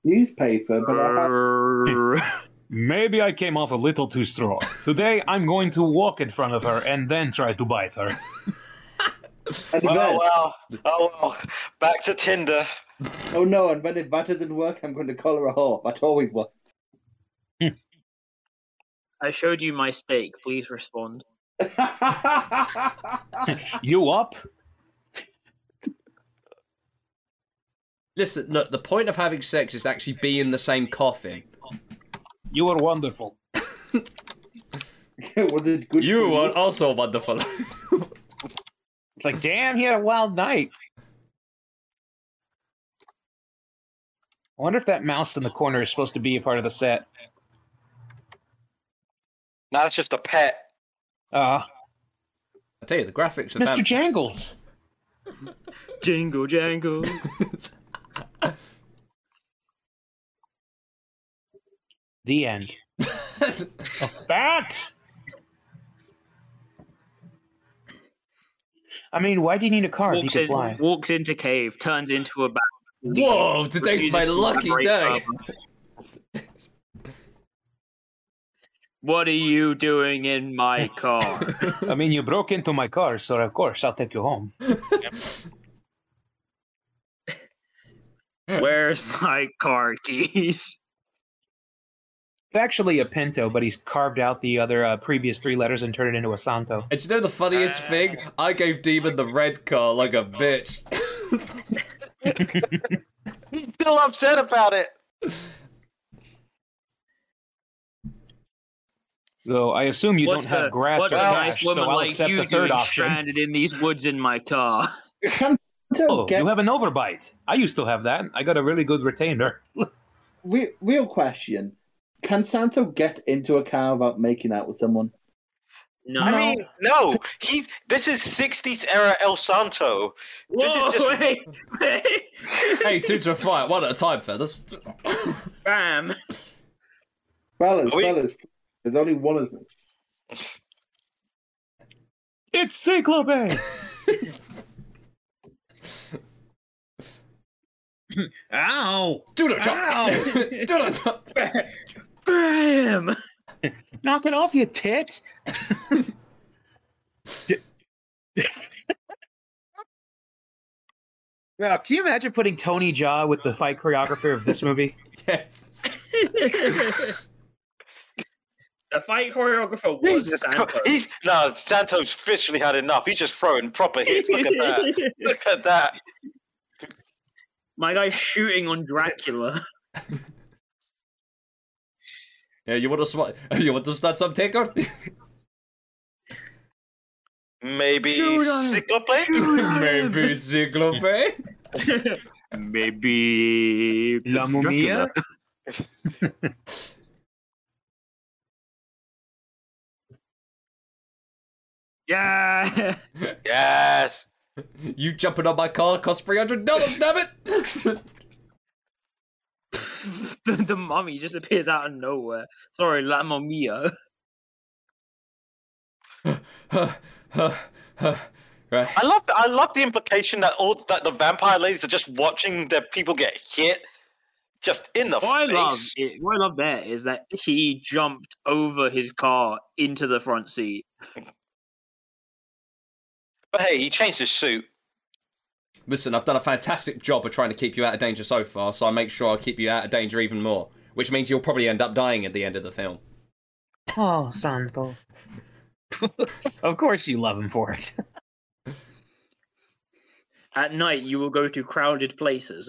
Speaker 4: Newspaper, but I have
Speaker 10: maybe I came off a little too strong. Today, I'm going to walk in front of her and then try to bite her.
Speaker 4: an
Speaker 2: Oh
Speaker 4: event.
Speaker 2: well. Oh well. Back to Tinder.
Speaker 4: Oh no, and when it- that doesn't work, I'm going to call her a whore. That always works.
Speaker 3: I showed you my steak. Please respond.
Speaker 10: You up?
Speaker 1: Listen, look. The point of having sex is to actually be in the same coffin.
Speaker 10: You are wonderful.
Speaker 4: [LAUGHS] Was it good?
Speaker 1: You
Speaker 4: for
Speaker 1: are also [LAUGHS] wonderful.
Speaker 10: It's like, damn, he had a wild night. I wonder if that mouse in the corner is supposed to be a part of the set.
Speaker 2: Now it's just a pet.
Speaker 10: Uh,
Speaker 1: I tell you, the graphics of
Speaker 10: Mr.
Speaker 1: that.
Speaker 10: Jangles.
Speaker 3: [LAUGHS] Jingle jangle.
Speaker 10: [LAUGHS] The end. Bat! I mean, why do you need a car if you
Speaker 3: Walks,
Speaker 10: can
Speaker 3: in,
Speaker 10: fly?
Speaker 3: walks into cave, turns into a bat.
Speaker 1: [LAUGHS] Whoa! Today's
Speaker 3: refuses
Speaker 1: my
Speaker 3: to
Speaker 1: lucky day.
Speaker 3: collaborate further. What are you doing in
Speaker 10: [LAUGHS]
Speaker 3: my car?
Speaker 10: I mean, you broke into my car, so of course I'll take you home.
Speaker 3: Where's my car keys?
Speaker 10: It's actually a Pinto, but he's carved out the other uh, previous three letters and turned it into a Santo.
Speaker 1: And you know the funniest thing? I gave Demon the red car like a bitch.
Speaker 2: He's still upset about it.
Speaker 10: So I assume you
Speaker 3: What's
Speaker 10: don't have
Speaker 3: a-
Speaker 10: grass or
Speaker 3: What's a
Speaker 10: trash,
Speaker 3: nice woman
Speaker 10: so I'll
Speaker 3: like
Speaker 10: accept
Speaker 3: you
Speaker 10: the third
Speaker 3: doing
Speaker 10: option.
Speaker 3: stranded in these woods in my car?
Speaker 4: Pinto
Speaker 10: Oh,
Speaker 4: get-
Speaker 10: you have an overbite. I used to have that. I got a really good retainer.
Speaker 4: Re- real question. Can Santo get into a car without making out with someone?
Speaker 3: No.
Speaker 2: I mean, no. He's this is '60s era El Santo. this is
Speaker 3: Whoa,
Speaker 2: just-
Speaker 3: wait, wait.
Speaker 1: hey, two to a fight, one at a time, fellas.
Speaker 3: Bam.
Speaker 4: Fellas,
Speaker 2: Are we-
Speaker 4: fellas, there's only one of them.
Speaker 10: It's Cyclope! Ow!
Speaker 1: Do not touch. [LAUGHS] Do not touch.
Speaker 3: [LAUGHS] Bam.
Speaker 10: Knock it off, you [LAUGHS] tit! Wow, can you imagine putting Tony Jaa with the fight choreographer of this movie?
Speaker 1: Yes.
Speaker 3: the fight choreographer was
Speaker 2: Jesus
Speaker 3: Santos.
Speaker 2: Christ. He's no Santo's officially had enough. He's just throwing proper hits. Look
Speaker 1: [LAUGHS]
Speaker 2: at that.
Speaker 3: [LAUGHS]
Speaker 2: Look at that.
Speaker 3: My guy's shooting on Dracula.
Speaker 1: [LAUGHS] Yeah, you want to sw- you want to start some takeout?
Speaker 2: Maybe
Speaker 1: Dude, I-
Speaker 2: Cycloplane?
Speaker 1: Maybe Ziggler,
Speaker 3: Maybe
Speaker 10: La Mumia?
Speaker 3: Yeah. [LAUGHS]
Speaker 2: Yes.
Speaker 1: [LAUGHS] You jumping on my car cost three hundred dollars, damn it!
Speaker 3: the, the mummy just appears out of nowhere. Sorry, La Mumia.
Speaker 1: [LAUGHS] right.
Speaker 2: I love I love the implication that all that the vampire ladies are just watching their people get hit just in the
Speaker 3: What I love,
Speaker 2: face.
Speaker 3: it, what I love there is that he jumped over his car into the front seat.
Speaker 2: But hey, he changed his suit.
Speaker 1: Listen, I've done a fantastic job of trying to keep you out of danger so far, so I make sure I keep you out of danger even more. Which means you'll probably end up dying at the end of the film.
Speaker 10: Oh, Santo. [LAUGHS] of course you love him for it.
Speaker 3: At night, you will go to crowded places.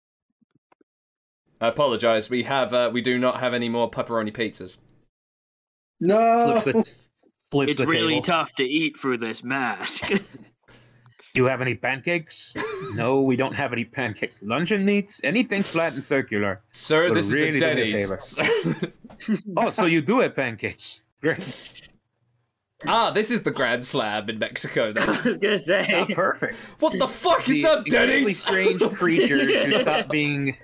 Speaker 3: [LAUGHS]
Speaker 1: I apologise. We have, uh, we do not have any more pepperoni pizzas.
Speaker 11: No.
Speaker 10: Flips the, flips
Speaker 3: it's
Speaker 10: the
Speaker 3: really
Speaker 10: table.
Speaker 3: tough to eat through this mask. [LAUGHS]
Speaker 10: Do you have any pancakes? no, we don't have any pancakes. Luncheon meats? Anything flat and circular.
Speaker 1: Sir,
Speaker 10: Would
Speaker 1: this
Speaker 10: really
Speaker 1: is
Speaker 10: do
Speaker 1: a
Speaker 10: me a
Speaker 1: Denny's.
Speaker 10: Oh, so you do have pancakes. Great.
Speaker 1: [LAUGHS] ah, this is the Grand Slab in Mexico.
Speaker 10: [LAUGHS]
Speaker 1: Then.
Speaker 3: I was gonna
Speaker 10: Ah,
Speaker 3: say. [LAUGHS]
Speaker 10: perfect.
Speaker 1: What the fuck is
Speaker 10: The
Speaker 1: up,
Speaker 10: extremely
Speaker 1: Denny's?
Speaker 10: strange
Speaker 1: [LAUGHS]
Speaker 10: creatures who stopped being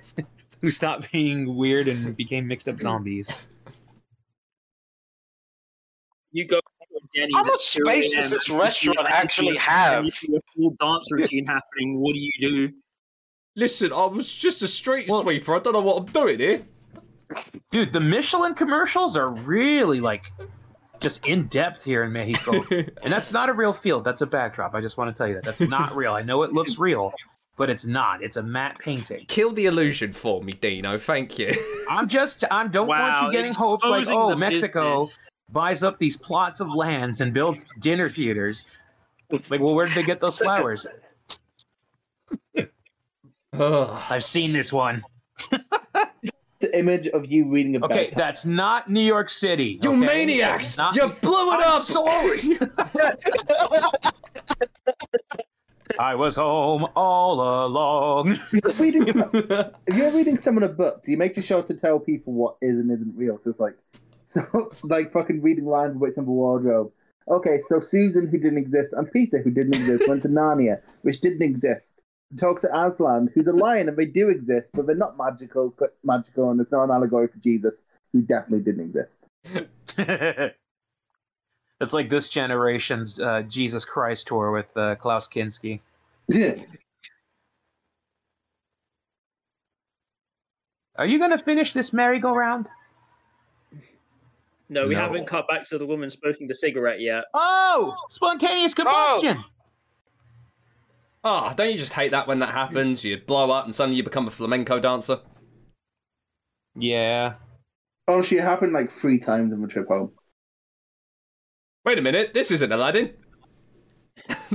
Speaker 10: who stopped being weird and became mixed up zombies.
Speaker 3: You go to a Denny's
Speaker 2: How
Speaker 3: at
Speaker 2: much
Speaker 3: 2
Speaker 2: space does this
Speaker 3: a.m. and you see
Speaker 2: restaurant
Speaker 3: a-
Speaker 2: actually
Speaker 3: and
Speaker 2: have?
Speaker 3: you see a full dance routine happening. What do you do?
Speaker 1: Listen, I was just a street sweeper. I don't know what I'm doing here.
Speaker 10: Dude, the Michelin commercials are really like just in depth here
Speaker 1: [LAUGHS]
Speaker 10: in Mexico. and that's not a real field, that's a backdrop. I just want to tell you that. That's not real. I know it looks real, but it's not. It's a matte painting.
Speaker 1: Kill the illusion for me, Dino. Thank you. [LAUGHS]
Speaker 10: I'm just I don't want you getting hopes like,
Speaker 3: exposing
Speaker 10: oh,
Speaker 3: the
Speaker 10: Mexico
Speaker 3: business.
Speaker 10: buys up these plots of lands and builds dinner theaters. Like, well, where did they get those flowers?
Speaker 1: Ugh.
Speaker 10: I've seen this one.
Speaker 11: The image of you reading a
Speaker 10: Okay,
Speaker 11: bedtime.
Speaker 10: that's not New York City.
Speaker 1: you
Speaker 10: okay?
Speaker 1: maniacs!
Speaker 10: Not-
Speaker 1: you blew it
Speaker 10: I'm
Speaker 1: up!
Speaker 10: sorry. I was home all along. [LAUGHS]
Speaker 11: If, reading, [LAUGHS] if you're reading someone a book, do you make sure to tell people what is and isn't real? So it's like, [LAUGHS] so like fucking reading Lion the Witch Number Wardrobe. Okay, so Susan, who didn't exist, and Peter, who didn't exist, went to Narnia, which didn't exist. Talks to Aslan, who's a lion, and they do exist, but they're not magical, but magical, and it's not an allegory for Jesus, who definitely didn't exist.
Speaker 10: it's like this generation's uh, Jesus Christ tour with uh, Klaus Kinski. Are you gonna finish this merry-go-round?
Speaker 14: No, we
Speaker 1: No.
Speaker 14: haven't cut back to the woman smoking the cigarette
Speaker 3: [LAUGHS]
Speaker 14: yet.
Speaker 10: Oh, spontaneous combustion!
Speaker 1: Ah, don't you just hate that when that happens? You blow up and suddenly you become a flamenco dancer.
Speaker 10: Yeah.
Speaker 11: [LAUGHS] Honestly, it happened like three times on the trip home.
Speaker 1: Wait a minute, this isn't Aladdin.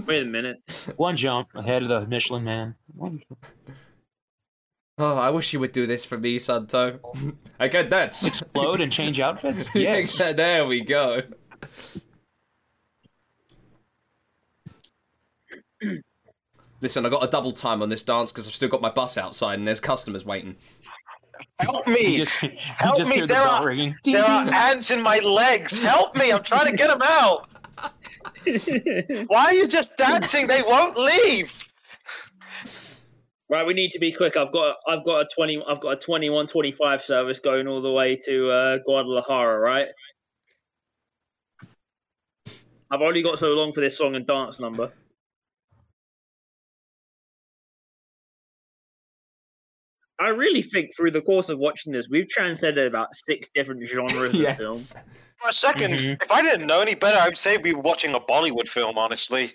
Speaker 14: Wait a minute. [LAUGHS]
Speaker 10: One jump ahead of the Michelin man. One jump.
Speaker 1: Oh, I wish you would do this for me, Santo. [LAUGHS] I get that.
Speaker 10: Explode and change outfits?
Speaker 1: [LAUGHS]
Speaker 10: Yes.
Speaker 1: Yeah, there we go. Listen, I got a double time on this dance because I've still got my bus outside and there's customers waiting.
Speaker 2: Help
Speaker 10: You
Speaker 2: me.
Speaker 10: just, [LAUGHS] you
Speaker 2: Help
Speaker 10: just
Speaker 2: me,
Speaker 10: hear the
Speaker 2: there
Speaker 10: bell
Speaker 2: are-
Speaker 10: ringing.
Speaker 2: There are
Speaker 3: [LAUGHS]
Speaker 2: ants in my legs. Help me. I'm trying to get them out. Why are you just dancing? They won't leave.
Speaker 14: Right, we need to be quick. I've got I've got a twenty I've got a 21, 25 service going all the way to uh, Guadalajara, right? I've only got so long for this song and dance number. I really think through the course of watching this, we've transcended about six different
Speaker 10: [LAUGHS]
Speaker 14: genres of film.
Speaker 2: For a 2nd
Speaker 3: Mm-hmm.
Speaker 10: Mhm.
Speaker 2: if I didn't know any better, I'd say we were watching a Bollywood film, honestly.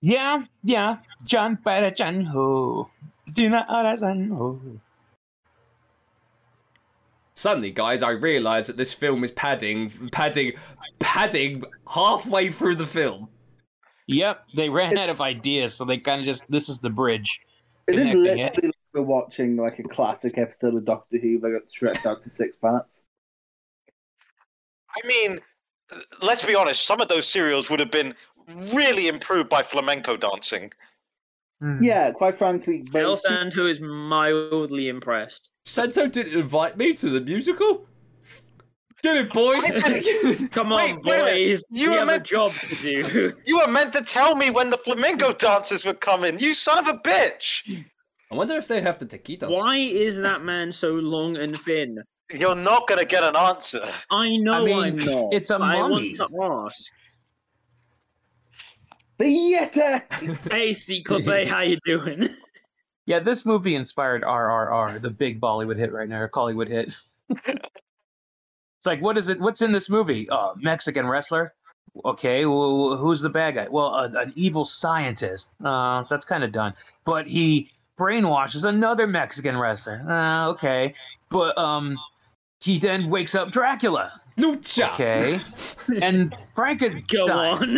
Speaker 10: Yeah, yeah. John para John Ho. Do not understand ho.
Speaker 1: Suddenly, guys, I realise that this film is padding, padding, padding halfway through the film.
Speaker 10: Yep, they ran out of ideas, so they kind of just this is the bridge.
Speaker 11: It is
Speaker 10: Connecting it.
Speaker 11: literally like we're watching like a classic episode of Doctor Who that got stretched out to six parts.
Speaker 2: I mean, let's be honest, some of those serials would have been really improved by flamenco dancing.
Speaker 10: Hmm.
Speaker 4: Yeah, quite frankly, but
Speaker 3: Bill Santo is mildly impressed.
Speaker 1: Santo didn't invite me to the musical. Get it, boys. [LAUGHS]
Speaker 3: Come
Speaker 2: Wait,
Speaker 3: on,
Speaker 2: wait a minute.
Speaker 3: boys.
Speaker 2: You
Speaker 3: we
Speaker 2: were
Speaker 3: have a
Speaker 2: meant- [LAUGHS]
Speaker 3: job to do.
Speaker 2: You were meant to tell me when the flamenco dancers were coming. You son of a bitch!
Speaker 1: I wonder if they have the taquitos.
Speaker 3: Why is that man so long and thin?
Speaker 2: You're not gonna get an answer.
Speaker 3: I know I
Speaker 10: mean,
Speaker 3: am not.
Speaker 10: it's a
Speaker 3: but I
Speaker 10: mummy.
Speaker 3: want to ask.
Speaker 4: the Yeti.
Speaker 3: Hey, C.
Speaker 10: [LAUGHS]
Speaker 3: Clapet, how you doing? [LAUGHS]
Speaker 10: Yeah, this movie inspired RRR, the big Bollywood hit right now, or Collywood hit. it's like, what is it? What's in this movie? Uh, Mexican wrestler. Okay, well, who's the bad guy? Well, a, an evil scientist. Uh, that's kind of done. But he brainwashes another Mexican wrestler. Uh, okay, but um, he then wakes up Dracula.
Speaker 1: Lucha.
Speaker 3: [LAUGHS]
Speaker 10: Okay, and
Speaker 3: Go
Speaker 10: Frankenstein,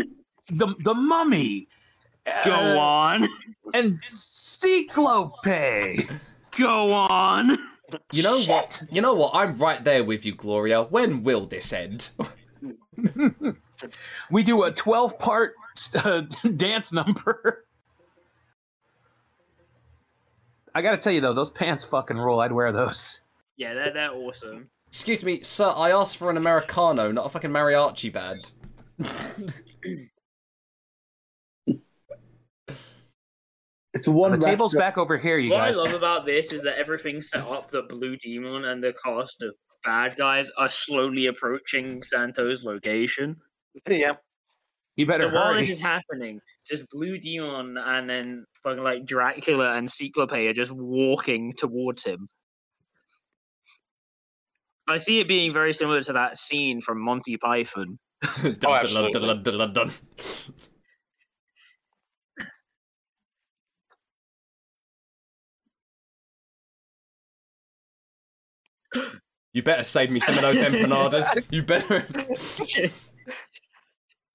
Speaker 3: on.
Speaker 10: the the mummy.
Speaker 3: Go
Speaker 10: uh,
Speaker 3: on.
Speaker 10: And Cyclope.
Speaker 3: Go on.
Speaker 1: You know what? You know what? I'm right there with you, Gloria. When will this end?
Speaker 10: We do a 12 part uh, [LAUGHS] dance number. I gotta tell you though, those pants fucking rule. I'd wear those.
Speaker 3: Yeah, they're, they're awesome.
Speaker 1: Excuse me, sir. I asked for an americano, not a fucking mariachi [LAUGHS] band.
Speaker 4: It's one.
Speaker 10: the
Speaker 4: restaurant.
Speaker 10: table's back over here, you
Speaker 3: What I
Speaker 10: guys.
Speaker 3: love about this is that everything's set up that Blue Demon and the cast of bad guys are slowly approaching Santo's location.
Speaker 2: Yeah.
Speaker 10: You better
Speaker 3: So while
Speaker 10: hurry.
Speaker 3: this is happening, just Blue Demon and then fucking like Dracula and Cyclope are just walking towards him. I see it being very similar to that scene from Monty Python.
Speaker 1: Dun,
Speaker 2: Oh,
Speaker 1: dun, dun, dun, dun, dun, dun. You better save me some of those empanadas.
Speaker 2: [LAUGHS]
Speaker 1: You better.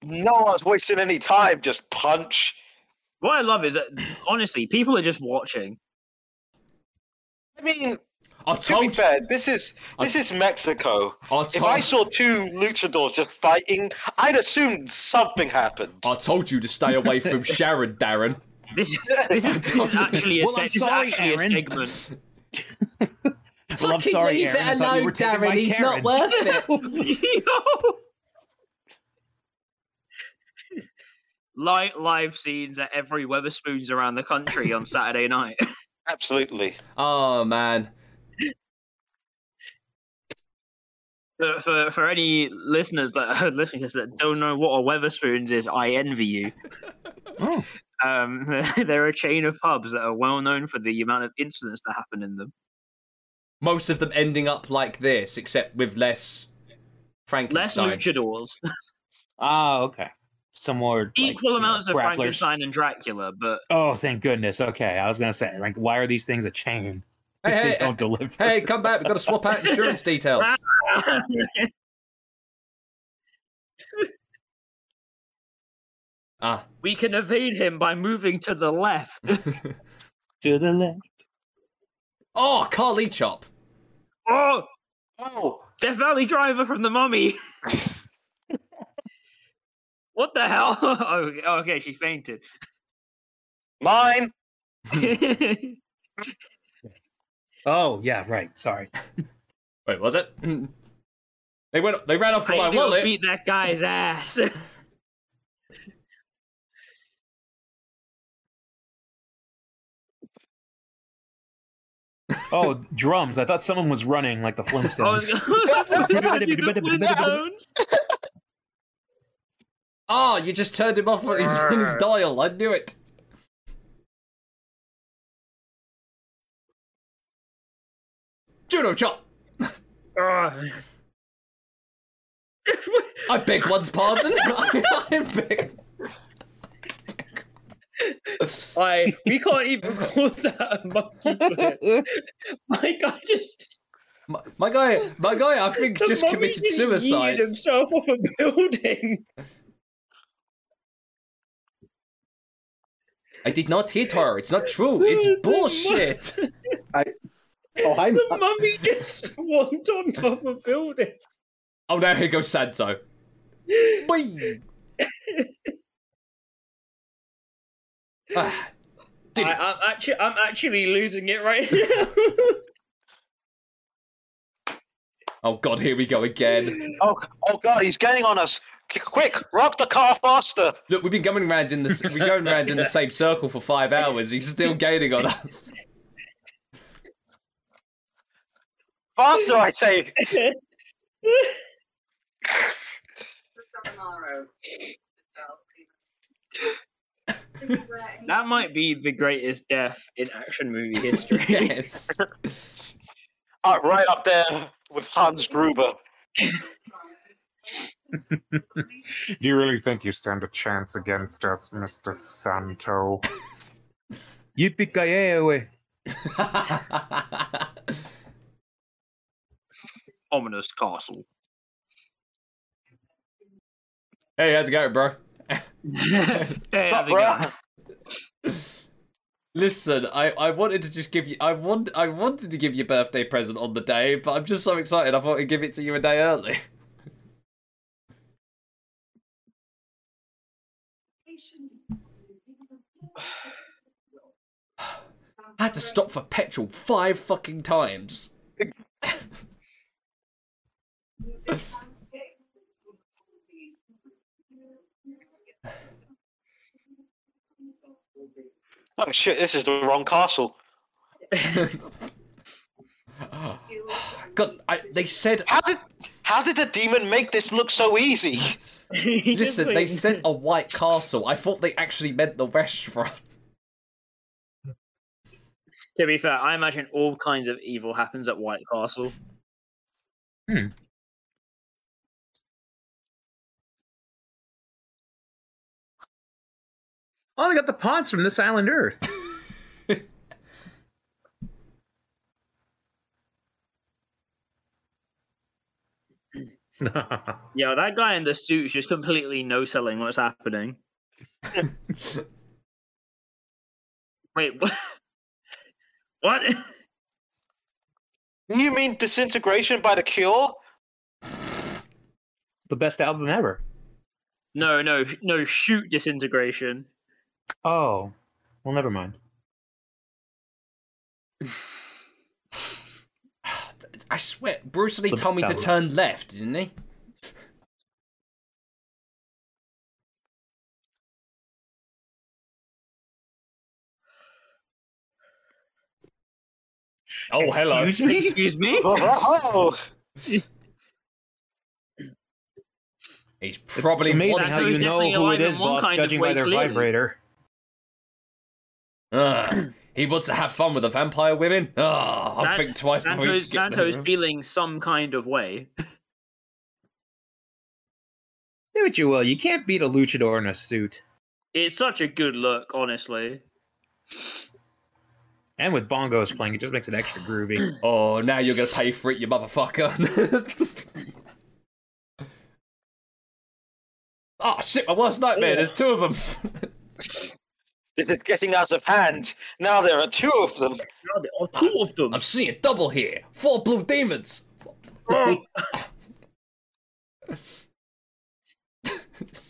Speaker 2: No one's wasting any time. Just punch.
Speaker 3: What I love is
Speaker 10: [CLEARS THROAT]
Speaker 3: that honestly, people are just watching.
Speaker 2: I mean,
Speaker 1: I
Speaker 2: to be
Speaker 1: told.
Speaker 2: fair, this is this is Mexico.
Speaker 1: I
Speaker 2: If I
Speaker 1: told.
Speaker 2: saw two luchadors just fighting, I'd assume something happened.
Speaker 1: I told you to stay away
Speaker 2: [LAUGHS]
Speaker 1: from Sharon, Darren.
Speaker 3: This this is, this
Speaker 10: [LAUGHS]
Speaker 3: is actually a,
Speaker 10: Well,
Speaker 3: se-
Speaker 10: I'm
Speaker 3: this is
Speaker 10: sorry,
Speaker 3: actually a
Speaker 10: Aaron. [LAUGHS]
Speaker 3: segment. [LAUGHS]
Speaker 10: Well, I'm sorry, Aaron. I thought you were taking my Karen.
Speaker 1: worth it.
Speaker 3: Live live scenes at every Weatherspoons around the country on Saturday night.
Speaker 2: Absolutely.
Speaker 1: [LAUGHS] oh man,
Speaker 3: For, for, for any listeners that [LAUGHS] are listening to this that don't know what a Weatherspoons is, I envy you.
Speaker 10: Oh.
Speaker 3: Um, [LAUGHS] they're a chain of pubs that are well known for the amount of incidents that happen in them.
Speaker 1: most of them ending up like this, except with less
Speaker 3: Less
Speaker 1: Frankenstein.
Speaker 3: luchadors,
Speaker 10: Ah, okay. Some more like,
Speaker 3: equal
Speaker 10: you know,
Speaker 3: amounts of
Speaker 10: grapplers.
Speaker 3: Frankenstein and Dracula, but
Speaker 10: Oh, thank goodness. Okay, I was gonna say, like, why are these things a chain?
Speaker 1: Hey,
Speaker 10: If
Speaker 1: hey,
Speaker 10: these don't deliver.
Speaker 1: Hey, come back. We've got to swap out insurance
Speaker 3: [LAUGHS]
Speaker 1: details. Ah,
Speaker 3: we can evade him by moving to the left. [LAUGHS]
Speaker 10: to the left.
Speaker 1: oh, Carly Chop.
Speaker 3: oh,
Speaker 2: Oh,
Speaker 3: Death Valley Driver from the Mummy. [LAUGHS] what the hell? [LAUGHS] oh, okay, she
Speaker 10: [LAUGHS]
Speaker 3: fainted. [LAUGHS]
Speaker 2: mine.
Speaker 10: Oh, yeah, right. Sorry.
Speaker 1: Wait, was it? Hmm. They went. They ran off with
Speaker 3: I
Speaker 1: my
Speaker 3: knew I
Speaker 1: wallet.
Speaker 3: beat that guy's ass. [LAUGHS]
Speaker 10: Oh, drums. I thought someone was running like the
Speaker 3: [LAUGHS] I was
Speaker 10: Flintstones.
Speaker 3: gonna- [LAUGHS] I was gonna do the Flintstones.
Speaker 1: Oh, you just turned him off on his, [LAUGHS] on his dial. I knew it. Judo chop.
Speaker 3: Ugh.
Speaker 1: I beg one's pardon. [LAUGHS] I, I beg.
Speaker 3: [LAUGHS] I we can't even call that a monkey flip.
Speaker 1: [LAUGHS]
Speaker 3: Like I just
Speaker 1: My, my guy, my guy, I think
Speaker 3: the
Speaker 1: just
Speaker 3: mummy
Speaker 1: committed
Speaker 3: just yeeted
Speaker 1: suicide.
Speaker 3: himself off a building.
Speaker 1: I did not hit her. It's not true. It's
Speaker 3: The mu-
Speaker 1: bullshit.
Speaker 4: Oh,
Speaker 1: [LAUGHS]
Speaker 4: hi,
Speaker 3: the
Speaker 4: Matt.
Speaker 3: mummy just swamped on top of a building.
Speaker 1: Oh, now here goes Santo. Boing. Ah, Did
Speaker 14: I,
Speaker 1: it.
Speaker 14: I'm actually I'm actually losing it
Speaker 3: [LAUGHS]
Speaker 14: right now.
Speaker 1: oh god, here we go again.
Speaker 2: Oh, oh God, he's getting on us. Qu- Quick, rock the car faster.
Speaker 1: Look, we've been going round in the s- we've been going round in the same circle for five hours. He's still gaining on us.
Speaker 2: Faster, I say.
Speaker 3: That might be the greatest death in action movie
Speaker 1: [LAUGHS]
Speaker 3: history.
Speaker 1: yes.
Speaker 2: Uh, right up there with Hans Gruber.
Speaker 10: Do you really think you stand a chance against us, Mr. Santo? Yippee-ki-yay!
Speaker 3: Ominous castle.
Speaker 1: hey, how's it going, bro?
Speaker 3: hey, how's it
Speaker 2: Bruh.
Speaker 3: going?
Speaker 1: Listen, I, I wanted to just give you I want I wanted to give you a birthday present on the day, but I'm just so excited I thought I'd give it to you a day early. I had to stop for petrol five fucking times. [SIGHS]
Speaker 2: Oh shit, this is the wrong castle.
Speaker 1: God, I, they said
Speaker 2: How did how did the demon make this look so easy?
Speaker 14: [LAUGHS]
Speaker 3: [LAUGHS]
Speaker 14: He just
Speaker 1: listen. They
Speaker 14: went-
Speaker 1: said a white castle. I thought they actually meant the restaurant. [LAUGHS]
Speaker 3: To be fair, I imagine all kinds of evil happens at White Castle.
Speaker 10: Oh, they got the pots from this island Earth. [LAUGHS]
Speaker 3: Yeah, that guy in the suit's just completely no selling what's happening. Wait, what? [LAUGHS] what? [LAUGHS]
Speaker 2: You mean disintegration by the cure?
Speaker 10: It's the best album ever.
Speaker 3: No, no, sh- no! Shoot disintegration.
Speaker 10: Oh, well, never mind.
Speaker 1: I swear, Bruce Lee
Speaker 10: The
Speaker 1: told me to
Speaker 10: bell.
Speaker 1: turn left, didn't he? Oh, hello.
Speaker 10: Excuse me?
Speaker 3: Excuse
Speaker 10: [LAUGHS]
Speaker 3: me.
Speaker 2: Oh,
Speaker 1: He's probably
Speaker 10: amazing
Speaker 1: wanting
Speaker 10: how
Speaker 3: So
Speaker 1: to-
Speaker 10: you
Speaker 3: he's
Speaker 10: know
Speaker 3: definitely
Speaker 10: who
Speaker 3: alive
Speaker 10: it
Speaker 3: in
Speaker 10: is,
Speaker 3: one
Speaker 10: boss,
Speaker 3: kind of
Speaker 10: judging by
Speaker 3: way,
Speaker 10: their
Speaker 3: clearly.
Speaker 10: vibrator.
Speaker 1: Ugh. he wants to have fun with the vampire women. Ugh, I'll
Speaker 3: San-
Speaker 1: think twice before you
Speaker 3: Santos, Santos feeling some kind of way. [LAUGHS]
Speaker 10: Say what you will, you can't beat a luchador in a suit.
Speaker 3: It's such a good look, honestly.
Speaker 10: And with bongos playing, it just makes it extra groovy.
Speaker 1: [LAUGHS] Oh, now you're gonna pay for it, you [LAUGHS] motherfucker. oh shit, my worst nightmare. There's two of them.
Speaker 2: this is getting out of hand. Now there are two of them.
Speaker 3: God, there are two
Speaker 1: [LAUGHS]
Speaker 3: of them.
Speaker 1: I'm seeing double here. Four blue demons. [LAUGHS]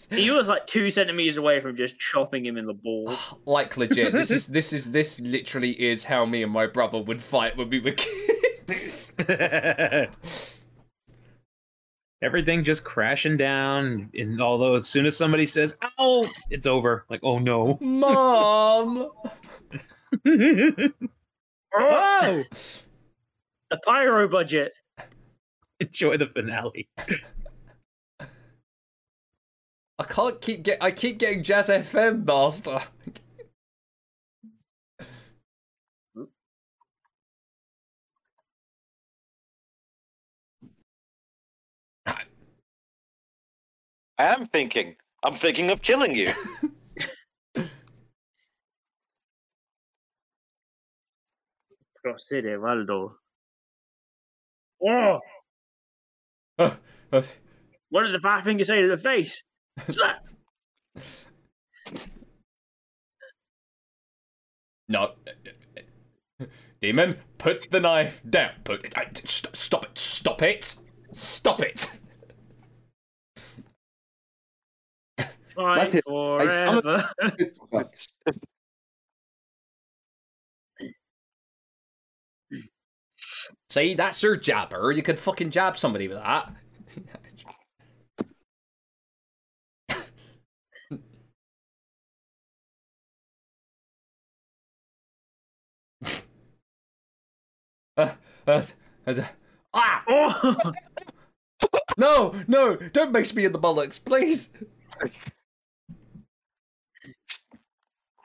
Speaker 3: Oh, he was like two centimeters away from just chopping him in the balls.
Speaker 1: [GASPS] like legit. This is this is this literally is how me and my brother would fight when we were [LAUGHS] kids.
Speaker 10: Everything just crashing down, and although as soon as somebody says "ow," it's over. Like, oh no! [LAUGHS]
Speaker 1: Mom.
Speaker 10: oh,
Speaker 3: The pyro budget.
Speaker 10: enjoy the finale.
Speaker 1: I can't keep get I keep getting Jazz FM master.
Speaker 2: I am thinking. I'm thinking of killing you.
Speaker 3: Procede, Waldo. Oh, what did the fat finger say to the face?
Speaker 1: No. Demon, put the knife down. Put it. I- st- Stop it. Stop it. Stop it.
Speaker 11: That's
Speaker 3: Fight
Speaker 11: it. I'm a-
Speaker 3: forever. [LAUGHS]
Speaker 1: See, that's your jabber. You could fucking jab somebody with that. [LAUGHS] Uh, uh, uh, ah!
Speaker 3: oh,
Speaker 1: No, no, don't mace me in the bullocks, please.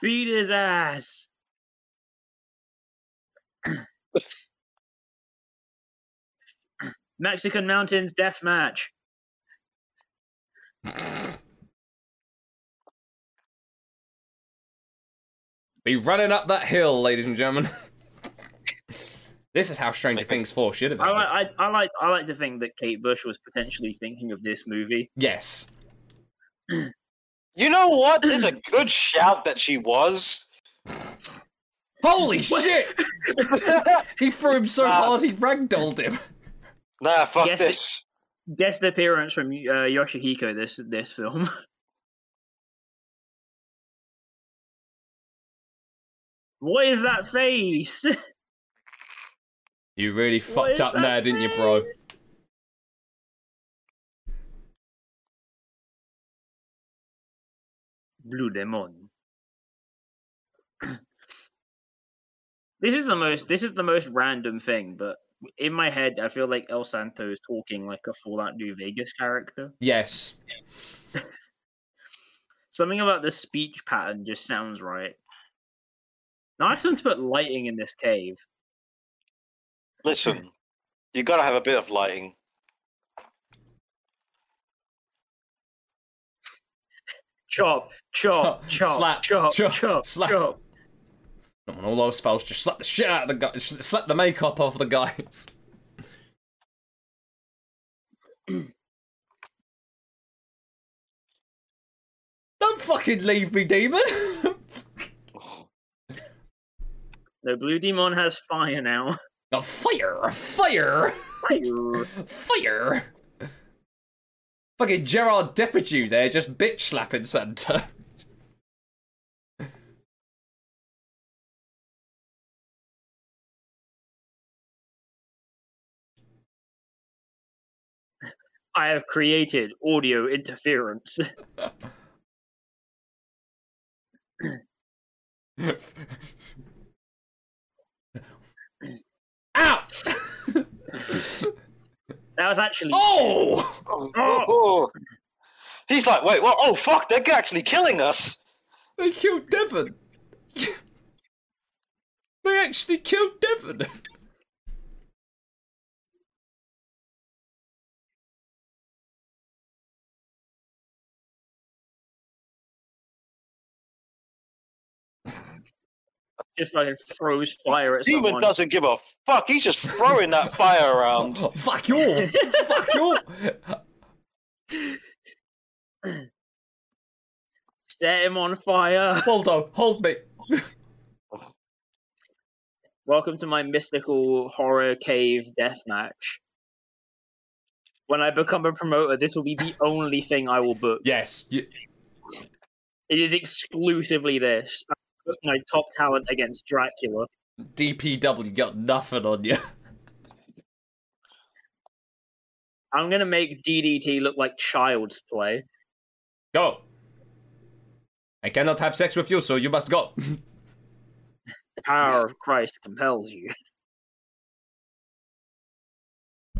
Speaker 3: beat
Speaker 11: [COUGHS]
Speaker 3: his ass. Mexican Mountains death match.
Speaker 1: Be running up that hill, ladies and gentlemen. [LAUGHS] this is how Stranger Things 4 should have
Speaker 3: I
Speaker 1: ended.
Speaker 3: like, I, I like, I like to think that Kate Bush was potentially thinking of this movie.
Speaker 1: yes.
Speaker 2: You know what? There's
Speaker 3: [CLEARS THROAT]
Speaker 2: a good shout that she was.
Speaker 3: [LAUGHS]
Speaker 1: Holy shit! he threw him so
Speaker 2: Uh,
Speaker 1: hard he ragdolled him.
Speaker 2: Nah, fuck
Speaker 3: Yes, it-
Speaker 2: this.
Speaker 3: Guest appearance from uh, Yoshihiko this this film. [LAUGHS] What is that face? [LAUGHS]
Speaker 1: You really
Speaker 3: What is
Speaker 1: fucked up
Speaker 3: that
Speaker 1: now, didn't you, bro?
Speaker 3: face? Blue Demon. [CLEARS THROAT] this is the most this is the most random thing, but in my head I feel like El Santo is talking like a Fallout New Vegas character.
Speaker 1: Yes.
Speaker 3: Something about the speech pattern just sounds right. Nice one to put lighting in this cave.
Speaker 2: Listen, you gotta have a bit of lighting.
Speaker 3: Chop, chop,
Speaker 1: Chop,
Speaker 3: chop,
Speaker 1: slap, chop,
Speaker 3: chop, chop, chop,
Speaker 1: slap.
Speaker 3: chop.
Speaker 1: And when all those fellas just slap the shit out of the guy, slap the makeup off the guys. [LAUGHS] Don't fucking leave me, demon. [LAUGHS]
Speaker 3: No, Blue Demon has fire now. [LAUGHS]
Speaker 1: a fire, a fire,
Speaker 3: Fire.
Speaker 1: fire. Fucking Gerard Depardieu there, just bitch slapping Santa.
Speaker 3: I have created audio interference. [LAUGHS]
Speaker 1: Ow!
Speaker 3: That was actually.
Speaker 1: Oh!
Speaker 2: Oh,
Speaker 3: Oh.
Speaker 2: oh. He's like, wait, what? Oh, fuck, they're actually killing us.
Speaker 1: They killed Devon. they actually killed Devon.
Speaker 3: Just fucking throws fire at
Speaker 2: Demon
Speaker 3: someone.
Speaker 2: doesn't give a fuck. He's just throwing that fire around.
Speaker 1: Fuck you! all. Fuck you! all.
Speaker 3: Set him on fire. [LAUGHS]
Speaker 1: Waldo, hold me.
Speaker 3: Welcome to my mystical horror cave deathmatch. When I become a promoter, this will be the only thing I will book.
Speaker 1: Yes. You,
Speaker 3: It is exclusively this. I'm booking my top talent against Dracula.
Speaker 1: DPW got nothing on you.
Speaker 3: I'm gonna make DDT look like child's play.
Speaker 1: Go. I cannot have sex with you, so you must go.
Speaker 3: The power of Christ compels you. [LAUGHS]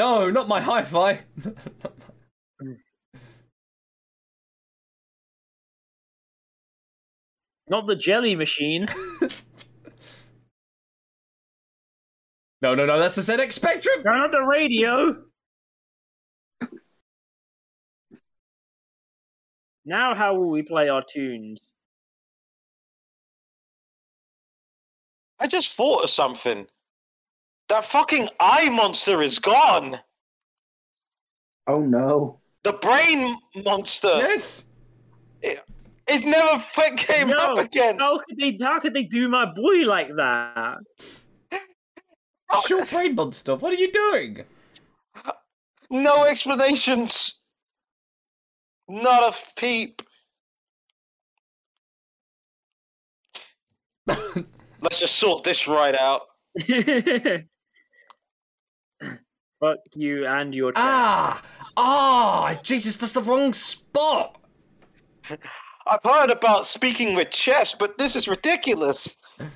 Speaker 1: No, not my hi fi.
Speaker 3: Not the jelly machine.
Speaker 1: No, no, no, that's the ZX Spectrum.
Speaker 3: No, not the radio. Now, how will we play our tunes?
Speaker 2: I just thought of something. That fucking eye monster is gone.
Speaker 11: Oh no.
Speaker 2: The brain monster
Speaker 1: Yes.
Speaker 2: it never f- came
Speaker 3: No.
Speaker 2: up again.
Speaker 3: How could they? How could they do my boy like that? [LAUGHS]
Speaker 1: Short brain monster. What are you doing?
Speaker 2: No explanations. Not a
Speaker 3: [LAUGHS]
Speaker 2: peep. Let's just sort this right out.
Speaker 3: Fuck you and your.
Speaker 1: Ah! Ah! Jesus, that's the wrong spot!
Speaker 2: I've heard about speaking with chess, but this is ridiculous.
Speaker 1: I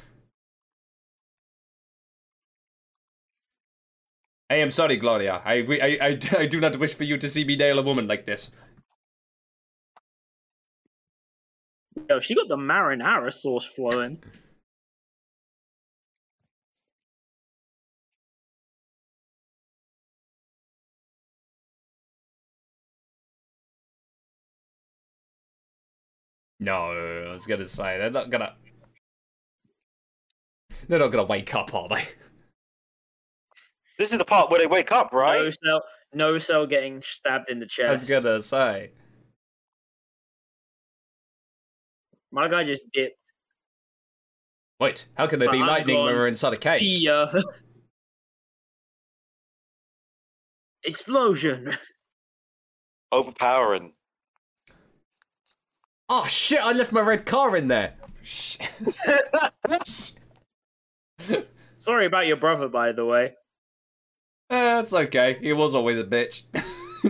Speaker 1: am sorry, Gloria. I, re- I, [LAUGHS] I, I do not wish for you to see me nail a woman like this.
Speaker 3: Yo, she got the marinara sauce flowing.
Speaker 1: No, I was gonna say they're not gonna. They're not gonna wake up, are they?
Speaker 2: This is the part where they wake up, right?
Speaker 3: No cell, no cell getting stabbed in the
Speaker 1: I was
Speaker 3: chest.
Speaker 1: gonna say.
Speaker 3: My guy just dipped.
Speaker 1: Wait, how can there be
Speaker 3: Uh, I'm
Speaker 1: lightning when
Speaker 3: gone.
Speaker 1: we're inside a cave?
Speaker 3: See ya. [LAUGHS] Explosion. [LAUGHS]
Speaker 2: Overpowering.
Speaker 1: Oh shit! I left my red car in there. Shit.
Speaker 3: Sorry about your brother, by the way.
Speaker 1: That's Eh, okay. He was always a bitch. [LAUGHS]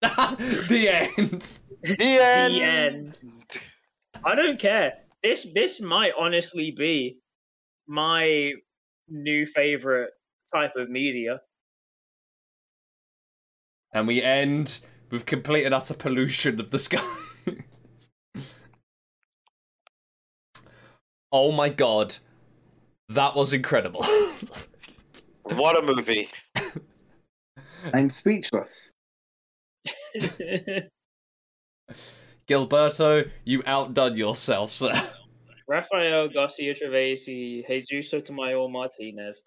Speaker 1: the end.
Speaker 2: The end.
Speaker 3: end. I don't care. This this might honestly be my new favorite type of media. [LAUGHS]
Speaker 1: And we end with complete and utter pollution of the sky. [LAUGHS] oh my god. That was incredible. [LAUGHS]
Speaker 2: What a movie.
Speaker 4: I'm speechless.
Speaker 1: Gilberto, you outdone yourself, sir.
Speaker 3: Rafael Garcia Trevesi, Jesus Sotomayor Martinez.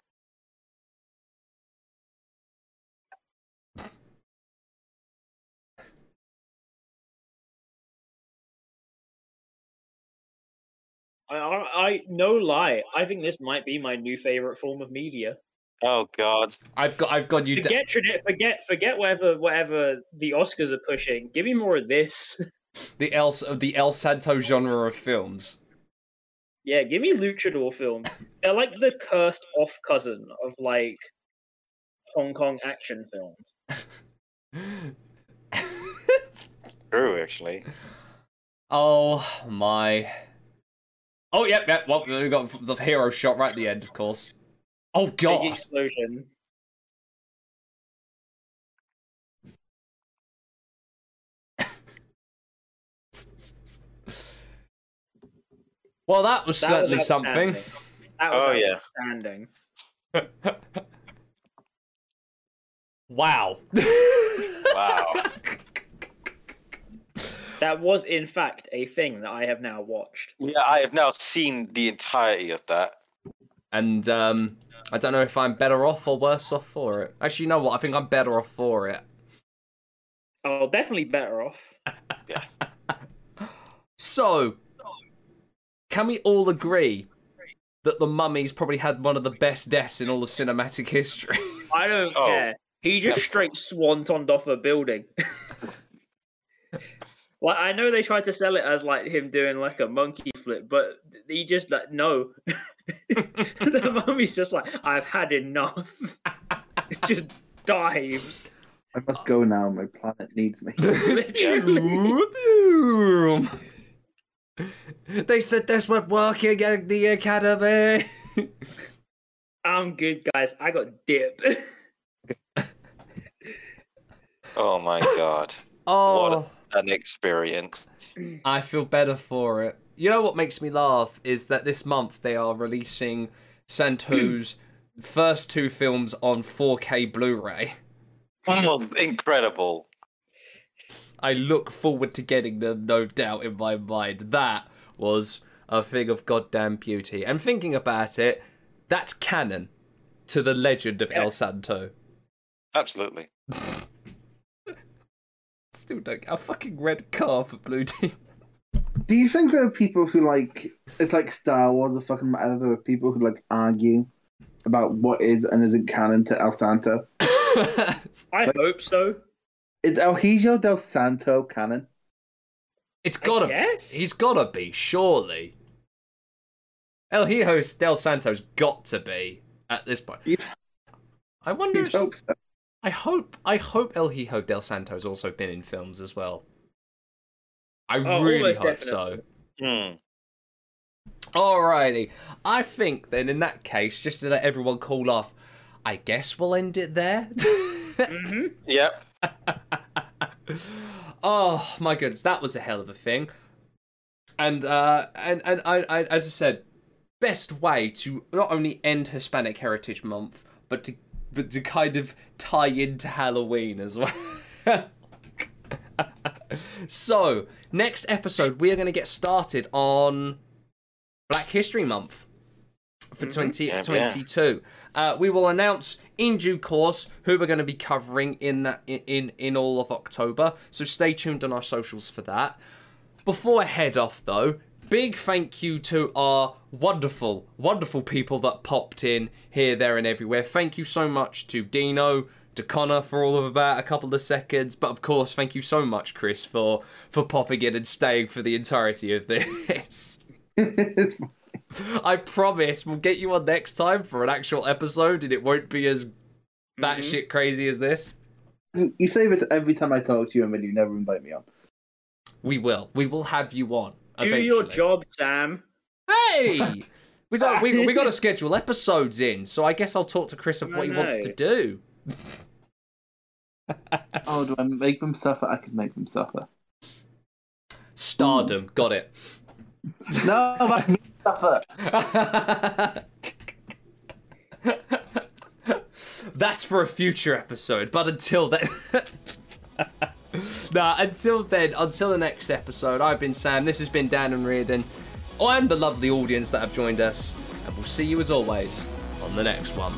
Speaker 3: I, I, I no lie. I think this might be my new favorite form of media.
Speaker 2: Oh God.
Speaker 1: I've got I've got you da-
Speaker 3: Forget tradi- forget forget whatever whatever the Oscars are pushing. Give me more of this.
Speaker 1: the El of the El Santo genre of films. [LAUGHS]
Speaker 3: Yeah, give me luchador films. They're like the cursed off cousin of like Hong Kong action films.
Speaker 2: True, actually.
Speaker 1: Oh my. Oh yep, yep. Well, we got the hero shot right at the end, of course. Oh
Speaker 3: Big
Speaker 1: god.
Speaker 3: explosion.
Speaker 1: Well, that was
Speaker 3: That
Speaker 1: certainly
Speaker 3: was
Speaker 1: something.
Speaker 3: outstanding. That was
Speaker 2: Oh, yeah.
Speaker 3: outstanding.
Speaker 1: Wow. [LAUGHS]
Speaker 2: Wow.
Speaker 3: That was in fact a thing that I have now watched.
Speaker 2: [LAUGHS] yeah, I have now seen the entirety of that.
Speaker 1: and um, I don't know if I'm better off or worse off for it. Actually, you know what? I think I'm better off for it.
Speaker 3: Oh, definitely better off.
Speaker 2: Yes.
Speaker 1: So, can we all agree that the mummy's probably had one of the best deaths in all of cinematic history?
Speaker 3: I don't
Speaker 2: Oh,
Speaker 3: care. He just
Speaker 2: yeah.
Speaker 3: straight swantoned off a building. [LAUGHS] like I know they tried to sell it as like him doing like a monkey flip, but he just like no. [LAUGHS] the mummy's just like I've had enough. [LAUGHS] just dives.
Speaker 4: I must go now. My planet needs me.
Speaker 3: Literally.
Speaker 1: Boom. they said this would work at the academy.
Speaker 3: I'm good, guys. I got dip. [LAUGHS]
Speaker 2: Oh my God.
Speaker 1: Oh,
Speaker 2: An experience.
Speaker 1: I feel better for it. You know what makes me laugh is that this month they are releasing Santo's [CLEARS THROAT] first two films on 4K Blu-ray.
Speaker 2: Oh, incredible.
Speaker 1: I look forward to getting them, no doubt, in my mind. That was a thing of goddamn beauty. And thinking about it, that's canon to the legend of El Santo.
Speaker 2: Absolutely.
Speaker 1: Still don't a fucking red car for
Speaker 14: [LAUGHS]
Speaker 1: Blue Team.
Speaker 4: Do you think there are people who like it's like Star Wars or fucking whatever? There are people who like argue about what is and isn't canon to El Santo?
Speaker 14: I hope so.
Speaker 11: Is Elhijo del Santo canon?
Speaker 1: it's gotta. be.
Speaker 14: Yes.
Speaker 1: He's gotta be surely. El Hijo del Santo's got to be at this point.
Speaker 11: You'd-
Speaker 1: I wonder.
Speaker 11: You'd
Speaker 1: if-
Speaker 11: hope
Speaker 4: [LAUGHS]
Speaker 11: so.
Speaker 1: I hope. I hope El Hijo del Santo's also been in films as well. I
Speaker 14: Oh,
Speaker 1: really
Speaker 14: almost
Speaker 1: hope so.
Speaker 14: definitely.
Speaker 2: Hmm.
Speaker 1: Alrighty. I think then in that case, just to let everyone cool off, I guess we'll end it
Speaker 14: [LAUGHS]
Speaker 1: there.
Speaker 3: Mm-hmm.
Speaker 2: Yep.
Speaker 1: [LAUGHS] oh my goodness, that was a hell of a thing. And uh and, and I, I as I said, best way to not only end Hispanic Heritage Month, but to but to kind of tie into Halloween as well. [LAUGHS] so, next episode we are gonna get started on Black History Month for 2022. Uh, we will announce in due course who we're going to be covering in that in in all of October. So stay tuned on our socials for that. Before I head off though, big thank you to our wonderful, wonderful people that popped in here, there, and everywhere. Thank you so much to Dino, to Connor for all of about a couple of seconds, but of course, thank you so much, Chris, for for popping in and staying for the entirety of this. [LAUGHS]
Speaker 11: It's-
Speaker 1: I promise we'll get you on next time for an actual episode and it won't be as
Speaker 14: Mm-hmm.
Speaker 1: batshit crazy as this.
Speaker 11: you you say this every time I talk to you, and then you never invite me on.
Speaker 1: We will. We will have you on. Eventually.
Speaker 14: Do your job, Sam.
Speaker 1: Hey! we got we, we
Speaker 14: [LAUGHS]
Speaker 1: gotta schedule episodes in, so I guess I'll talk to Chris of what he wants to
Speaker 14: Right.
Speaker 1: do.
Speaker 4: Oh, do I make them suffer? I could make them suffer.
Speaker 1: Stardom, got it.
Speaker 11: No, make me suffer.
Speaker 1: That's for a future episode, but until then. [LAUGHS] nah, until then, until the next episode, I've been Sam, this has been Dan and Reardon, and the lovely audience that have joined us, and we'll see you as always on the next one.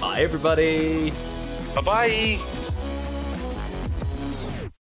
Speaker 1: Bye, everybody.
Speaker 2: Bye bye.